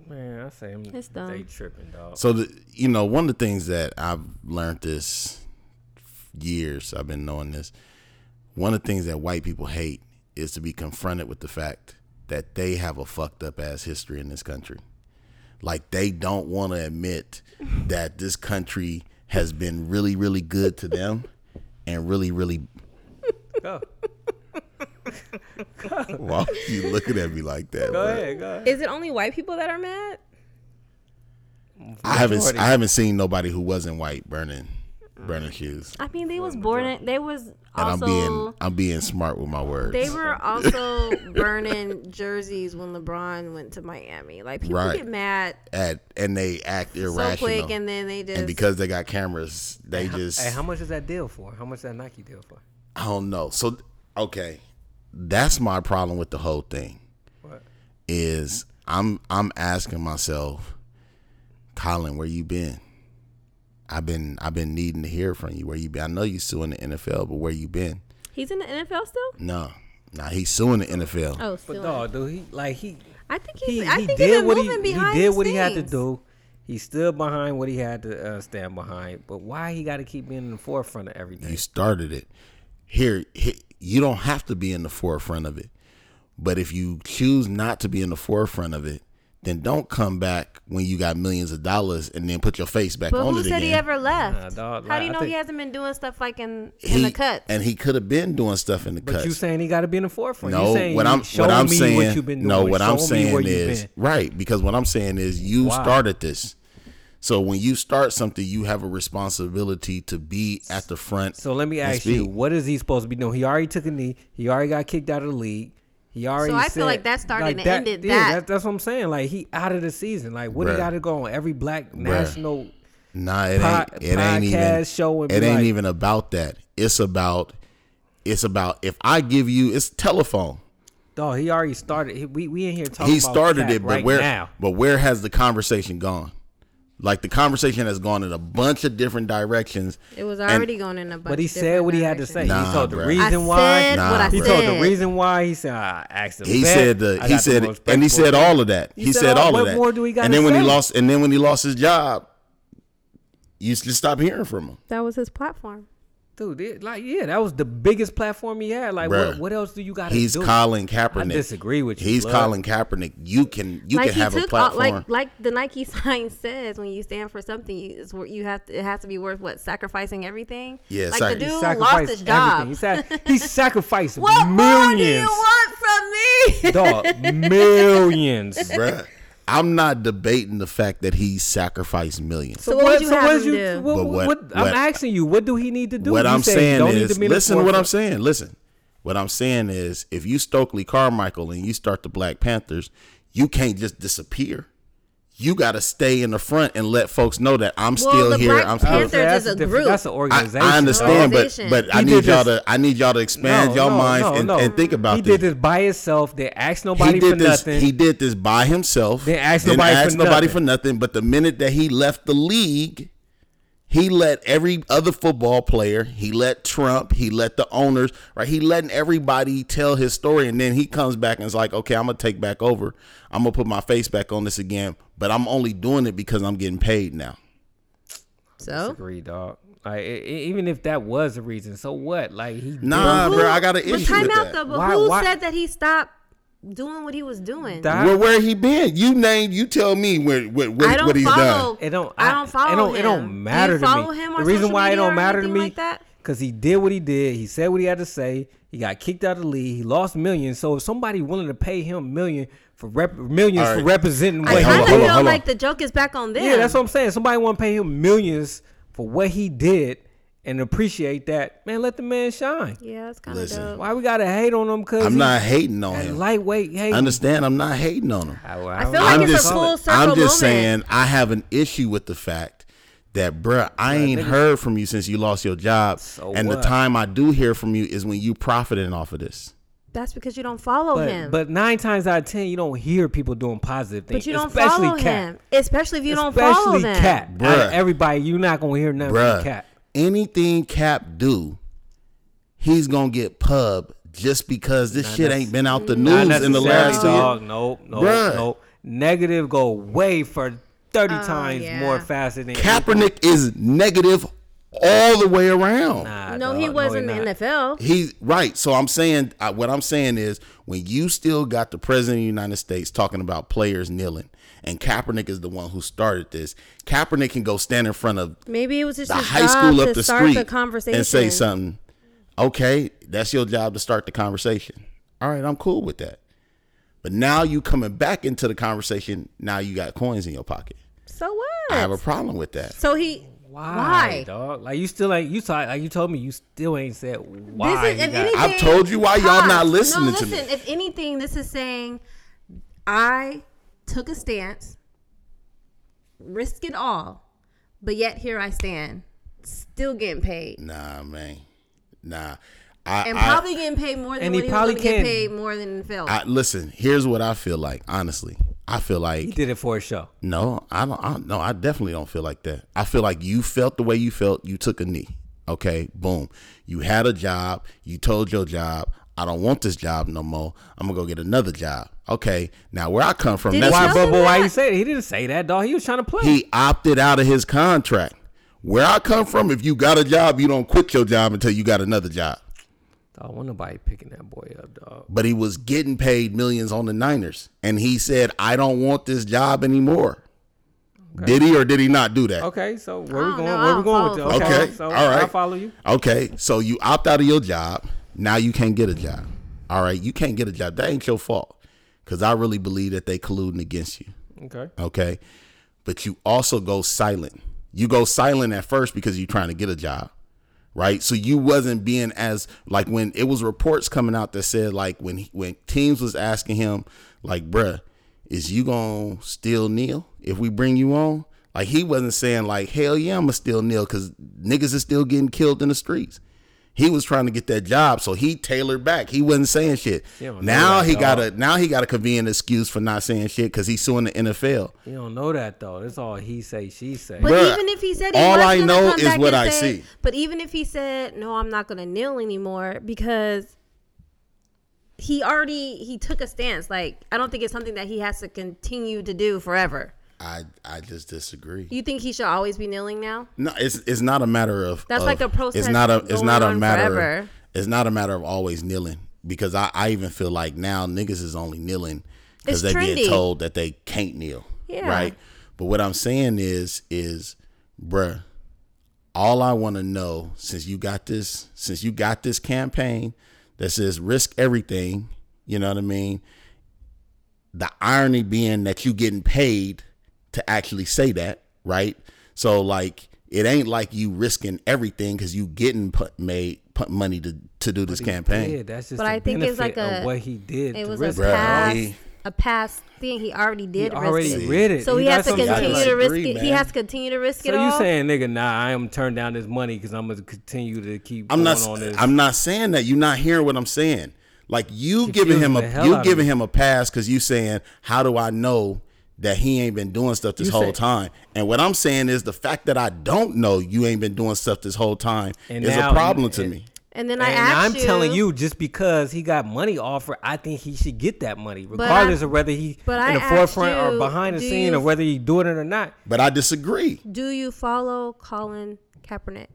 Speaker 3: Man, I say him.
Speaker 4: It's dumb.
Speaker 3: They tripping,
Speaker 1: (laughs)
Speaker 3: dog.
Speaker 2: So the, you know, one of the things that I've learned this years, I've been knowing this. One of the things that white people hate is to be confronted with the fact that they have a fucked up ass history in this country. Like they don't want to admit that this country has been really, really good to them, and really, really. (laughs)
Speaker 3: Go.
Speaker 2: Why are you looking at me like that?
Speaker 3: Go
Speaker 2: bruh?
Speaker 3: ahead. Go ahead.
Speaker 4: Is it only white people that are mad?
Speaker 2: I haven't.
Speaker 3: Majority.
Speaker 2: I haven't seen nobody who wasn't white burning, burning shoes.
Speaker 1: I mean, they was born. In, they was
Speaker 2: And
Speaker 1: Mm. also.
Speaker 2: I'm being. I'm being smart with my words.
Speaker 1: they were also
Speaker 2: (laughs)
Speaker 1: burning jerseys when LeBron went to Miami. Like people
Speaker 2: Right.
Speaker 1: get mad
Speaker 2: at and they act irrational.
Speaker 1: so quick, and then they just
Speaker 2: And because they got cameras, they just
Speaker 3: Hey, how much is that deal for? How much that Nike deal for?
Speaker 2: I don't know. So okay, that's my problem with the whole thing
Speaker 3: What?
Speaker 2: is I'm I'm asking myself, Colin, where you been? I've been I've been needing to hear from you. Where you been? I know you suing the NFL, but where you been?
Speaker 4: He's in the NFL still?
Speaker 2: No, nah, he's suing the NFL.
Speaker 4: Oh,
Speaker 3: But
Speaker 4: still.
Speaker 3: dog, dude, he like he
Speaker 1: I think he's,
Speaker 3: he,
Speaker 1: I
Speaker 3: he
Speaker 1: think he's
Speaker 3: did
Speaker 1: been
Speaker 3: what he,
Speaker 1: moving
Speaker 3: he
Speaker 1: behind
Speaker 3: did
Speaker 1: the
Speaker 3: what he had to
Speaker 1: scenes.
Speaker 3: do. He stood behind what he had to uh, stand behind. But why he got to keep being in the forefront of everything?
Speaker 2: You started it. Here, he- you don't have to be in the forefront of it. But if you choose not to be in the forefront of it, then don't come back when you got millions of dollars and then put your face back
Speaker 1: But
Speaker 2: on
Speaker 1: who
Speaker 2: it
Speaker 1: said
Speaker 2: again.
Speaker 1: he ever left?
Speaker 3: Nah, dog,
Speaker 1: How
Speaker 3: like,
Speaker 1: do you
Speaker 3: I
Speaker 1: know he
Speaker 3: think-
Speaker 1: hasn't been doing stuff like in in the
Speaker 2: He-
Speaker 1: cuts?
Speaker 2: and he could have been doing stuff in the
Speaker 3: but
Speaker 2: cuts.
Speaker 3: you saying he got to be in the forefront? you
Speaker 2: no,
Speaker 3: saying
Speaker 2: what
Speaker 3: you-
Speaker 2: I'm
Speaker 3: show
Speaker 2: what I'm
Speaker 3: me
Speaker 2: saying
Speaker 3: what you've been
Speaker 2: no,
Speaker 3: doing.
Speaker 2: what I'm
Speaker 3: Show me
Speaker 2: saying
Speaker 3: where you've
Speaker 2: is
Speaker 3: been.
Speaker 2: right because what I'm saying is you
Speaker 3: Why?
Speaker 2: started this. So when you start something, you have a responsibility to be at the front.
Speaker 3: So let me
Speaker 2: and
Speaker 3: ask you,
Speaker 2: speak.
Speaker 3: what is he supposed to be doing? He already took a knee. He already got kicked out of the league. He already.
Speaker 1: I feel
Speaker 3: said-
Speaker 1: like that started and ended
Speaker 3: Yeah,
Speaker 1: that.
Speaker 3: that's what I'm saying. Like he out of the season. Like what he
Speaker 2: Bruh.
Speaker 3: got to go on every black national.
Speaker 2: Nah, it
Speaker 3: pod-
Speaker 2: ain't. It ain't even.
Speaker 3: podcast show and
Speaker 2: it
Speaker 3: be
Speaker 2: ain't
Speaker 3: like-
Speaker 2: even about that. It's about. It's about if I give you. It's telephone.
Speaker 3: Dog, he already started. He, we we in here talking.
Speaker 2: He
Speaker 3: about
Speaker 2: started
Speaker 3: Cat
Speaker 2: it, but
Speaker 3: right
Speaker 2: where?
Speaker 3: now.
Speaker 2: But where has the conversation gone? Like the conversation has gone in a bunch of different directions.
Speaker 1: it was already going in a bunch.
Speaker 3: But he
Speaker 1: of
Speaker 3: said
Speaker 1: different
Speaker 3: what he had to say.
Speaker 1: directions.
Speaker 2: Nah,
Speaker 3: he told the
Speaker 2: bruh.
Speaker 1: I
Speaker 3: reason
Speaker 1: said
Speaker 3: why.
Speaker 2: Nah,
Speaker 1: what I
Speaker 3: he
Speaker 1: said.
Speaker 2: bruh.
Speaker 3: told the reason why. He said, "I asked him."
Speaker 2: He
Speaker 3: back.
Speaker 2: said the.
Speaker 3: I
Speaker 2: He
Speaker 3: got the
Speaker 2: said
Speaker 3: most
Speaker 2: and he said
Speaker 3: respectful
Speaker 2: all of that.
Speaker 3: He
Speaker 2: He,
Speaker 3: said
Speaker 2: said,
Speaker 3: all-
Speaker 2: all,
Speaker 3: what
Speaker 2: of that.
Speaker 3: more do we gotta
Speaker 2: and then when
Speaker 3: say?
Speaker 2: he lost, and then when he lost his job, you just stopped hearing from him.
Speaker 4: That was his platform.
Speaker 3: dude. It, like, yeah, that was the biggest platform he had. Like, what,
Speaker 2: Bruh.
Speaker 3: what else do you got to do?
Speaker 2: He's Colin Kaepernick.
Speaker 3: disagree with you,
Speaker 2: He's
Speaker 3: blood.
Speaker 2: Colin Kaepernick. You can you
Speaker 1: like
Speaker 2: can have
Speaker 1: he
Speaker 2: a
Speaker 1: took
Speaker 2: platform.
Speaker 1: all, like like the Nike (laughs) sign says when you stand for something you it's, wor- you have to, it has to be worth what sacrificing everything.
Speaker 2: Yeah,
Speaker 1: like
Speaker 2: sacri-
Speaker 1: the
Speaker 3: He
Speaker 1: dude lost
Speaker 3: sacrificed
Speaker 1: his
Speaker 3: everything.
Speaker 1: job. (laughs)
Speaker 3: He, said he sacrificed
Speaker 1: what more do you
Speaker 3: millions, (laughs)
Speaker 1: want from me? (laughs)
Speaker 3: dog, millions.
Speaker 2: Bruh. I'm not debating the fact that he sacrificed millions.
Speaker 1: So, what, would you
Speaker 3: so
Speaker 1: have
Speaker 3: what
Speaker 1: him
Speaker 3: you-
Speaker 1: do?
Speaker 3: what-
Speaker 2: But what-
Speaker 3: what- I'm
Speaker 2: what-
Speaker 3: asking you, what do he need to do?
Speaker 2: what
Speaker 3: You
Speaker 2: I'm
Speaker 3: said
Speaker 2: saying
Speaker 3: don't need
Speaker 2: is,
Speaker 3: to be in the
Speaker 2: listen. to What I'm
Speaker 3: forefront.
Speaker 2: saying, listen. What I'm saying is, if you Stokely Carmichael and you start the Black Panthers, you can't just disappear. You got to stay in the front and let folks know that I'm
Speaker 1: well,
Speaker 2: still
Speaker 1: the
Speaker 2: here.
Speaker 1: Black
Speaker 2: I'm
Speaker 1: Panthers
Speaker 2: still.
Speaker 3: Okay, that's
Speaker 1: is a
Speaker 3: different-
Speaker 1: group.
Speaker 3: That's an
Speaker 2: I,
Speaker 3: organization.
Speaker 2: I understand, but
Speaker 1: Organization.
Speaker 2: but I
Speaker 3: He
Speaker 2: need
Speaker 3: did
Speaker 2: y'all
Speaker 3: this-
Speaker 2: to I need y'all to expand y'all minds and, and think about
Speaker 3: he
Speaker 2: this.
Speaker 3: did this by himself. They asked
Speaker 2: He
Speaker 3: nobody for
Speaker 2: did this.
Speaker 3: nothing.
Speaker 2: He did this by himself.
Speaker 3: Didn't ask
Speaker 2: Didn't
Speaker 3: nobody for
Speaker 2: ask nobody
Speaker 3: nothing.
Speaker 2: for nothing. But the minute that he left the league, he let every other football player. He let Trump. He let the owners. Right. He letting everybody tell his story, and then he comes back and is like, "Okay, I'm gonna take back over. I'm gonna put my face back on this again. But I'm only doing it because I'm getting paid now."
Speaker 1: so
Speaker 3: Agree, dog. Like, e- e- even if that was the reason, so what? Like he
Speaker 2: Nah, bro, I got an
Speaker 1: But
Speaker 2: issue
Speaker 1: time
Speaker 2: with
Speaker 1: out
Speaker 2: that.
Speaker 1: though. But
Speaker 3: Why-
Speaker 1: who
Speaker 3: why-
Speaker 1: said that he stopped doing what he was doing?
Speaker 3: That-
Speaker 2: Where where he been? You name. You tell me where, where, where
Speaker 1: I don't
Speaker 2: what he's
Speaker 1: follow.
Speaker 2: done.
Speaker 3: It don't.
Speaker 1: I don't follow
Speaker 3: It don't.
Speaker 1: him.
Speaker 3: It don't matter
Speaker 1: do you follow
Speaker 3: to me.
Speaker 1: Him on
Speaker 3: the reason
Speaker 1: social
Speaker 3: why it
Speaker 1: media
Speaker 3: don't
Speaker 1: or
Speaker 3: matter to
Speaker 1: anything
Speaker 3: me,
Speaker 1: like that?
Speaker 3: cause he did what he did. He said what he had to say. He got kicked out of the league. He lost millions. So if somebody willing to pay him million for rep, millions
Speaker 2: All
Speaker 3: for
Speaker 2: right.
Speaker 3: representing
Speaker 1: I
Speaker 3: what
Speaker 2: Wait,
Speaker 3: he
Speaker 1: kind
Speaker 2: hold
Speaker 1: of
Speaker 2: on,
Speaker 1: feel
Speaker 2: hold on, hold
Speaker 1: like
Speaker 2: on.
Speaker 1: the joke is back on them.
Speaker 3: Yeah, that's what I'm saying. Somebody want to pay him millions for what he did and appreciate that. Man, let the man shine.
Speaker 1: Yeah, it's kind of
Speaker 2: Listen.
Speaker 1: dope.
Speaker 3: Why we gotta hate on him? Because
Speaker 2: I'm not hating on him.
Speaker 3: lightweight. Hey,
Speaker 2: Understand? I'm not hating on him.
Speaker 3: I, I
Speaker 1: I
Speaker 3: don't
Speaker 1: feel
Speaker 3: know.
Speaker 1: like
Speaker 2: I'm
Speaker 1: it's
Speaker 2: just,
Speaker 1: a full circle
Speaker 2: I'm just
Speaker 1: moment.
Speaker 2: saying I have an issue with the fact that, bruh, I ain't heard from you since you lost your job,
Speaker 3: So
Speaker 2: and
Speaker 3: what?
Speaker 2: the time I do hear from you is when you profiting off of this.
Speaker 1: That's because you don't follow him.
Speaker 3: But, but nine times out of ten, you don't hear people doing positive things.
Speaker 1: But you don't
Speaker 3: especially
Speaker 1: follow
Speaker 3: Cat.
Speaker 1: him, especially if you don't follow
Speaker 3: especially
Speaker 1: them.
Speaker 3: Cat. Out of
Speaker 2: Bruh.
Speaker 3: everybody, you're not gonna hear nothing
Speaker 2: Bruh,
Speaker 3: from Cat.
Speaker 2: anything Cap do, he's gonna get pub just because this shit ain't been out the news in the last two years.
Speaker 3: dog. Nope, nope,
Speaker 2: Bruh.
Speaker 3: nope. Negative go way for thirty times
Speaker 1: Oh, yeah.
Speaker 3: more faster than
Speaker 2: Kaepernick is negative all the way around.
Speaker 3: Nah,
Speaker 1: no,
Speaker 3: dog,
Speaker 1: he was in the
Speaker 3: not.
Speaker 1: NFL.
Speaker 2: He's right. So I'm saying I, what I'm saying is when you still got the president of the United States talking about players kneeling, and Kaepernick is the one who started this. Kaepernick can go stand in front of
Speaker 1: Maybe it was just
Speaker 2: the
Speaker 1: his
Speaker 2: high
Speaker 1: job
Speaker 2: school
Speaker 1: to
Speaker 2: up the
Speaker 1: start
Speaker 2: street
Speaker 1: the conversation
Speaker 2: and say something. Okay, that's your job to start the conversation. All right, I'm cool with that. But now you coming back into the conversation. Now you got coins in your pocket.
Speaker 1: So what?
Speaker 2: I have a problem with that.
Speaker 1: so he
Speaker 3: Why,
Speaker 1: why?
Speaker 3: dog? Like you still ain't you saw like you told me you still ain't said why.
Speaker 1: This is,
Speaker 3: you
Speaker 1: if
Speaker 3: got-
Speaker 1: anything,
Speaker 2: I've told you why y'all not
Speaker 1: Pause.
Speaker 2: listening
Speaker 1: no,
Speaker 2: to
Speaker 1: listen,
Speaker 2: me.
Speaker 1: If anything, this is saying I took a stance, risk it all, but yet here I stand, still getting paid,
Speaker 2: Nah, man. Nah. I,
Speaker 1: and
Speaker 2: I-
Speaker 1: probably getting paid more than
Speaker 3: And
Speaker 1: what
Speaker 3: he
Speaker 1: he
Speaker 3: probably
Speaker 1: was going to
Speaker 3: can.
Speaker 1: get paid more than in film.
Speaker 2: I listen. Here's what I feel like. Honestly, I feel like
Speaker 3: he did it for a show.
Speaker 2: no. I don't. I, no, I definitely don't feel like that. I feel like you felt the way you felt. You took a knee. Okay, boom. You had a job. You told your job, I don't want this job no more. I'm gonna go get another job. Okay. Now where I come from,
Speaker 1: Did he
Speaker 2: that's
Speaker 1: tell
Speaker 3: Why,
Speaker 1: Tell
Speaker 3: but,
Speaker 1: him
Speaker 3: but why
Speaker 1: that.
Speaker 3: you say that? He didn't say that, dog. He was trying to play.
Speaker 2: he opted out of his contract. Where I come from, if you got a job, you don't quit your job until you got another job.
Speaker 3: dog, won't nobody picking that boy up, dog.
Speaker 2: but he was getting paid millions on the Niners. And he said, I don't want this job anymore. Did he or did he not do that? Okay.
Speaker 3: Okay, so where we
Speaker 1: don't
Speaker 3: going?
Speaker 1: know. I
Speaker 3: Where
Speaker 1: don't
Speaker 3: we going with
Speaker 1: follow
Speaker 3: this? Okay,
Speaker 2: Okay,
Speaker 3: so
Speaker 2: all right.
Speaker 3: I follow you.
Speaker 2: So you opt out of your job. Now you can't get a job. All right. You can't get a job. That ain't your fault. Because I really believe that they colluding against you.
Speaker 3: Okay.
Speaker 2: Okay. But you also go silent. You go silent at first because you're trying to get a job. Right. So you wasn't being as like when it was reports coming out that said like when he, when teams was asking him like, bruh, is you going to still kneel if we bring you on? Like he wasn't saying like, hell yeah, I'm going to still kneel because niggas is still getting killed in the streets. He was trying to get that job, so he tailored back. He wasn't saying shit.
Speaker 3: Yeah, I know
Speaker 2: Now
Speaker 3: that,
Speaker 2: he
Speaker 3: dog.
Speaker 2: got a now he got a convenient excuse for not saying shit because he's suing the NFL.
Speaker 3: You don't know that though. That's all he say, she say.
Speaker 1: But
Speaker 2: Bruh,
Speaker 1: even if he said he
Speaker 2: all
Speaker 1: was
Speaker 2: I
Speaker 1: gonna
Speaker 2: know
Speaker 1: come
Speaker 2: is
Speaker 1: back
Speaker 2: what
Speaker 1: and
Speaker 2: I
Speaker 1: say-
Speaker 2: see.
Speaker 1: But even if he said no, I'm not gonna kneel anymore because he already he took a stance. Like I don't think it's something that he has to continue to do forever.
Speaker 2: I I just disagree.
Speaker 1: You think he should always be kneeling now?
Speaker 2: No, it's it's not a matter of
Speaker 1: That's
Speaker 2: of-
Speaker 1: like a protest
Speaker 2: It's not a it's
Speaker 1: going
Speaker 2: not a
Speaker 1: on
Speaker 2: matter
Speaker 1: forever.
Speaker 2: of, it's not a matter of always kneeling because I I even feel like now niggas is only kneeling
Speaker 1: It's
Speaker 2: because they
Speaker 1: trendy.
Speaker 2: being told that they can't kneel.
Speaker 1: Yeah.
Speaker 2: Right. But what I'm saying is is bruh, all I want to know since you got this since you got this campaign that says risk everything, you know what I mean? the irony being that you getting paid to actually say that, right? So like it ain't like you risking everything because you getting put made put money to to do this campaign.
Speaker 3: Yeah, that's just.
Speaker 1: But
Speaker 3: the
Speaker 1: I think it's like
Speaker 3: benefit of
Speaker 1: a-
Speaker 3: what he did.
Speaker 1: It
Speaker 3: to
Speaker 1: was a
Speaker 3: Rick.
Speaker 2: Bruh,
Speaker 1: past
Speaker 2: he-
Speaker 1: a past thing. He already
Speaker 3: He
Speaker 1: did risk
Speaker 3: already
Speaker 1: it.
Speaker 3: read it.
Speaker 1: So he,
Speaker 3: You
Speaker 1: has
Speaker 3: got
Speaker 1: to
Speaker 3: some-
Speaker 1: continue
Speaker 2: I
Speaker 1: to risk
Speaker 2: disagree,
Speaker 1: it. He
Speaker 2: man.
Speaker 1: has to continue to risk it
Speaker 3: So you
Speaker 1: all.
Speaker 3: saying, nigga, nah, I am turn down this money because I'm gonna continue to keep
Speaker 2: I'm
Speaker 3: going
Speaker 2: not.
Speaker 3: on this.
Speaker 2: I'm not saying that. You're not hearing what I'm saying. Like you giving him
Speaker 3: the
Speaker 2: a
Speaker 3: hell out
Speaker 2: you
Speaker 3: of
Speaker 2: giving
Speaker 3: me.
Speaker 2: him a pass because you saying how do I know that he ain't been doing stuff this
Speaker 3: You
Speaker 2: whole
Speaker 3: say-
Speaker 2: time? And what I'm saying is the fact that I don't know you ain't been doing stuff this whole time
Speaker 3: And
Speaker 2: is
Speaker 3: now-
Speaker 2: a problem to
Speaker 3: and-
Speaker 2: me.
Speaker 1: and then I
Speaker 3: and
Speaker 1: asked
Speaker 3: I'm telling you, just because he got money offered, I think he should get that money,
Speaker 1: I-
Speaker 3: regardless of whether he
Speaker 1: but I
Speaker 3: in the
Speaker 1: asked
Speaker 3: forefront or
Speaker 1: you,
Speaker 3: behind the
Speaker 1: do
Speaker 3: scene,
Speaker 1: you-
Speaker 3: or whether he doing it or not.
Speaker 2: But I disagree.
Speaker 1: do you follow Colin Kaepernick?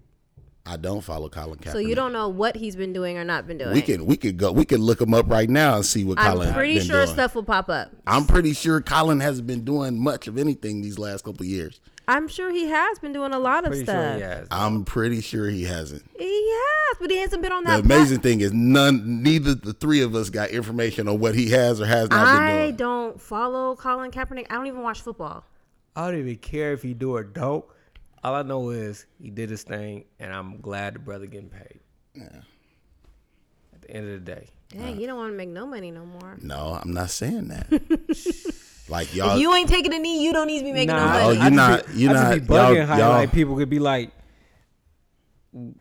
Speaker 2: I don't follow Colin Kaepernick.
Speaker 1: So you don't know what he's been doing or not been doing.
Speaker 2: We could we could go we could look him up right now and see what
Speaker 1: I'm
Speaker 2: Colin.
Speaker 1: pretty
Speaker 2: been
Speaker 1: sure
Speaker 2: doing.
Speaker 1: stuff will pop up.
Speaker 2: I'm pretty sure Colin hasn't been doing much of anything these last couple years.
Speaker 1: I'm sure he has been doing a lot of
Speaker 3: Pretty sure
Speaker 1: stuff.
Speaker 3: he has.
Speaker 2: I'm pretty sure he hasn't.
Speaker 1: He has, but he hasn't been on (laughs)
Speaker 2: The
Speaker 1: that. plat-
Speaker 2: amazing thing is none neither the three of us got information on what he has or has not been
Speaker 1: I
Speaker 2: doing.
Speaker 1: don't follow Colin Kaepernick. I don't even watch football.
Speaker 3: I don't even care if he do or don't. All I know is he did his thing, and I'm glad the brother getting paid. Yeah. At the end of the day,
Speaker 1: Dang, you don't want to make no money no more.
Speaker 2: No, I'm not
Speaker 1: (laughs)
Speaker 2: saying that. like y'all
Speaker 1: If you ain't taking a knee, you don't need to be making
Speaker 3: Uh, Nah,
Speaker 1: no
Speaker 2: Oh,
Speaker 1: money.
Speaker 2: you
Speaker 3: I just
Speaker 2: not-
Speaker 3: be-
Speaker 2: you
Speaker 3: I just
Speaker 2: not-
Speaker 3: be bugging
Speaker 2: y'all-
Speaker 3: how
Speaker 2: y'all-
Speaker 3: like people could be like,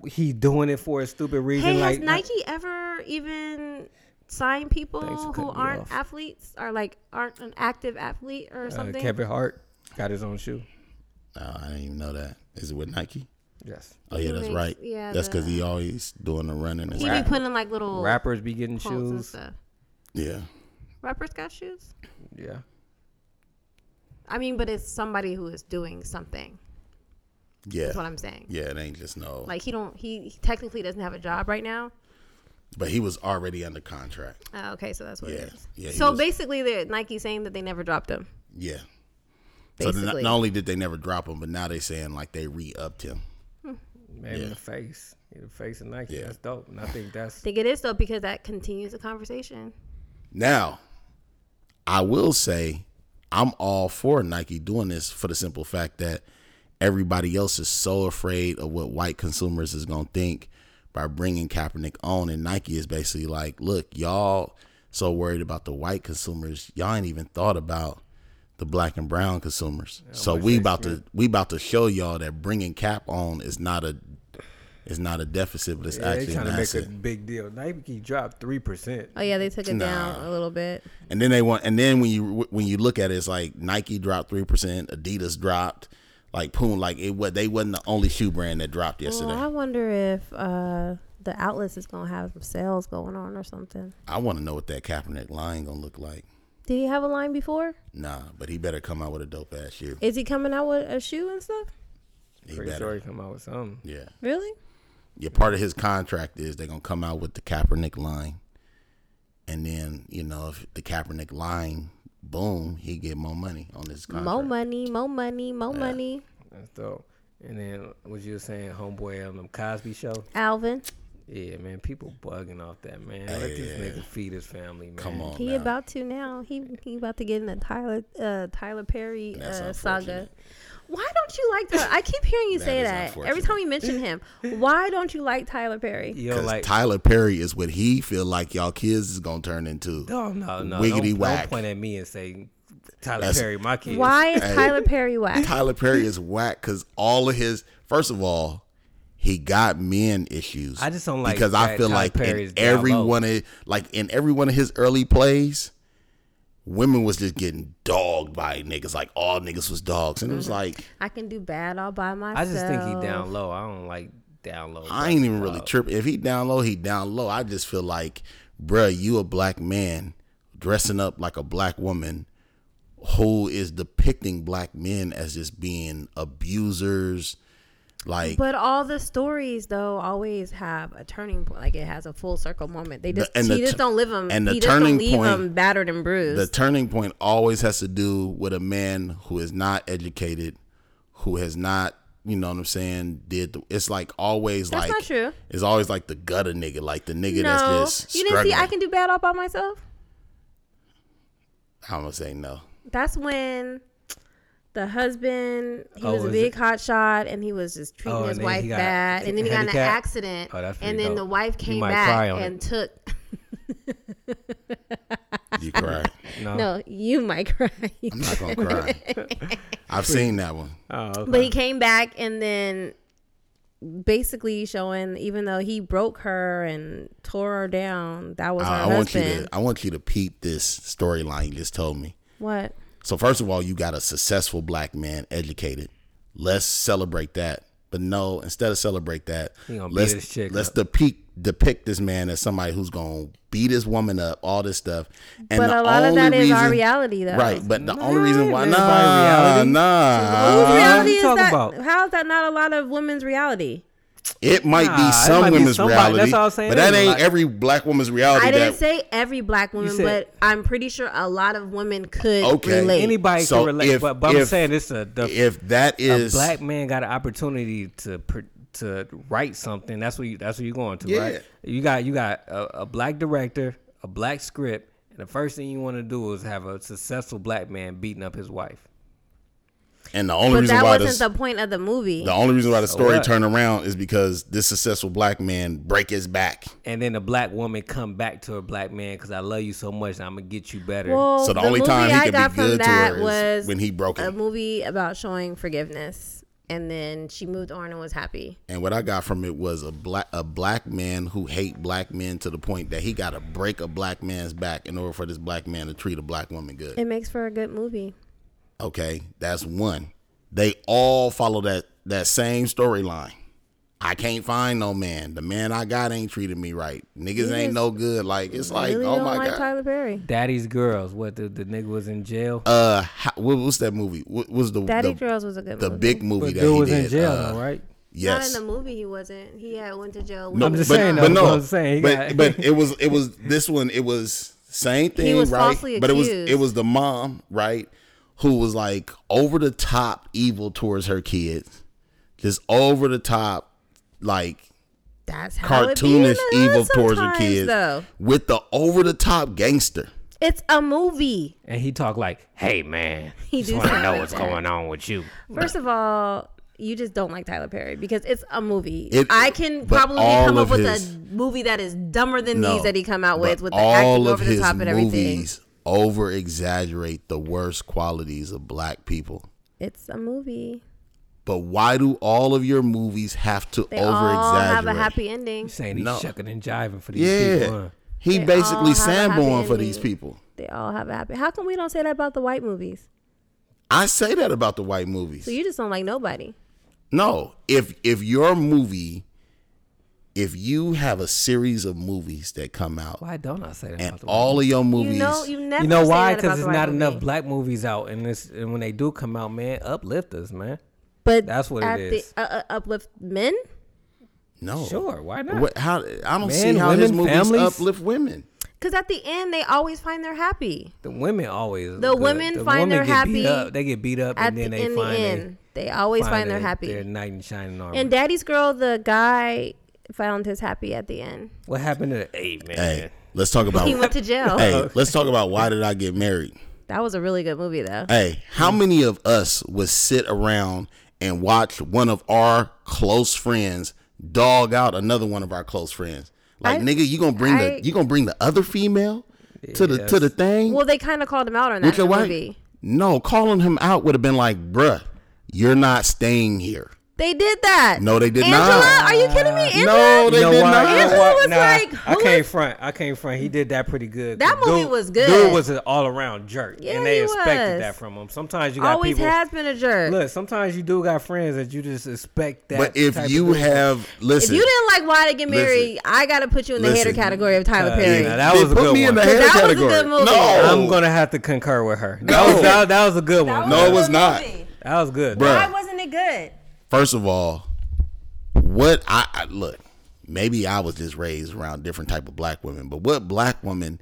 Speaker 3: he doing it for a stupid reason.
Speaker 1: Hey,
Speaker 3: like
Speaker 1: has Nike ever even signed people
Speaker 3: Thanks for
Speaker 1: who
Speaker 3: cutting me
Speaker 1: aren't
Speaker 3: off.
Speaker 1: athletes or like aren't an active athlete or
Speaker 3: uh,
Speaker 1: something?
Speaker 3: Kevin Hart got his own shoe.
Speaker 2: No, I didn't even know that. Is it with Nike?
Speaker 3: Yes.
Speaker 2: Oh yeah,
Speaker 1: He
Speaker 2: that's
Speaker 1: makes-
Speaker 2: right.
Speaker 1: yeah,
Speaker 2: that's
Speaker 1: the-
Speaker 2: because he always doing the running and
Speaker 1: he
Speaker 2: stuff.
Speaker 1: be putting like little
Speaker 3: Rappers be getting
Speaker 1: quotes and
Speaker 3: shoes.
Speaker 1: stuff.
Speaker 2: Yeah.
Speaker 1: Rappers got shoes.
Speaker 3: Yeah.
Speaker 1: I mean, but it's somebody who is doing something.
Speaker 2: Yeah.
Speaker 1: That's what I'm saying.
Speaker 2: Yeah, it ain't just no
Speaker 1: Like he don't he, he technically doesn't have a job right now.
Speaker 2: but he was already under contract.
Speaker 1: Uh, okay, so that's what
Speaker 2: Yeah,
Speaker 1: it is.
Speaker 2: yeah, he
Speaker 1: so
Speaker 2: was-
Speaker 1: basically, they're, Nike's saying that they never dropped him.
Speaker 2: Yeah. So then not,
Speaker 1: Basically.
Speaker 2: not only did they never drop him, but now they saying like they re upped him.
Speaker 3: Man in the face. In the face of Nike.
Speaker 2: Yeah.
Speaker 3: That's dope. And I think
Speaker 1: I
Speaker 3: that's
Speaker 1: think it is though because that continues the conversation.
Speaker 2: Now, I will say I'm all for Nike doing this for the simple fact that everybody else is so afraid of what white consumers is going to think by bringing Kaepernick on. And Nike is basically like, look, y'all so worried about the white consumers, y'all ain't even thought about the black and brown consumers. so we about to we about to show y'all that bringing cap on is not a is not a deficit, but it's
Speaker 3: yeah, they
Speaker 2: actually
Speaker 3: trying
Speaker 2: an
Speaker 3: to make
Speaker 2: asset.
Speaker 3: a big deal. Nike dropped three percent.
Speaker 1: Oh yeah, they took it down a little bit.
Speaker 2: And then they want, and then when you when you look at it, it's like Nike dropped three percent, Adidas dropped, like Poon, like it was they wasn't the only shoe brand that dropped yesterday.
Speaker 1: Well, I wonder if uh, the outlets is gonna have some sales going on or something.
Speaker 2: I want to know what that Kaepernick line gonna look like.
Speaker 1: Did he have a line before?
Speaker 2: Nah, but he better come out with a dope ass shoe.
Speaker 1: Is he coming out with a shoe and stuff?
Speaker 2: He
Speaker 3: Pretty
Speaker 2: better,
Speaker 3: sure he come out with something.
Speaker 2: yeah.
Speaker 1: Really?
Speaker 2: Yeah, part of his contract is they're gonna come out with the Kaepernick line, and then you know if the Kaepernick line boom, he get more money on his contract.
Speaker 1: Mo money, mo money, mo money.
Speaker 3: That's dope. And then what you were saying, homeboy on them Cosby show?
Speaker 1: Alvin,
Speaker 3: Yeah, man, people bugging off that man. Let this nigga feed his family, man.
Speaker 2: Come on,
Speaker 1: he
Speaker 2: now.
Speaker 1: about to now. He he about to get in the Tyler uh, Tyler Perry
Speaker 2: That's
Speaker 1: uh, saga.
Speaker 2: unfortunate.
Speaker 1: Why don't you like Tyler? I keep hearing you
Speaker 2: That
Speaker 1: say
Speaker 2: is
Speaker 1: that every time we mention him.
Speaker 2: (laughs)
Speaker 1: Why don't you like Tyler Perry?
Speaker 3: Yo,
Speaker 2: Cause
Speaker 3: like
Speaker 2: Tyler Perry is what he feel like y'all kids is gonna turn into.
Speaker 3: no, no, no.
Speaker 2: Wiggity
Speaker 3: don't, don't
Speaker 2: whack.
Speaker 3: point at me and say Tyler
Speaker 2: That's-
Speaker 3: Perry, my kid.
Speaker 1: Why is
Speaker 2: Hey.
Speaker 1: Tyler Perry whack?
Speaker 2: Tyler Perry is whack because all of his. First of all, he got men issues.
Speaker 3: I just don't like
Speaker 2: because I
Speaker 3: that
Speaker 2: feel
Speaker 3: Tyler
Speaker 2: like
Speaker 3: Perry's
Speaker 2: in every
Speaker 3: dialogue.
Speaker 2: one of like in every one of his early plays, women was just getting dogged by niggas. Like all niggas was dogs, and it
Speaker 3: Mm-hmm.
Speaker 2: was like
Speaker 1: I can do bad all by myself.
Speaker 3: I just think he down low. I don't like down low.
Speaker 2: I ain't even really tripping. If he down low, he down low. I just feel like, bruh, you a black man dressing up like a black woman who is depicting black men as just being abusers. Like
Speaker 1: But all the stories though always have a turning point. Like it has a full circle moment. They just
Speaker 2: and
Speaker 1: he
Speaker 2: the
Speaker 1: just
Speaker 2: tu-
Speaker 1: don't live them.
Speaker 2: and the
Speaker 1: he just
Speaker 2: turning
Speaker 1: don't leave
Speaker 2: point-
Speaker 1: them battered and bruised.
Speaker 2: the turning point always has to do with a man who is not educated, who has not, you know what I'm saying, did the, it's like always
Speaker 1: That's
Speaker 2: like
Speaker 1: not true.
Speaker 2: it's always like the gutter nigga, like the
Speaker 1: no,
Speaker 2: nigga that's just
Speaker 1: you didn't see. I
Speaker 2: struggling.
Speaker 1: can do bad all by myself.
Speaker 2: I'm gonna say no.
Speaker 1: That's when the husband he
Speaker 3: Oh,
Speaker 1: was a
Speaker 3: is
Speaker 1: big
Speaker 3: it-
Speaker 1: hot shot and he was just treating
Speaker 3: Oh,
Speaker 1: his
Speaker 3: and then
Speaker 1: wife
Speaker 3: he got
Speaker 1: bad and then he got in an
Speaker 3: handicapped?
Speaker 1: accident
Speaker 3: Oh, that's
Speaker 1: and
Speaker 3: pretty
Speaker 1: then
Speaker 3: dope.
Speaker 1: the wife
Speaker 3: You
Speaker 1: came
Speaker 3: might cry
Speaker 1: back
Speaker 3: on it.
Speaker 1: and took
Speaker 2: You cry.
Speaker 3: No.
Speaker 1: (laughs) no you might cry
Speaker 2: (laughs) I'm not gonna cry.
Speaker 1: (laughs)
Speaker 2: I've seen that one.
Speaker 3: Oh, okay.
Speaker 1: but he came back and then basically showing even though he broke her and tore her down that was
Speaker 2: I,
Speaker 1: her
Speaker 2: I want you
Speaker 1: husband
Speaker 2: to. I want you to peep this storyline you just told me.
Speaker 1: what
Speaker 2: So first of all, you got a successful black man, educated. Let's celebrate that. But no, instead of celebrate that,
Speaker 3: He gonna beat
Speaker 2: let's
Speaker 3: this chick
Speaker 2: let's
Speaker 3: up.
Speaker 2: depict depict this man as somebody who's gonna beat this woman up, all this stuff. And
Speaker 1: but
Speaker 2: the
Speaker 1: a lot of that
Speaker 2: only
Speaker 1: is our
Speaker 2: reason-
Speaker 1: reality though
Speaker 2: right? But the only
Speaker 3: Nah,
Speaker 2: reason why
Speaker 3: ain't nobody
Speaker 2: nah
Speaker 3: reality.
Speaker 2: nah
Speaker 1: Whose reality
Speaker 3: you
Speaker 1: is
Speaker 3: talking
Speaker 1: that?
Speaker 3: about?
Speaker 1: How is that not a lot of women's reality?
Speaker 2: it might
Speaker 3: Nah,
Speaker 2: be
Speaker 3: it
Speaker 2: some
Speaker 3: might be
Speaker 2: women's
Speaker 3: somebody.
Speaker 2: reality,
Speaker 3: That's all I'm saying.
Speaker 2: but that
Speaker 3: It ain't
Speaker 2: ain't
Speaker 3: like-
Speaker 2: every black woman's reality.
Speaker 1: I didn't
Speaker 2: that,
Speaker 1: say every black woman,
Speaker 3: said-
Speaker 1: but I'm pretty sure a lot of women could
Speaker 2: Okay.
Speaker 1: relate.
Speaker 3: Anybody
Speaker 2: So
Speaker 3: can relate,
Speaker 2: if-
Speaker 3: but, but I'm
Speaker 2: if-
Speaker 3: saying it's a the
Speaker 2: if that
Speaker 3: a
Speaker 2: is
Speaker 3: black man got an opportunity to pr- to write something. That's what you, that's what you're going to,
Speaker 2: Yeah.
Speaker 3: right? You got you got a, a black director, a black script, and the first thing you want to do is have a successful black man beating up his wife.
Speaker 2: and the only
Speaker 1: but
Speaker 2: reason
Speaker 1: that
Speaker 2: why
Speaker 1: wasn't
Speaker 2: this,
Speaker 1: the point of the movie.
Speaker 2: The only reason why the story
Speaker 3: what?
Speaker 2: turned around is because this successful black man break his back.
Speaker 3: And then the black woman come back to her black man because I love you so much and I'm gonna get you better.
Speaker 1: well,
Speaker 2: So the
Speaker 1: Oh, the,
Speaker 2: only
Speaker 1: movie
Speaker 2: time he
Speaker 1: I
Speaker 2: could be
Speaker 1: got
Speaker 2: good
Speaker 1: from
Speaker 2: to
Speaker 1: that
Speaker 2: her is
Speaker 1: was
Speaker 2: when he broke
Speaker 1: a
Speaker 2: him.
Speaker 1: movie about showing forgiveness, and then she moved on and was happy.
Speaker 2: And what I got from it was a black a black man who hate black men to the point that he got to break a black man's back in order for this black man to treat a black woman good.
Speaker 1: It makes for a good movie.
Speaker 2: Okay, that's one. They all follow that that same storyline. I can't find no man. The man I got ain't treating me right. Niggas ain't no good. Like it's like,
Speaker 1: really
Speaker 2: oh
Speaker 1: don't
Speaker 2: my
Speaker 1: like
Speaker 2: god.
Speaker 1: Tyler Perry.
Speaker 3: Daddy's girls. What the, the nigga was in jail.
Speaker 2: Uh, how, what was that movie? What was the
Speaker 1: Daddy
Speaker 2: the,
Speaker 1: Girls was a good
Speaker 2: the
Speaker 1: movie.
Speaker 2: big movie
Speaker 3: But
Speaker 2: that
Speaker 3: dude
Speaker 2: he
Speaker 3: was
Speaker 2: did?
Speaker 3: in jail,
Speaker 2: uh,
Speaker 3: though, right?
Speaker 1: Not
Speaker 2: Yes.
Speaker 1: in the movie, he wasn't. He had went to jail.
Speaker 2: No,
Speaker 3: I'm just
Speaker 2: but,
Speaker 3: saying, though,
Speaker 2: but
Speaker 3: that's
Speaker 2: no,
Speaker 3: what I'm saying. He
Speaker 2: but
Speaker 3: got-
Speaker 2: but it was it was this one. It was same thing,
Speaker 1: was
Speaker 2: right?
Speaker 1: falsely
Speaker 2: But it was
Speaker 1: accused.
Speaker 2: it was the mom, right, who was like over the top evil towards her kids, just over the top, like
Speaker 3: uh,
Speaker 1: That's how it be in the
Speaker 2: cartoonish
Speaker 1: hood
Speaker 2: evil towards her
Speaker 1: sometimes,
Speaker 2: kids,
Speaker 1: Though
Speaker 2: with the over the top gangster.
Speaker 1: it's a movie.
Speaker 3: And he talked like, "Hey man,
Speaker 1: (laughs) He
Speaker 3: just
Speaker 1: do
Speaker 3: want to
Speaker 1: sound
Speaker 3: know
Speaker 1: like
Speaker 3: what's
Speaker 1: that.
Speaker 3: going on with you."
Speaker 1: First of all, you just don't like Tyler Perry because it's a movie.
Speaker 2: It-
Speaker 1: I can
Speaker 2: but
Speaker 1: probably
Speaker 2: all
Speaker 1: come up
Speaker 2: of
Speaker 1: with
Speaker 2: his-
Speaker 1: a movie that is dumber than
Speaker 2: No,
Speaker 1: these that he come out with,
Speaker 2: but
Speaker 1: with the acting
Speaker 2: all
Speaker 1: over the
Speaker 2: his
Speaker 1: top and everything.
Speaker 2: movies over exaggerate the worst qualities of black people.
Speaker 1: It's a movie.
Speaker 2: But why do all of your movies have to
Speaker 1: They
Speaker 2: over
Speaker 1: all have a
Speaker 2: exaggerate?
Speaker 1: happy ending.
Speaker 3: Saying he's
Speaker 2: No.
Speaker 3: shucking and jiving for these people.
Speaker 2: Yeah.
Speaker 3: Huh?
Speaker 2: He
Speaker 1: They
Speaker 2: basically
Speaker 1: all have a happy
Speaker 2: Sanborn for
Speaker 1: ending.
Speaker 2: these people.
Speaker 1: They all have a happy. How come we don't say that about the white movies?
Speaker 2: I say that about the white movies.
Speaker 1: So you just don't like nobody.
Speaker 2: no, if if your movie, if you have a series of movies that come out,
Speaker 3: Why don't I say that?
Speaker 2: and
Speaker 3: about the white
Speaker 2: all of your movies,
Speaker 1: You know, you never.
Speaker 3: you know
Speaker 1: say
Speaker 3: why?
Speaker 1: Because
Speaker 3: Because there's not enough black movies out, and this and when they do come out, man, uplift us, man.
Speaker 1: But
Speaker 3: That's what it
Speaker 1: at
Speaker 3: is.
Speaker 1: The, uh, uh, uplift men.
Speaker 2: no,
Speaker 3: Sure, why not?
Speaker 2: Oh. What, how I don't see
Speaker 3: Men,
Speaker 2: how his
Speaker 3: women,
Speaker 2: movies
Speaker 3: families.
Speaker 2: uplift women.
Speaker 1: Because at the end, they always find they're happy.
Speaker 3: The women always
Speaker 1: The women find
Speaker 3: women
Speaker 1: they're
Speaker 3: get beat
Speaker 1: happy
Speaker 3: up. They get beat up,
Speaker 1: At
Speaker 3: and
Speaker 1: the,
Speaker 3: then they
Speaker 1: in the
Speaker 3: find they
Speaker 1: end, they always find, they're
Speaker 3: they-
Speaker 1: happy.
Speaker 3: They're knight in shining armor.
Speaker 1: And Daddy's Girl, the guy found his happy at the end.
Speaker 3: what happened to the hey man?
Speaker 2: Hey, let's talk about.
Speaker 1: He went to jail. (laughs)
Speaker 2: (laughs) hey, let's talk about why did I get married?
Speaker 1: That was a really good movie, though.
Speaker 2: Hey, how many of us would sit around and watch one of our close friends dog out another one of our close friends? Like,
Speaker 1: I-
Speaker 2: nigga, you gonna bring
Speaker 1: I-
Speaker 2: the you gonna bring the other female to the to the thing?
Speaker 1: Well, they kind of called him out on that
Speaker 2: Look
Speaker 1: in the
Speaker 2: at white.
Speaker 1: movie.
Speaker 2: No, calling him out would have been like, bruh, you're not staying here.
Speaker 1: They did that.
Speaker 2: No, they did
Speaker 1: Angela,
Speaker 2: not.
Speaker 1: are you kidding me? Angela,
Speaker 2: No, they
Speaker 3: You know
Speaker 2: did
Speaker 3: why?
Speaker 2: not.
Speaker 3: You know
Speaker 1: Angela
Speaker 3: why?
Speaker 1: was
Speaker 3: Nah,
Speaker 1: like,
Speaker 3: I
Speaker 1: who
Speaker 3: came
Speaker 1: is-
Speaker 3: front. I came front. He did that pretty good.
Speaker 1: That
Speaker 3: 'Cause
Speaker 1: movie
Speaker 3: dude-
Speaker 1: was good.
Speaker 3: Dude was an all around jerk,
Speaker 1: Yeah,
Speaker 3: and they
Speaker 1: he
Speaker 3: expected
Speaker 1: was.
Speaker 3: that from him. Sometimes you got
Speaker 1: always
Speaker 3: people.
Speaker 1: has been a jerk.
Speaker 3: Look, sometimes you do got friends that you just expect that.
Speaker 2: But if
Speaker 3: type
Speaker 2: you
Speaker 3: of dude.
Speaker 2: have
Speaker 1: if
Speaker 2: listen,
Speaker 1: you didn't like Why to Get
Speaker 2: Listen.
Speaker 1: Married, I got to put you in the
Speaker 2: Listen.
Speaker 1: hater category of Tyler
Speaker 3: Uh,
Speaker 1: Perry.
Speaker 3: yeah, that
Speaker 2: They
Speaker 3: was a
Speaker 2: put
Speaker 3: good
Speaker 2: me in
Speaker 3: one.
Speaker 2: the
Speaker 1: But
Speaker 2: hater
Speaker 1: that was a
Speaker 2: category.
Speaker 1: good movie.
Speaker 2: No,
Speaker 3: I'm gonna have to concur with her. That
Speaker 2: No.
Speaker 3: was that, that was a good one.
Speaker 2: No,
Speaker 3: though.
Speaker 2: it was not.
Speaker 3: that was good.
Speaker 2: Bruh.
Speaker 1: Why wasn't it good?
Speaker 2: first of all, what I, I look, maybe I was just raised around different type of black women, but what black woman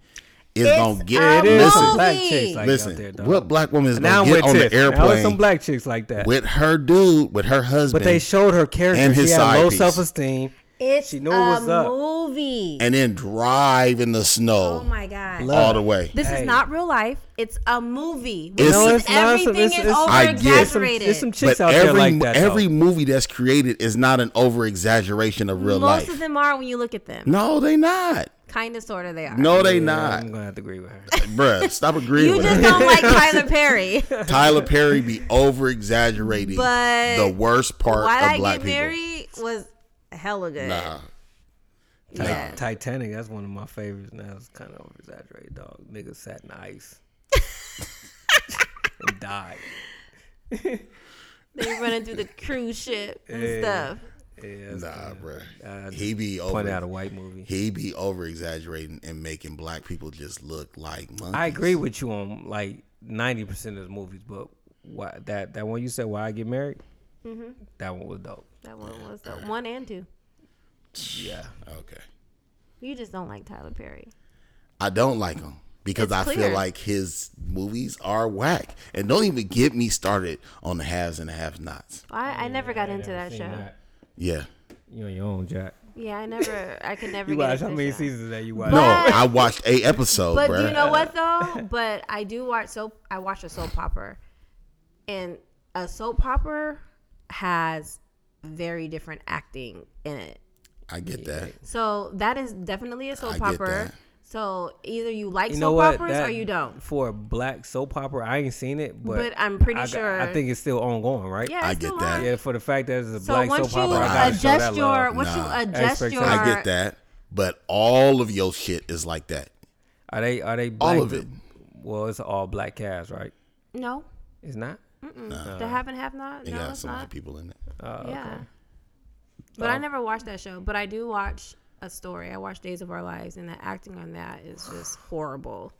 Speaker 2: is
Speaker 1: It's
Speaker 2: gonna
Speaker 1: a
Speaker 2: get?
Speaker 3: It is
Speaker 2: listen,
Speaker 1: movie.
Speaker 3: some black chicks like out there,
Speaker 2: listen,
Speaker 3: dog.
Speaker 2: what black woman is
Speaker 3: now
Speaker 2: gonna
Speaker 3: with
Speaker 2: get on
Speaker 3: tiff.
Speaker 2: the
Speaker 3: Now with some
Speaker 2: airplane
Speaker 3: black chicks like that.
Speaker 2: with her dude, with her husband?
Speaker 3: but they showed her character.
Speaker 2: and his
Speaker 3: she had
Speaker 2: side
Speaker 3: low
Speaker 2: piece.
Speaker 3: self esteem.
Speaker 1: It's
Speaker 3: She knew it
Speaker 1: a
Speaker 3: was up.
Speaker 1: movie.
Speaker 2: and then drive in the
Speaker 1: oh
Speaker 2: snow
Speaker 1: my god.
Speaker 3: Love.
Speaker 2: all the way.
Speaker 1: This
Speaker 3: Hey.
Speaker 1: is not real life. It's a movie.
Speaker 2: It's-
Speaker 1: It's,
Speaker 2: No,
Speaker 3: it's not. It's-
Speaker 1: everything
Speaker 3: it's-
Speaker 1: is
Speaker 3: it's-
Speaker 1: over
Speaker 2: I get it.
Speaker 3: There's some,
Speaker 1: exaggerated.
Speaker 3: there's some chicks
Speaker 2: But
Speaker 3: out
Speaker 2: every
Speaker 3: there like that.
Speaker 2: every
Speaker 3: though.
Speaker 2: movie that's created is not an over exaggeration of real
Speaker 1: Most
Speaker 2: life.
Speaker 1: of them are when you look at them.
Speaker 2: no, they not.
Speaker 1: Kind of, sort of, they are.
Speaker 2: No, they not.
Speaker 3: I'm gonna have to agree
Speaker 1: (laughs)
Speaker 3: with her.
Speaker 2: Bruh, stop agreeing
Speaker 1: You
Speaker 2: with
Speaker 1: just
Speaker 2: her.
Speaker 1: don't
Speaker 3: (laughs)
Speaker 1: like Tyler Perry.
Speaker 3: uh,
Speaker 1: Why (laughs)
Speaker 2: Tyler Perry be over exaggerating
Speaker 1: But
Speaker 2: the worst part
Speaker 1: Did
Speaker 2: of
Speaker 1: I
Speaker 2: black
Speaker 1: Get
Speaker 2: people.
Speaker 1: Married was hella good.
Speaker 2: Nah.
Speaker 3: Ti-
Speaker 1: Yeah.
Speaker 3: Titanic, that's one of my favorites. Now it's kind of over exaggerated, dog. Niggas sat
Speaker 1: (laughs)
Speaker 3: in ice and died.
Speaker 1: They running through the cruise ship and stuff.
Speaker 3: Yeah, that's
Speaker 2: Nah,
Speaker 3: kinda-
Speaker 2: bruh.
Speaker 3: I just
Speaker 2: he be
Speaker 3: pointed out a
Speaker 2: over
Speaker 3: white movie.
Speaker 2: he be over exaggerating and making black people just look like monkeys.
Speaker 3: I agree with you on like ninety percent of the movies, but why that that one you said why I get married?
Speaker 1: Mm-hmm.
Speaker 3: That one was dope.
Speaker 1: That one was the one and two.
Speaker 3: Yeah,
Speaker 2: Okay.
Speaker 1: You just don't like Tyler Perry.
Speaker 2: I don't like him because
Speaker 1: It's
Speaker 2: I feel
Speaker 1: clear.
Speaker 2: like his movies are whack. And don't even get me started on the haves and the have nots.
Speaker 1: I, I never got into that show.
Speaker 2: Yeah.
Speaker 3: You on your own, Jack.
Speaker 1: Yeah, I never. I could never.
Speaker 3: (laughs) You
Speaker 1: get
Speaker 3: watch
Speaker 1: into
Speaker 3: how
Speaker 1: the
Speaker 3: many
Speaker 1: show.
Speaker 3: seasons that you watch?
Speaker 2: No,
Speaker 1: But-
Speaker 2: Oh, I watched a episode,
Speaker 1: But
Speaker 2: bruh.
Speaker 1: you know what though? But I do watch soap. I watch a soap opera, and a soap opera has very different acting in it.
Speaker 2: I get that.
Speaker 1: So that is definitely a soap
Speaker 2: I get
Speaker 1: opera.
Speaker 2: that.
Speaker 1: So either you like
Speaker 3: You know
Speaker 1: soap
Speaker 3: what?
Speaker 1: operas
Speaker 3: That-
Speaker 1: or you don't.
Speaker 3: For a black soap opera, I ain't seen it, but,
Speaker 1: But I'm pretty
Speaker 3: I,
Speaker 1: sure-
Speaker 3: I think it's still ongoing, right?
Speaker 1: Yeah,
Speaker 2: I
Speaker 1: it's
Speaker 2: get
Speaker 1: still
Speaker 2: that.
Speaker 1: on.
Speaker 3: Yeah, for the fact that it's a
Speaker 1: So
Speaker 3: black
Speaker 1: once
Speaker 3: soap
Speaker 1: you
Speaker 3: opera, I gotta show that
Speaker 1: adjust your,
Speaker 3: love.
Speaker 1: once
Speaker 2: Nah.
Speaker 1: you adjust your,
Speaker 3: Expectation.
Speaker 2: I get that. But all of your shit is like that.
Speaker 3: Are they? Are they? Black
Speaker 2: All of it.
Speaker 3: Well, it's all black cast, right?
Speaker 1: No,
Speaker 3: It's not.
Speaker 1: Mm-hmm. the have and have not.
Speaker 2: It
Speaker 1: No,
Speaker 2: got
Speaker 1: it's
Speaker 2: some
Speaker 1: not.
Speaker 2: white people in it.
Speaker 1: yeah. But I never watched that show. But I do watch a story. I watch Days of Our Lives, and the acting on that is
Speaker 3: (sighs)
Speaker 1: just horrible.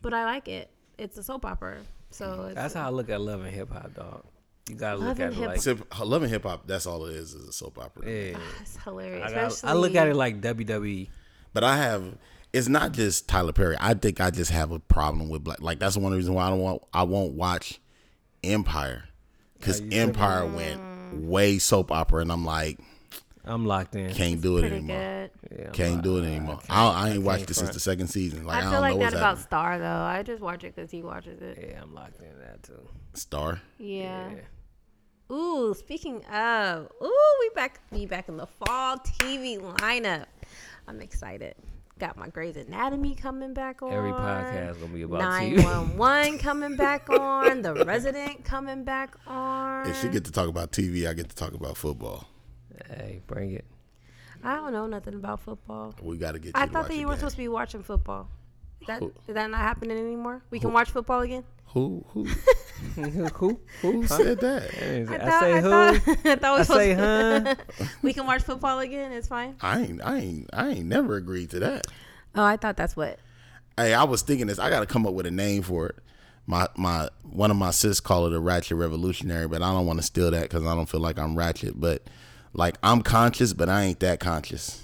Speaker 1: But I like it. It's a soap opera, so it's,
Speaker 3: Mm-hmm. That's how I look at love and hip hop, dog. You gotta
Speaker 1: Love
Speaker 3: look at
Speaker 1: and
Speaker 3: it
Speaker 1: hip
Speaker 3: like.
Speaker 2: Except Love and Hip Hop, that's all it is, is a soap opera.
Speaker 3: Yeah.
Speaker 1: it's hilarious.
Speaker 3: I, gotta-
Speaker 1: Especially,
Speaker 3: I look at it like E. WWE.
Speaker 2: But I have it's not just Tyler Perry. I think I just have a problem with black. Like that's one reason why I don't want I won't watch Empire because Empire went way soap opera, and I'm like
Speaker 3: I'm locked in.
Speaker 2: can't do it
Speaker 1: pretty
Speaker 2: anymore.
Speaker 1: good.
Speaker 3: Yeah, I'm
Speaker 2: Can't
Speaker 3: locked-
Speaker 2: do it anymore. I, I, ain't watched this since
Speaker 3: front.
Speaker 2: the second season. Like I,
Speaker 1: I
Speaker 2: don't
Speaker 1: feel like
Speaker 2: know
Speaker 1: that
Speaker 2: what's
Speaker 1: about
Speaker 2: happening.
Speaker 1: Star though. I just watch it because he watches it.
Speaker 3: Yeah, I'm locked into that too.
Speaker 2: Star.
Speaker 1: Yeah.
Speaker 3: Yeah.
Speaker 1: Ooh, speaking of, ooh, we back we back in the fall TV lineup. I'm excited. Got my Grey's Anatomy coming back on.
Speaker 3: Every podcast gonna be about
Speaker 1: Nine
Speaker 3: TV.
Speaker 1: one one coming (laughs) back on. The Resident coming back on.
Speaker 2: If she get to talk about TV, I get to talk about football.
Speaker 3: (laughs) Hey, bring it.
Speaker 1: I don't know nothing about football.
Speaker 2: We got to get. You
Speaker 1: I
Speaker 2: to
Speaker 1: thought
Speaker 2: watch
Speaker 1: that
Speaker 2: the
Speaker 1: you were
Speaker 2: game.
Speaker 1: supposed to be watching football. That
Speaker 2: Who-
Speaker 1: is that not happening anymore? We can watch football again.
Speaker 2: Who (laughs) who
Speaker 1: (laughs)
Speaker 3: who? Who?
Speaker 2: who said that?
Speaker 3: I,
Speaker 1: I
Speaker 3: say who? I,
Speaker 1: thought, (laughs) I thought we were
Speaker 3: say
Speaker 1: supposed to-
Speaker 3: huh?
Speaker 1: (laughs) we can watch football again. It's fine.
Speaker 2: I ain't I ain't I ain't never agreed to that.
Speaker 1: Oh, I thought that's what.
Speaker 2: Hey, I was thinking this. I got to come up with a name for it. My my one of my sis call it a ratchet revolutionary, but I don't want to steal that because I don't feel like I'm ratchet. But like I'm conscious, but I ain't that conscious.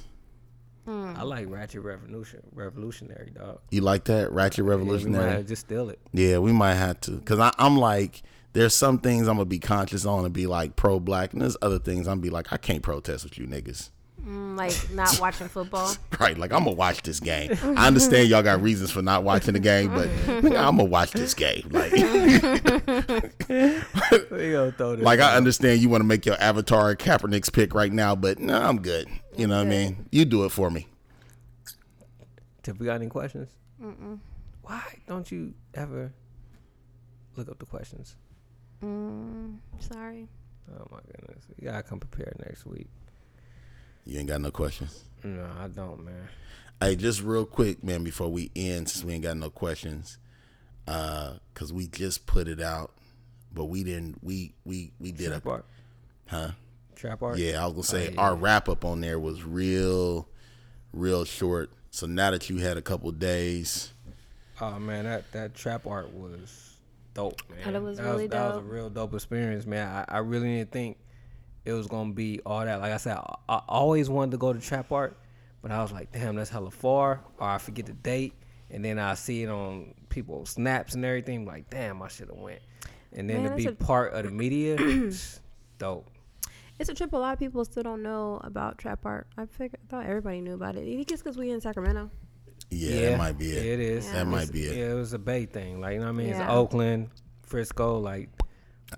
Speaker 3: I like Ratchet Revolution, Revolutionary, dog.
Speaker 2: You like that ratchet
Speaker 3: Yeah, we might
Speaker 2: revolutionary?
Speaker 3: have just
Speaker 2: (laughs)
Speaker 3: steal it.
Speaker 2: Yeah, we might have to because I'm like there's some things I'm gonna be conscious on and be like pro black, and there's other things I'm be like I can't protest with you niggas. (laughs)
Speaker 1: Mm, Like not watching (laughs) football.
Speaker 2: Right, like I'm gonna watch this game. I understand y'all got reasons for not watching the game,
Speaker 3: (laughs)
Speaker 2: but nigga, I'm gonna watch this game. Like. (laughs)
Speaker 3: We gonna throw this.
Speaker 2: Like I understand you want to make your avatar Kaepernick's pick right now, but no, I'm good. You know what I mean? You do it for me.
Speaker 3: Have we got any questions? Mm-mm. Why don't you ever look up the questions?
Speaker 1: Sorry.
Speaker 3: Oh my goodness, you gotta come prepared next week.
Speaker 2: You ain't got no questions.
Speaker 3: No, I don't, man.
Speaker 2: Hey, just real quick, man, before we end, since we ain't got no questions, uh, cause we just put it out, but we didn't. We we we did a
Speaker 3: Trap art,
Speaker 2: huh?
Speaker 3: trap art.
Speaker 2: Yeah, I was gonna
Speaker 3: Oh,
Speaker 2: say our wrap up on there was real, real short. So now that you had a couple days,
Speaker 3: Oh man, that that trap art was dope, man.
Speaker 1: Thought it was
Speaker 3: that
Speaker 1: really
Speaker 3: was, That was a
Speaker 1: dope.
Speaker 3: real dope experience, man. I, I really didn't think it was gonna be all that. Like I said, I, I always wanted to go to trap art, but I was like, damn, that's hella far, or I forget the date, and then I see it on people snaps and everything. Like, damn, I should have went. And then
Speaker 1: Man,
Speaker 3: to
Speaker 1: (clears throat)
Speaker 3: be
Speaker 1: that's
Speaker 3: part of the media, dope.
Speaker 1: It's a trip. A lot of people still don't know about trap art. I figured, thought everybody knew about it. You think it's because we in Sacramento?
Speaker 2: Yeah, that might be it.
Speaker 3: It is.
Speaker 2: That might be it.
Speaker 3: Yeah, it was a Bay thing. Like you know what I mean? It's
Speaker 1: Yeah.
Speaker 3: Oakland, Frisco, like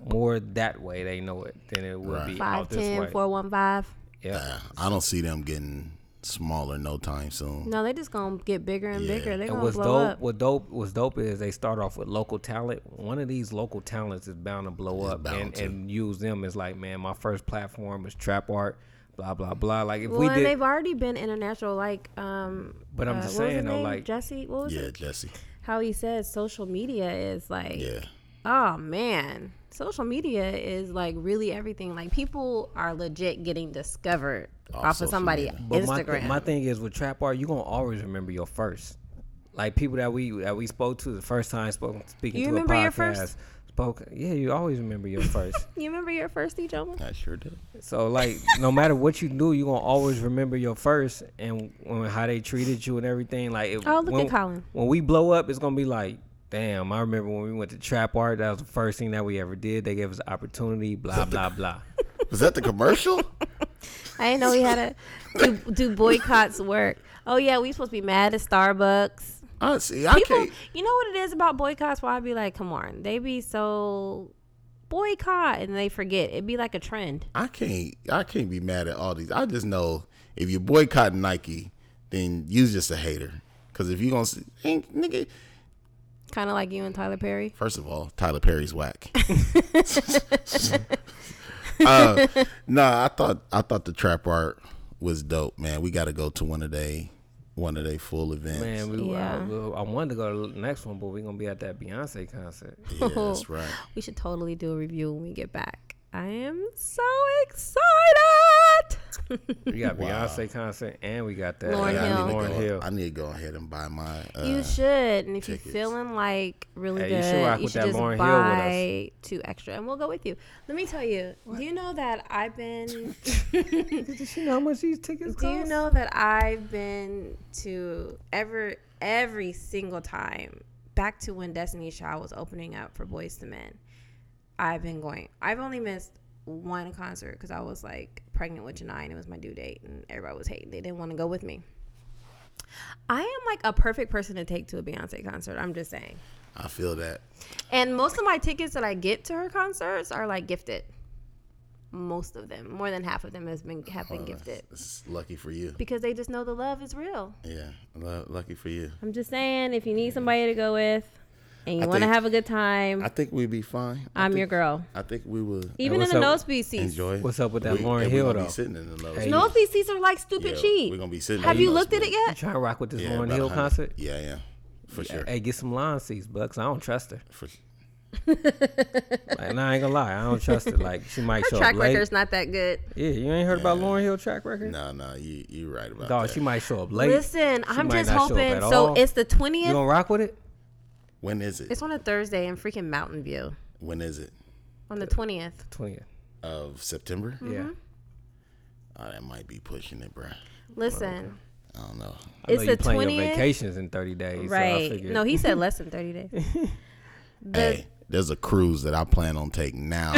Speaker 3: more that way they know it than it would
Speaker 2: Right.
Speaker 3: be out
Speaker 1: Five
Speaker 3: this way.
Speaker 1: ten four one five.
Speaker 3: yeah.
Speaker 2: Uh, I don't see them getting smaller no time soon.
Speaker 1: No, they just gonna get bigger and
Speaker 2: Yeah.
Speaker 1: bigger. They
Speaker 3: And
Speaker 1: gonna
Speaker 3: what's
Speaker 1: blow
Speaker 3: dope
Speaker 1: up.
Speaker 3: what dope was dope is they start off with local talent. One of these local talents is bound to blow up
Speaker 2: bound
Speaker 3: and,
Speaker 2: to.
Speaker 3: and use them as like, man, my first platform is trap art, blah blah blah. Like if
Speaker 1: Well,
Speaker 3: we
Speaker 1: and
Speaker 3: did
Speaker 1: they've already been international. Like, um,
Speaker 3: But I'm
Speaker 1: uh,
Speaker 3: just
Speaker 1: what was
Speaker 3: saying,
Speaker 1: his
Speaker 3: though,
Speaker 1: name?
Speaker 3: like-
Speaker 1: Jesse, what was
Speaker 2: Yeah,
Speaker 1: it?
Speaker 2: Jesse.
Speaker 1: How he says social media is like,
Speaker 2: Yeah.
Speaker 1: oh man, social media is like really everything. Like, people are legit getting discovered
Speaker 2: Off
Speaker 1: off, of
Speaker 2: social
Speaker 1: somebody
Speaker 2: media.
Speaker 3: But my,
Speaker 1: Instagram.
Speaker 3: th- my thing is with trap art, you gonna always remember your first. Like people that we that we spoke to the first time spoke speaking
Speaker 1: You
Speaker 3: to
Speaker 1: remember
Speaker 3: a podcast.
Speaker 1: your first?
Speaker 3: Spoke, yeah, you always remember your first. (laughs)
Speaker 1: you remember your first DJ? Omo?
Speaker 2: I sure do.
Speaker 3: so like, no matter what you do, you gonna always remember your first and when how they treated you and everything. Like, it,
Speaker 1: Oh, look at
Speaker 3: when,
Speaker 1: Colin.
Speaker 3: When we blow up, it's gonna be like, damn, I remember when we went to trap art. That was the first thing that we ever did. They gave us an opportunity. Blah
Speaker 1: (laughs)
Speaker 3: blah blah.
Speaker 2: Was that the (laughs) commercial?
Speaker 1: I didn't know we had to do, do boycotts work. Oh yeah, we supposed to be mad at Starbucks.
Speaker 2: I see. I
Speaker 1: people,
Speaker 2: can't.
Speaker 1: you know what it is about boycotts? Why I be like, come on, they be so boycott and they forget. It'd be like a trend.
Speaker 2: I can't. I can't be mad at all these. I just know if you boycott Nike, then you just a hater. Because if you gonna see, ain't, nigga.
Speaker 1: Kind of like you and Tyler Perry.
Speaker 2: First of all, Tyler Perry's whack.
Speaker 1: (laughs)
Speaker 2: (laughs) uh, nah, I thought I thought the trap art was dope, man. We got to go to one of they one of they full events.
Speaker 3: Man, we,
Speaker 1: Yeah.
Speaker 3: I, I wanted to go to the next one, but we gonna be at that Beyonce concert.
Speaker 2: Yeah,
Speaker 1: (laughs)
Speaker 2: that's right.
Speaker 1: We should totally do a review when we get back. I am so excited. (laughs)
Speaker 3: We got Beyonce concert and we got that
Speaker 1: Lauryn
Speaker 3: uh,
Speaker 2: Yeah, I,
Speaker 1: Hill.
Speaker 2: need
Speaker 3: Lauryn
Speaker 2: to go,
Speaker 3: Hill.
Speaker 2: I need to go ahead and buy my. Uh,
Speaker 1: you should, and if
Speaker 2: tickets.
Speaker 1: you're feeling like really
Speaker 3: Hey, you
Speaker 1: good,
Speaker 3: should
Speaker 1: you should,
Speaker 3: rock with that
Speaker 1: just
Speaker 3: Lauryn Hill with us.
Speaker 1: buy two extra, and we'll go with you. Let me tell you. Do you know that I've
Speaker 3: (laughs)
Speaker 1: been?
Speaker 3: Did you know how much these tickets
Speaker 1: Do you know that I've been to ever every single time back to when Destiny's Child was opening up for Boys to Men? I've been going. I've only missed one concert because I was like pregnant with Janai and it was my due date and everybody was hating. They didn't want to go with me. I am like a perfect person to take to a Beyonce concert. I'm just saying.
Speaker 2: I feel that.
Speaker 1: And most of my tickets that I get to her concerts are like gifted. Most of them, more than half of them, has been have been gifted
Speaker 2: It's lucky for you.
Speaker 1: because they just know the love is real.
Speaker 2: Yeah, lu- lucky for you.
Speaker 1: I'm just saying, if you need somebody to go with and
Speaker 2: I
Speaker 1: you want to
Speaker 2: think-
Speaker 1: have a good time,
Speaker 2: I think we'd be fine. I
Speaker 1: I'm
Speaker 2: think-
Speaker 1: your girl.
Speaker 2: I think we would
Speaker 1: Even in
Speaker 3: what's
Speaker 1: the
Speaker 3: up?
Speaker 1: nose nosebleed seats.
Speaker 2: enjoy.
Speaker 3: What's up with that
Speaker 2: we,
Speaker 3: Lauryn
Speaker 2: and we
Speaker 3: Hill,
Speaker 2: gonna
Speaker 3: though?
Speaker 2: Be sitting in the
Speaker 3: Hey.
Speaker 2: no,
Speaker 1: Nosebleed seats are like stupid
Speaker 2: Yeah,
Speaker 1: cheap.
Speaker 2: we're gonna be sitting
Speaker 1: have
Speaker 2: in
Speaker 1: you
Speaker 2: the
Speaker 1: looked at it
Speaker 2: nosebleed.
Speaker 1: yet?
Speaker 3: Trying to rock with this
Speaker 2: yeah,
Speaker 3: Lauren
Speaker 2: about
Speaker 3: Hill
Speaker 2: 100.
Speaker 3: concert.
Speaker 2: Yeah, yeah, for sure.
Speaker 3: Hey, get some lawn seats, Bucks. I don't trust her.
Speaker 2: For sure.
Speaker 3: Like, and I ain't gonna lie, I don't trust (laughs) her. Like she might show
Speaker 1: Her track
Speaker 3: up late.
Speaker 1: record's not that good.
Speaker 3: Yeah, you ain't heard about Lauren Hill track record?
Speaker 2: No, no, you you right about
Speaker 3: Dog,
Speaker 2: that.
Speaker 3: she might show up late.
Speaker 1: Listen, I'm
Speaker 3: might
Speaker 1: just
Speaker 3: not show up
Speaker 1: hoping.
Speaker 3: at
Speaker 1: So
Speaker 3: all.
Speaker 1: it's the
Speaker 3: you
Speaker 1: 20th.
Speaker 3: gonna rock with it?
Speaker 2: when is it?
Speaker 1: It's on a Thursday in freaking Mountain View
Speaker 2: When is it?
Speaker 1: on the 20th.
Speaker 3: Twentieth.
Speaker 2: Of September?
Speaker 1: Mm. Mm-hmm.
Speaker 3: Yeah.
Speaker 2: Oh, that might be pushing it, bruh.
Speaker 1: Listen,
Speaker 2: I don't know.
Speaker 3: I
Speaker 1: It's
Speaker 3: know you
Speaker 1: the
Speaker 3: plan your
Speaker 1: 20th?
Speaker 3: vacations in thirty days. So I
Speaker 1: right?
Speaker 3: figured,
Speaker 1: No, he
Speaker 2: (laughs)
Speaker 1: said less than 30 days. (laughs)
Speaker 2: hey, there's a cruise that I plan on taking
Speaker 1: (laughs)
Speaker 2: now.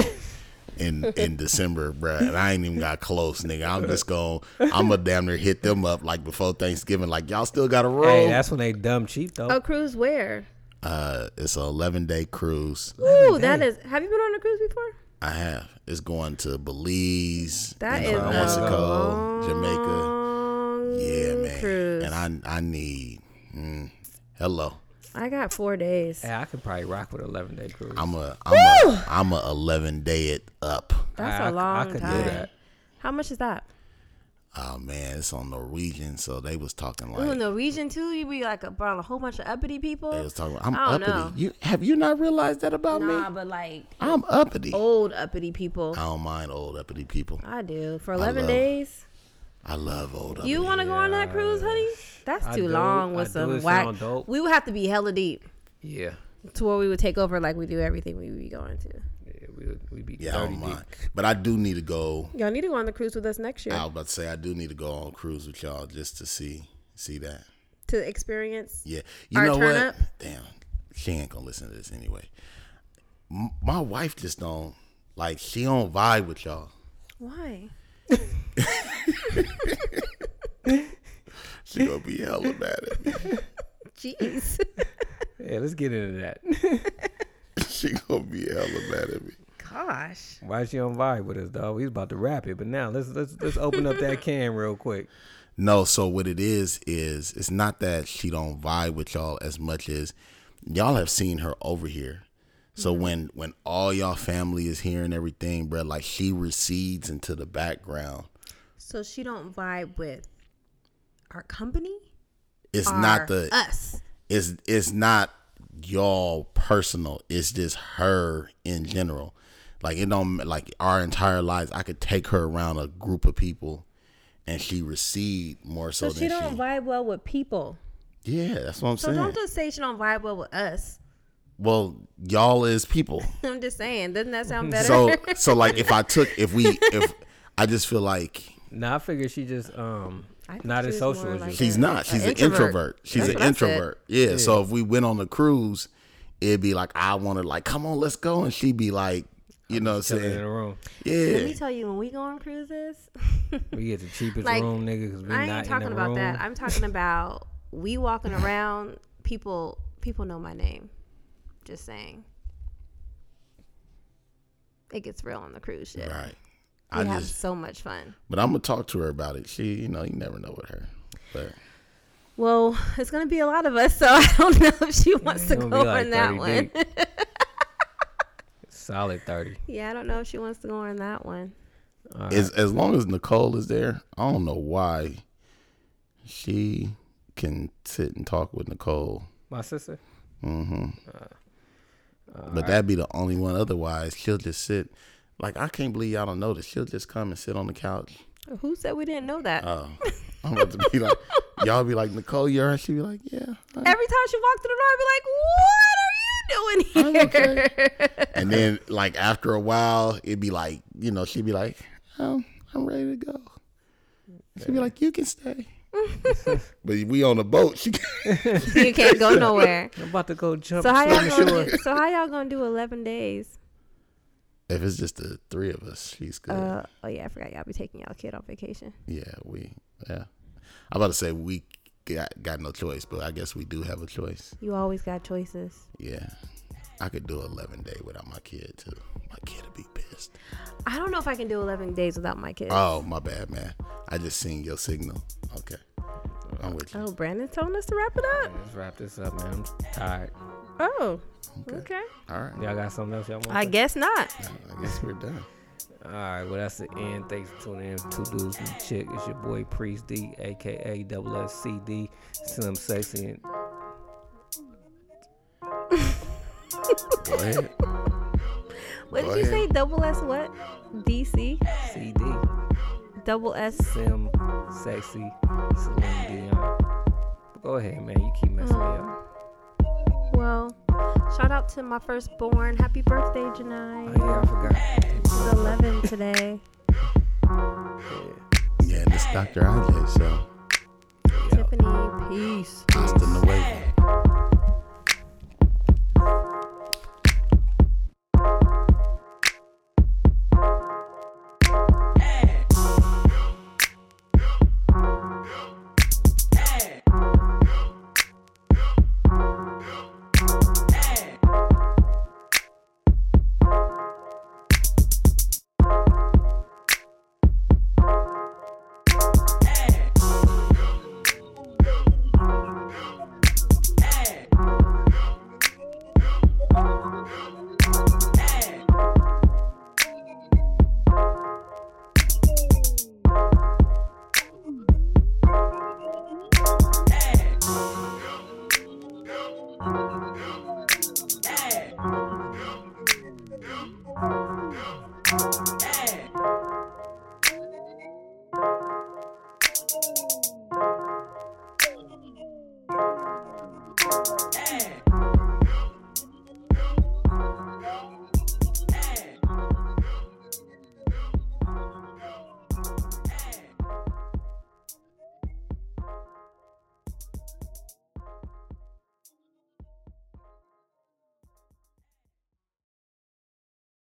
Speaker 2: In, in December, bruh, and I ain't even got close, nigga. I'm just going. I'm gonna damn near hit them up like before Thanksgiving. Like y'all still got to roll.
Speaker 3: Hey, that's when they dumb cheat though.
Speaker 1: A cruise where?
Speaker 2: uh, it's an 11 day cruise.
Speaker 1: Ooh, that is. Have you been on a cruise before?
Speaker 2: I have. It's going to Belize,
Speaker 1: That
Speaker 2: you know,
Speaker 1: is a
Speaker 2: Mexico, Jamaica.
Speaker 1: Long
Speaker 2: Yeah, man.
Speaker 1: Cruise.
Speaker 2: And I I need mm, hello.
Speaker 1: I got four days.
Speaker 3: Hey, I could probably rock with eleven day cruise.
Speaker 2: I'm a I'm a I'm a 11 day it up.
Speaker 1: That's
Speaker 3: I-
Speaker 1: a
Speaker 3: I c- I
Speaker 1: long
Speaker 3: could do
Speaker 1: time.
Speaker 3: that.
Speaker 1: How much is that?
Speaker 2: Oh man, it's on Norwegian, so they was talking
Speaker 1: Ooh,
Speaker 2: like
Speaker 1: Norwegian too. You be like around a whole bunch of uppity
Speaker 2: they
Speaker 1: people.
Speaker 2: was talking. I'm
Speaker 1: I don't
Speaker 2: uppity.
Speaker 1: know.
Speaker 2: You have you not realized that about
Speaker 1: Nah, Oh.
Speaker 2: me?
Speaker 1: but like
Speaker 2: I'm uppity.
Speaker 1: old uppity people.
Speaker 2: I don't mind old uppity people.
Speaker 1: I do for eleven
Speaker 2: love-
Speaker 1: days.
Speaker 2: I love old uppity.
Speaker 1: You want to go on that cruise, honey? That's
Speaker 3: I
Speaker 1: too
Speaker 3: do.
Speaker 1: long
Speaker 3: I
Speaker 1: with
Speaker 3: do.
Speaker 1: some
Speaker 3: It
Speaker 1: whack.
Speaker 3: sound dope.
Speaker 1: We would have to be hella deep
Speaker 3: Yeah.
Speaker 1: to where we would take over like we do everything we be going to.
Speaker 3: Yeah, we would- we'd be
Speaker 2: Yeah, oh I
Speaker 3: 30
Speaker 2: don't
Speaker 3: deep.
Speaker 2: mind. But I do need to go.
Speaker 1: Y'all need to go on the cruise with us next year
Speaker 2: I was about to say I do need to go on a cruise with y'all just to see see that.
Speaker 1: to experience.
Speaker 2: Yeah, you
Speaker 1: Our
Speaker 2: know
Speaker 1: turn
Speaker 2: what?
Speaker 1: up?
Speaker 2: Damn, she ain't gonna listen to this anyway. M- my wife just don't like. She don't vibe with y'all.
Speaker 4: Why?
Speaker 2: She gonna be hella mad at me. (laughs)
Speaker 1: (laughs) Jeez.
Speaker 3: Yeah, let's get into that. (laughs)
Speaker 2: She gonna be hella mad at me.
Speaker 4: Gosh.
Speaker 3: Why she on vibe with us, dog? We was about to wrap it, but now let's let's let's open up that can real quick.
Speaker 2: No, so what it is is it's not that she don't vibe with y'all as much as y'all have seen her over here. So
Speaker 1: Mm-hmm.
Speaker 2: when when all y'all family is here and everything, bruh, like she recedes into the background.
Speaker 1: So she don't vibe with our company?
Speaker 2: It's
Speaker 1: Our-
Speaker 2: not the
Speaker 1: us.
Speaker 2: it's it's not y'all personal. It's just her in general. Like it don't like our entire lives. I could take her around a group of people, and she recede more so,
Speaker 1: So
Speaker 2: than
Speaker 1: she don't
Speaker 2: she.
Speaker 1: vibe well with people.
Speaker 2: yeah, that's what I'm
Speaker 1: So
Speaker 2: saying.
Speaker 1: don't just say she don't vibe well with us. (laughs)
Speaker 2: well, y'all is people.
Speaker 1: I'm just saying. Doesn't that
Speaker 3: (laughs)
Speaker 1: sound better?
Speaker 2: So
Speaker 1: (laughs)
Speaker 2: so like if I took if we if I just feel like
Speaker 3: Now I figure she just um
Speaker 1: I think
Speaker 3: not
Speaker 1: she
Speaker 3: as
Speaker 1: was
Speaker 3: social
Speaker 1: more
Speaker 3: as you.
Speaker 1: like-
Speaker 2: She's not. She's an introvert.
Speaker 1: introvert.
Speaker 2: She's
Speaker 1: That's
Speaker 2: an
Speaker 1: what I said.
Speaker 2: introvert. Yeah, So if we went on a cruise, it'd be like I want to like come on, let's go, and she'd be like, you know, what I'm
Speaker 3: chilling in
Speaker 2: saying,
Speaker 3: the room.
Speaker 1: Let me
Speaker 2: yeah.
Speaker 1: tell you, when we go on cruises,
Speaker 3: We get the cheapest
Speaker 1: Like,
Speaker 3: room, nigga, because we
Speaker 1: I
Speaker 3: not
Speaker 1: ain't
Speaker 3: in
Speaker 1: talking
Speaker 3: the
Speaker 1: about
Speaker 3: room.
Speaker 1: that. I'm talking about we walking
Speaker 3: (laughs)
Speaker 1: around. People, people know my name. Just saying. It gets real on the cruise ship.
Speaker 2: Right.
Speaker 1: We
Speaker 2: I
Speaker 1: have
Speaker 2: just,
Speaker 1: so much fun.
Speaker 2: but I'm gonna talk to her about it. She, you know, you never know with her. But
Speaker 1: Well, it's gonna be a lot of us, so (laughs) I don't know if she wants to
Speaker 3: Gonna
Speaker 1: go
Speaker 3: be
Speaker 1: on that one.
Speaker 3: 30 deep. Solid thirty.
Speaker 1: (laughs) Yeah, I don't know if she wants to go on that one.
Speaker 2: as as long as Nicole is there, I don't know why she can sit and talk with Nicole.
Speaker 3: My sister.
Speaker 2: But that'd be the only one. Otherwise, she'll just sit. Like I can't believe y'all don't know this. She'll just come and sit on the couch.
Speaker 1: Who said we didn't know that?
Speaker 2: Oh, (laughs)
Speaker 3: Uh,
Speaker 1: (laughs)
Speaker 2: I'm about to be like, y'all be like, Nicole, you're right. She be like, yeah. I-
Speaker 1: Every time she walked through the door, I'd be like, "What are you doing here?"
Speaker 2: And then like after a while, it'd be like, you know, she'd be like, um, I'm ready to go. She'd be like, you can stay. but we on a boat. She
Speaker 1: (laughs) you can't go nowhere.
Speaker 3: I'm about to go jump.
Speaker 1: So how
Speaker 3: swim
Speaker 1: y'all
Speaker 3: ashore.
Speaker 1: gonna do, so how y'all gonna do eleven days?
Speaker 2: (laughs) if it's just the three of us, she's good.
Speaker 1: Uh, oh yeah, I forgot y'all be taking y'all kid on vacation.
Speaker 2: yeah, we. Yeah, I'm about to say we got got no choice, but I guess we do have a choice.
Speaker 1: You always got choices.
Speaker 2: Yeah, I could do 11 day without my kid too. My kid would be pissed.
Speaker 1: I don't know if I can do eleven days without my kid.
Speaker 2: Oh, my bad, man. I just seen your signal. Okay. I'm with you.
Speaker 1: oh, Brandon's telling us to wrap it up.
Speaker 3: Let's wrap this up, man. I'm tired.
Speaker 1: Oh, okay.
Speaker 2: All right.
Speaker 3: Y'all got something else y'all want?
Speaker 1: I guess not.
Speaker 2: I guess we're done.
Speaker 3: All right, well, that's the end. Thanks for tuning in. Two dudes and a chick. It's your boy Priest D, aka Double SCD, Slim Sexy, and
Speaker 2: Go ahead.
Speaker 1: What
Speaker 2: Go
Speaker 1: did you say?
Speaker 2: ahead.
Speaker 1: Double S what? DC.
Speaker 3: CD,
Speaker 1: Double S.
Speaker 3: Slim Sexy, Slim Dion. Go ahead, man. You keep messing me up.
Speaker 1: Well, shout out to my firstborn. Happy birthday,
Speaker 3: Oh,
Speaker 1: Janai.
Speaker 3: yeah, I forgot.
Speaker 1: She's eleven today.
Speaker 2: Yeah, this is Dr. IJ, so
Speaker 3: Yeah.
Speaker 1: Tiffany, peace.
Speaker 2: hasta nuevo.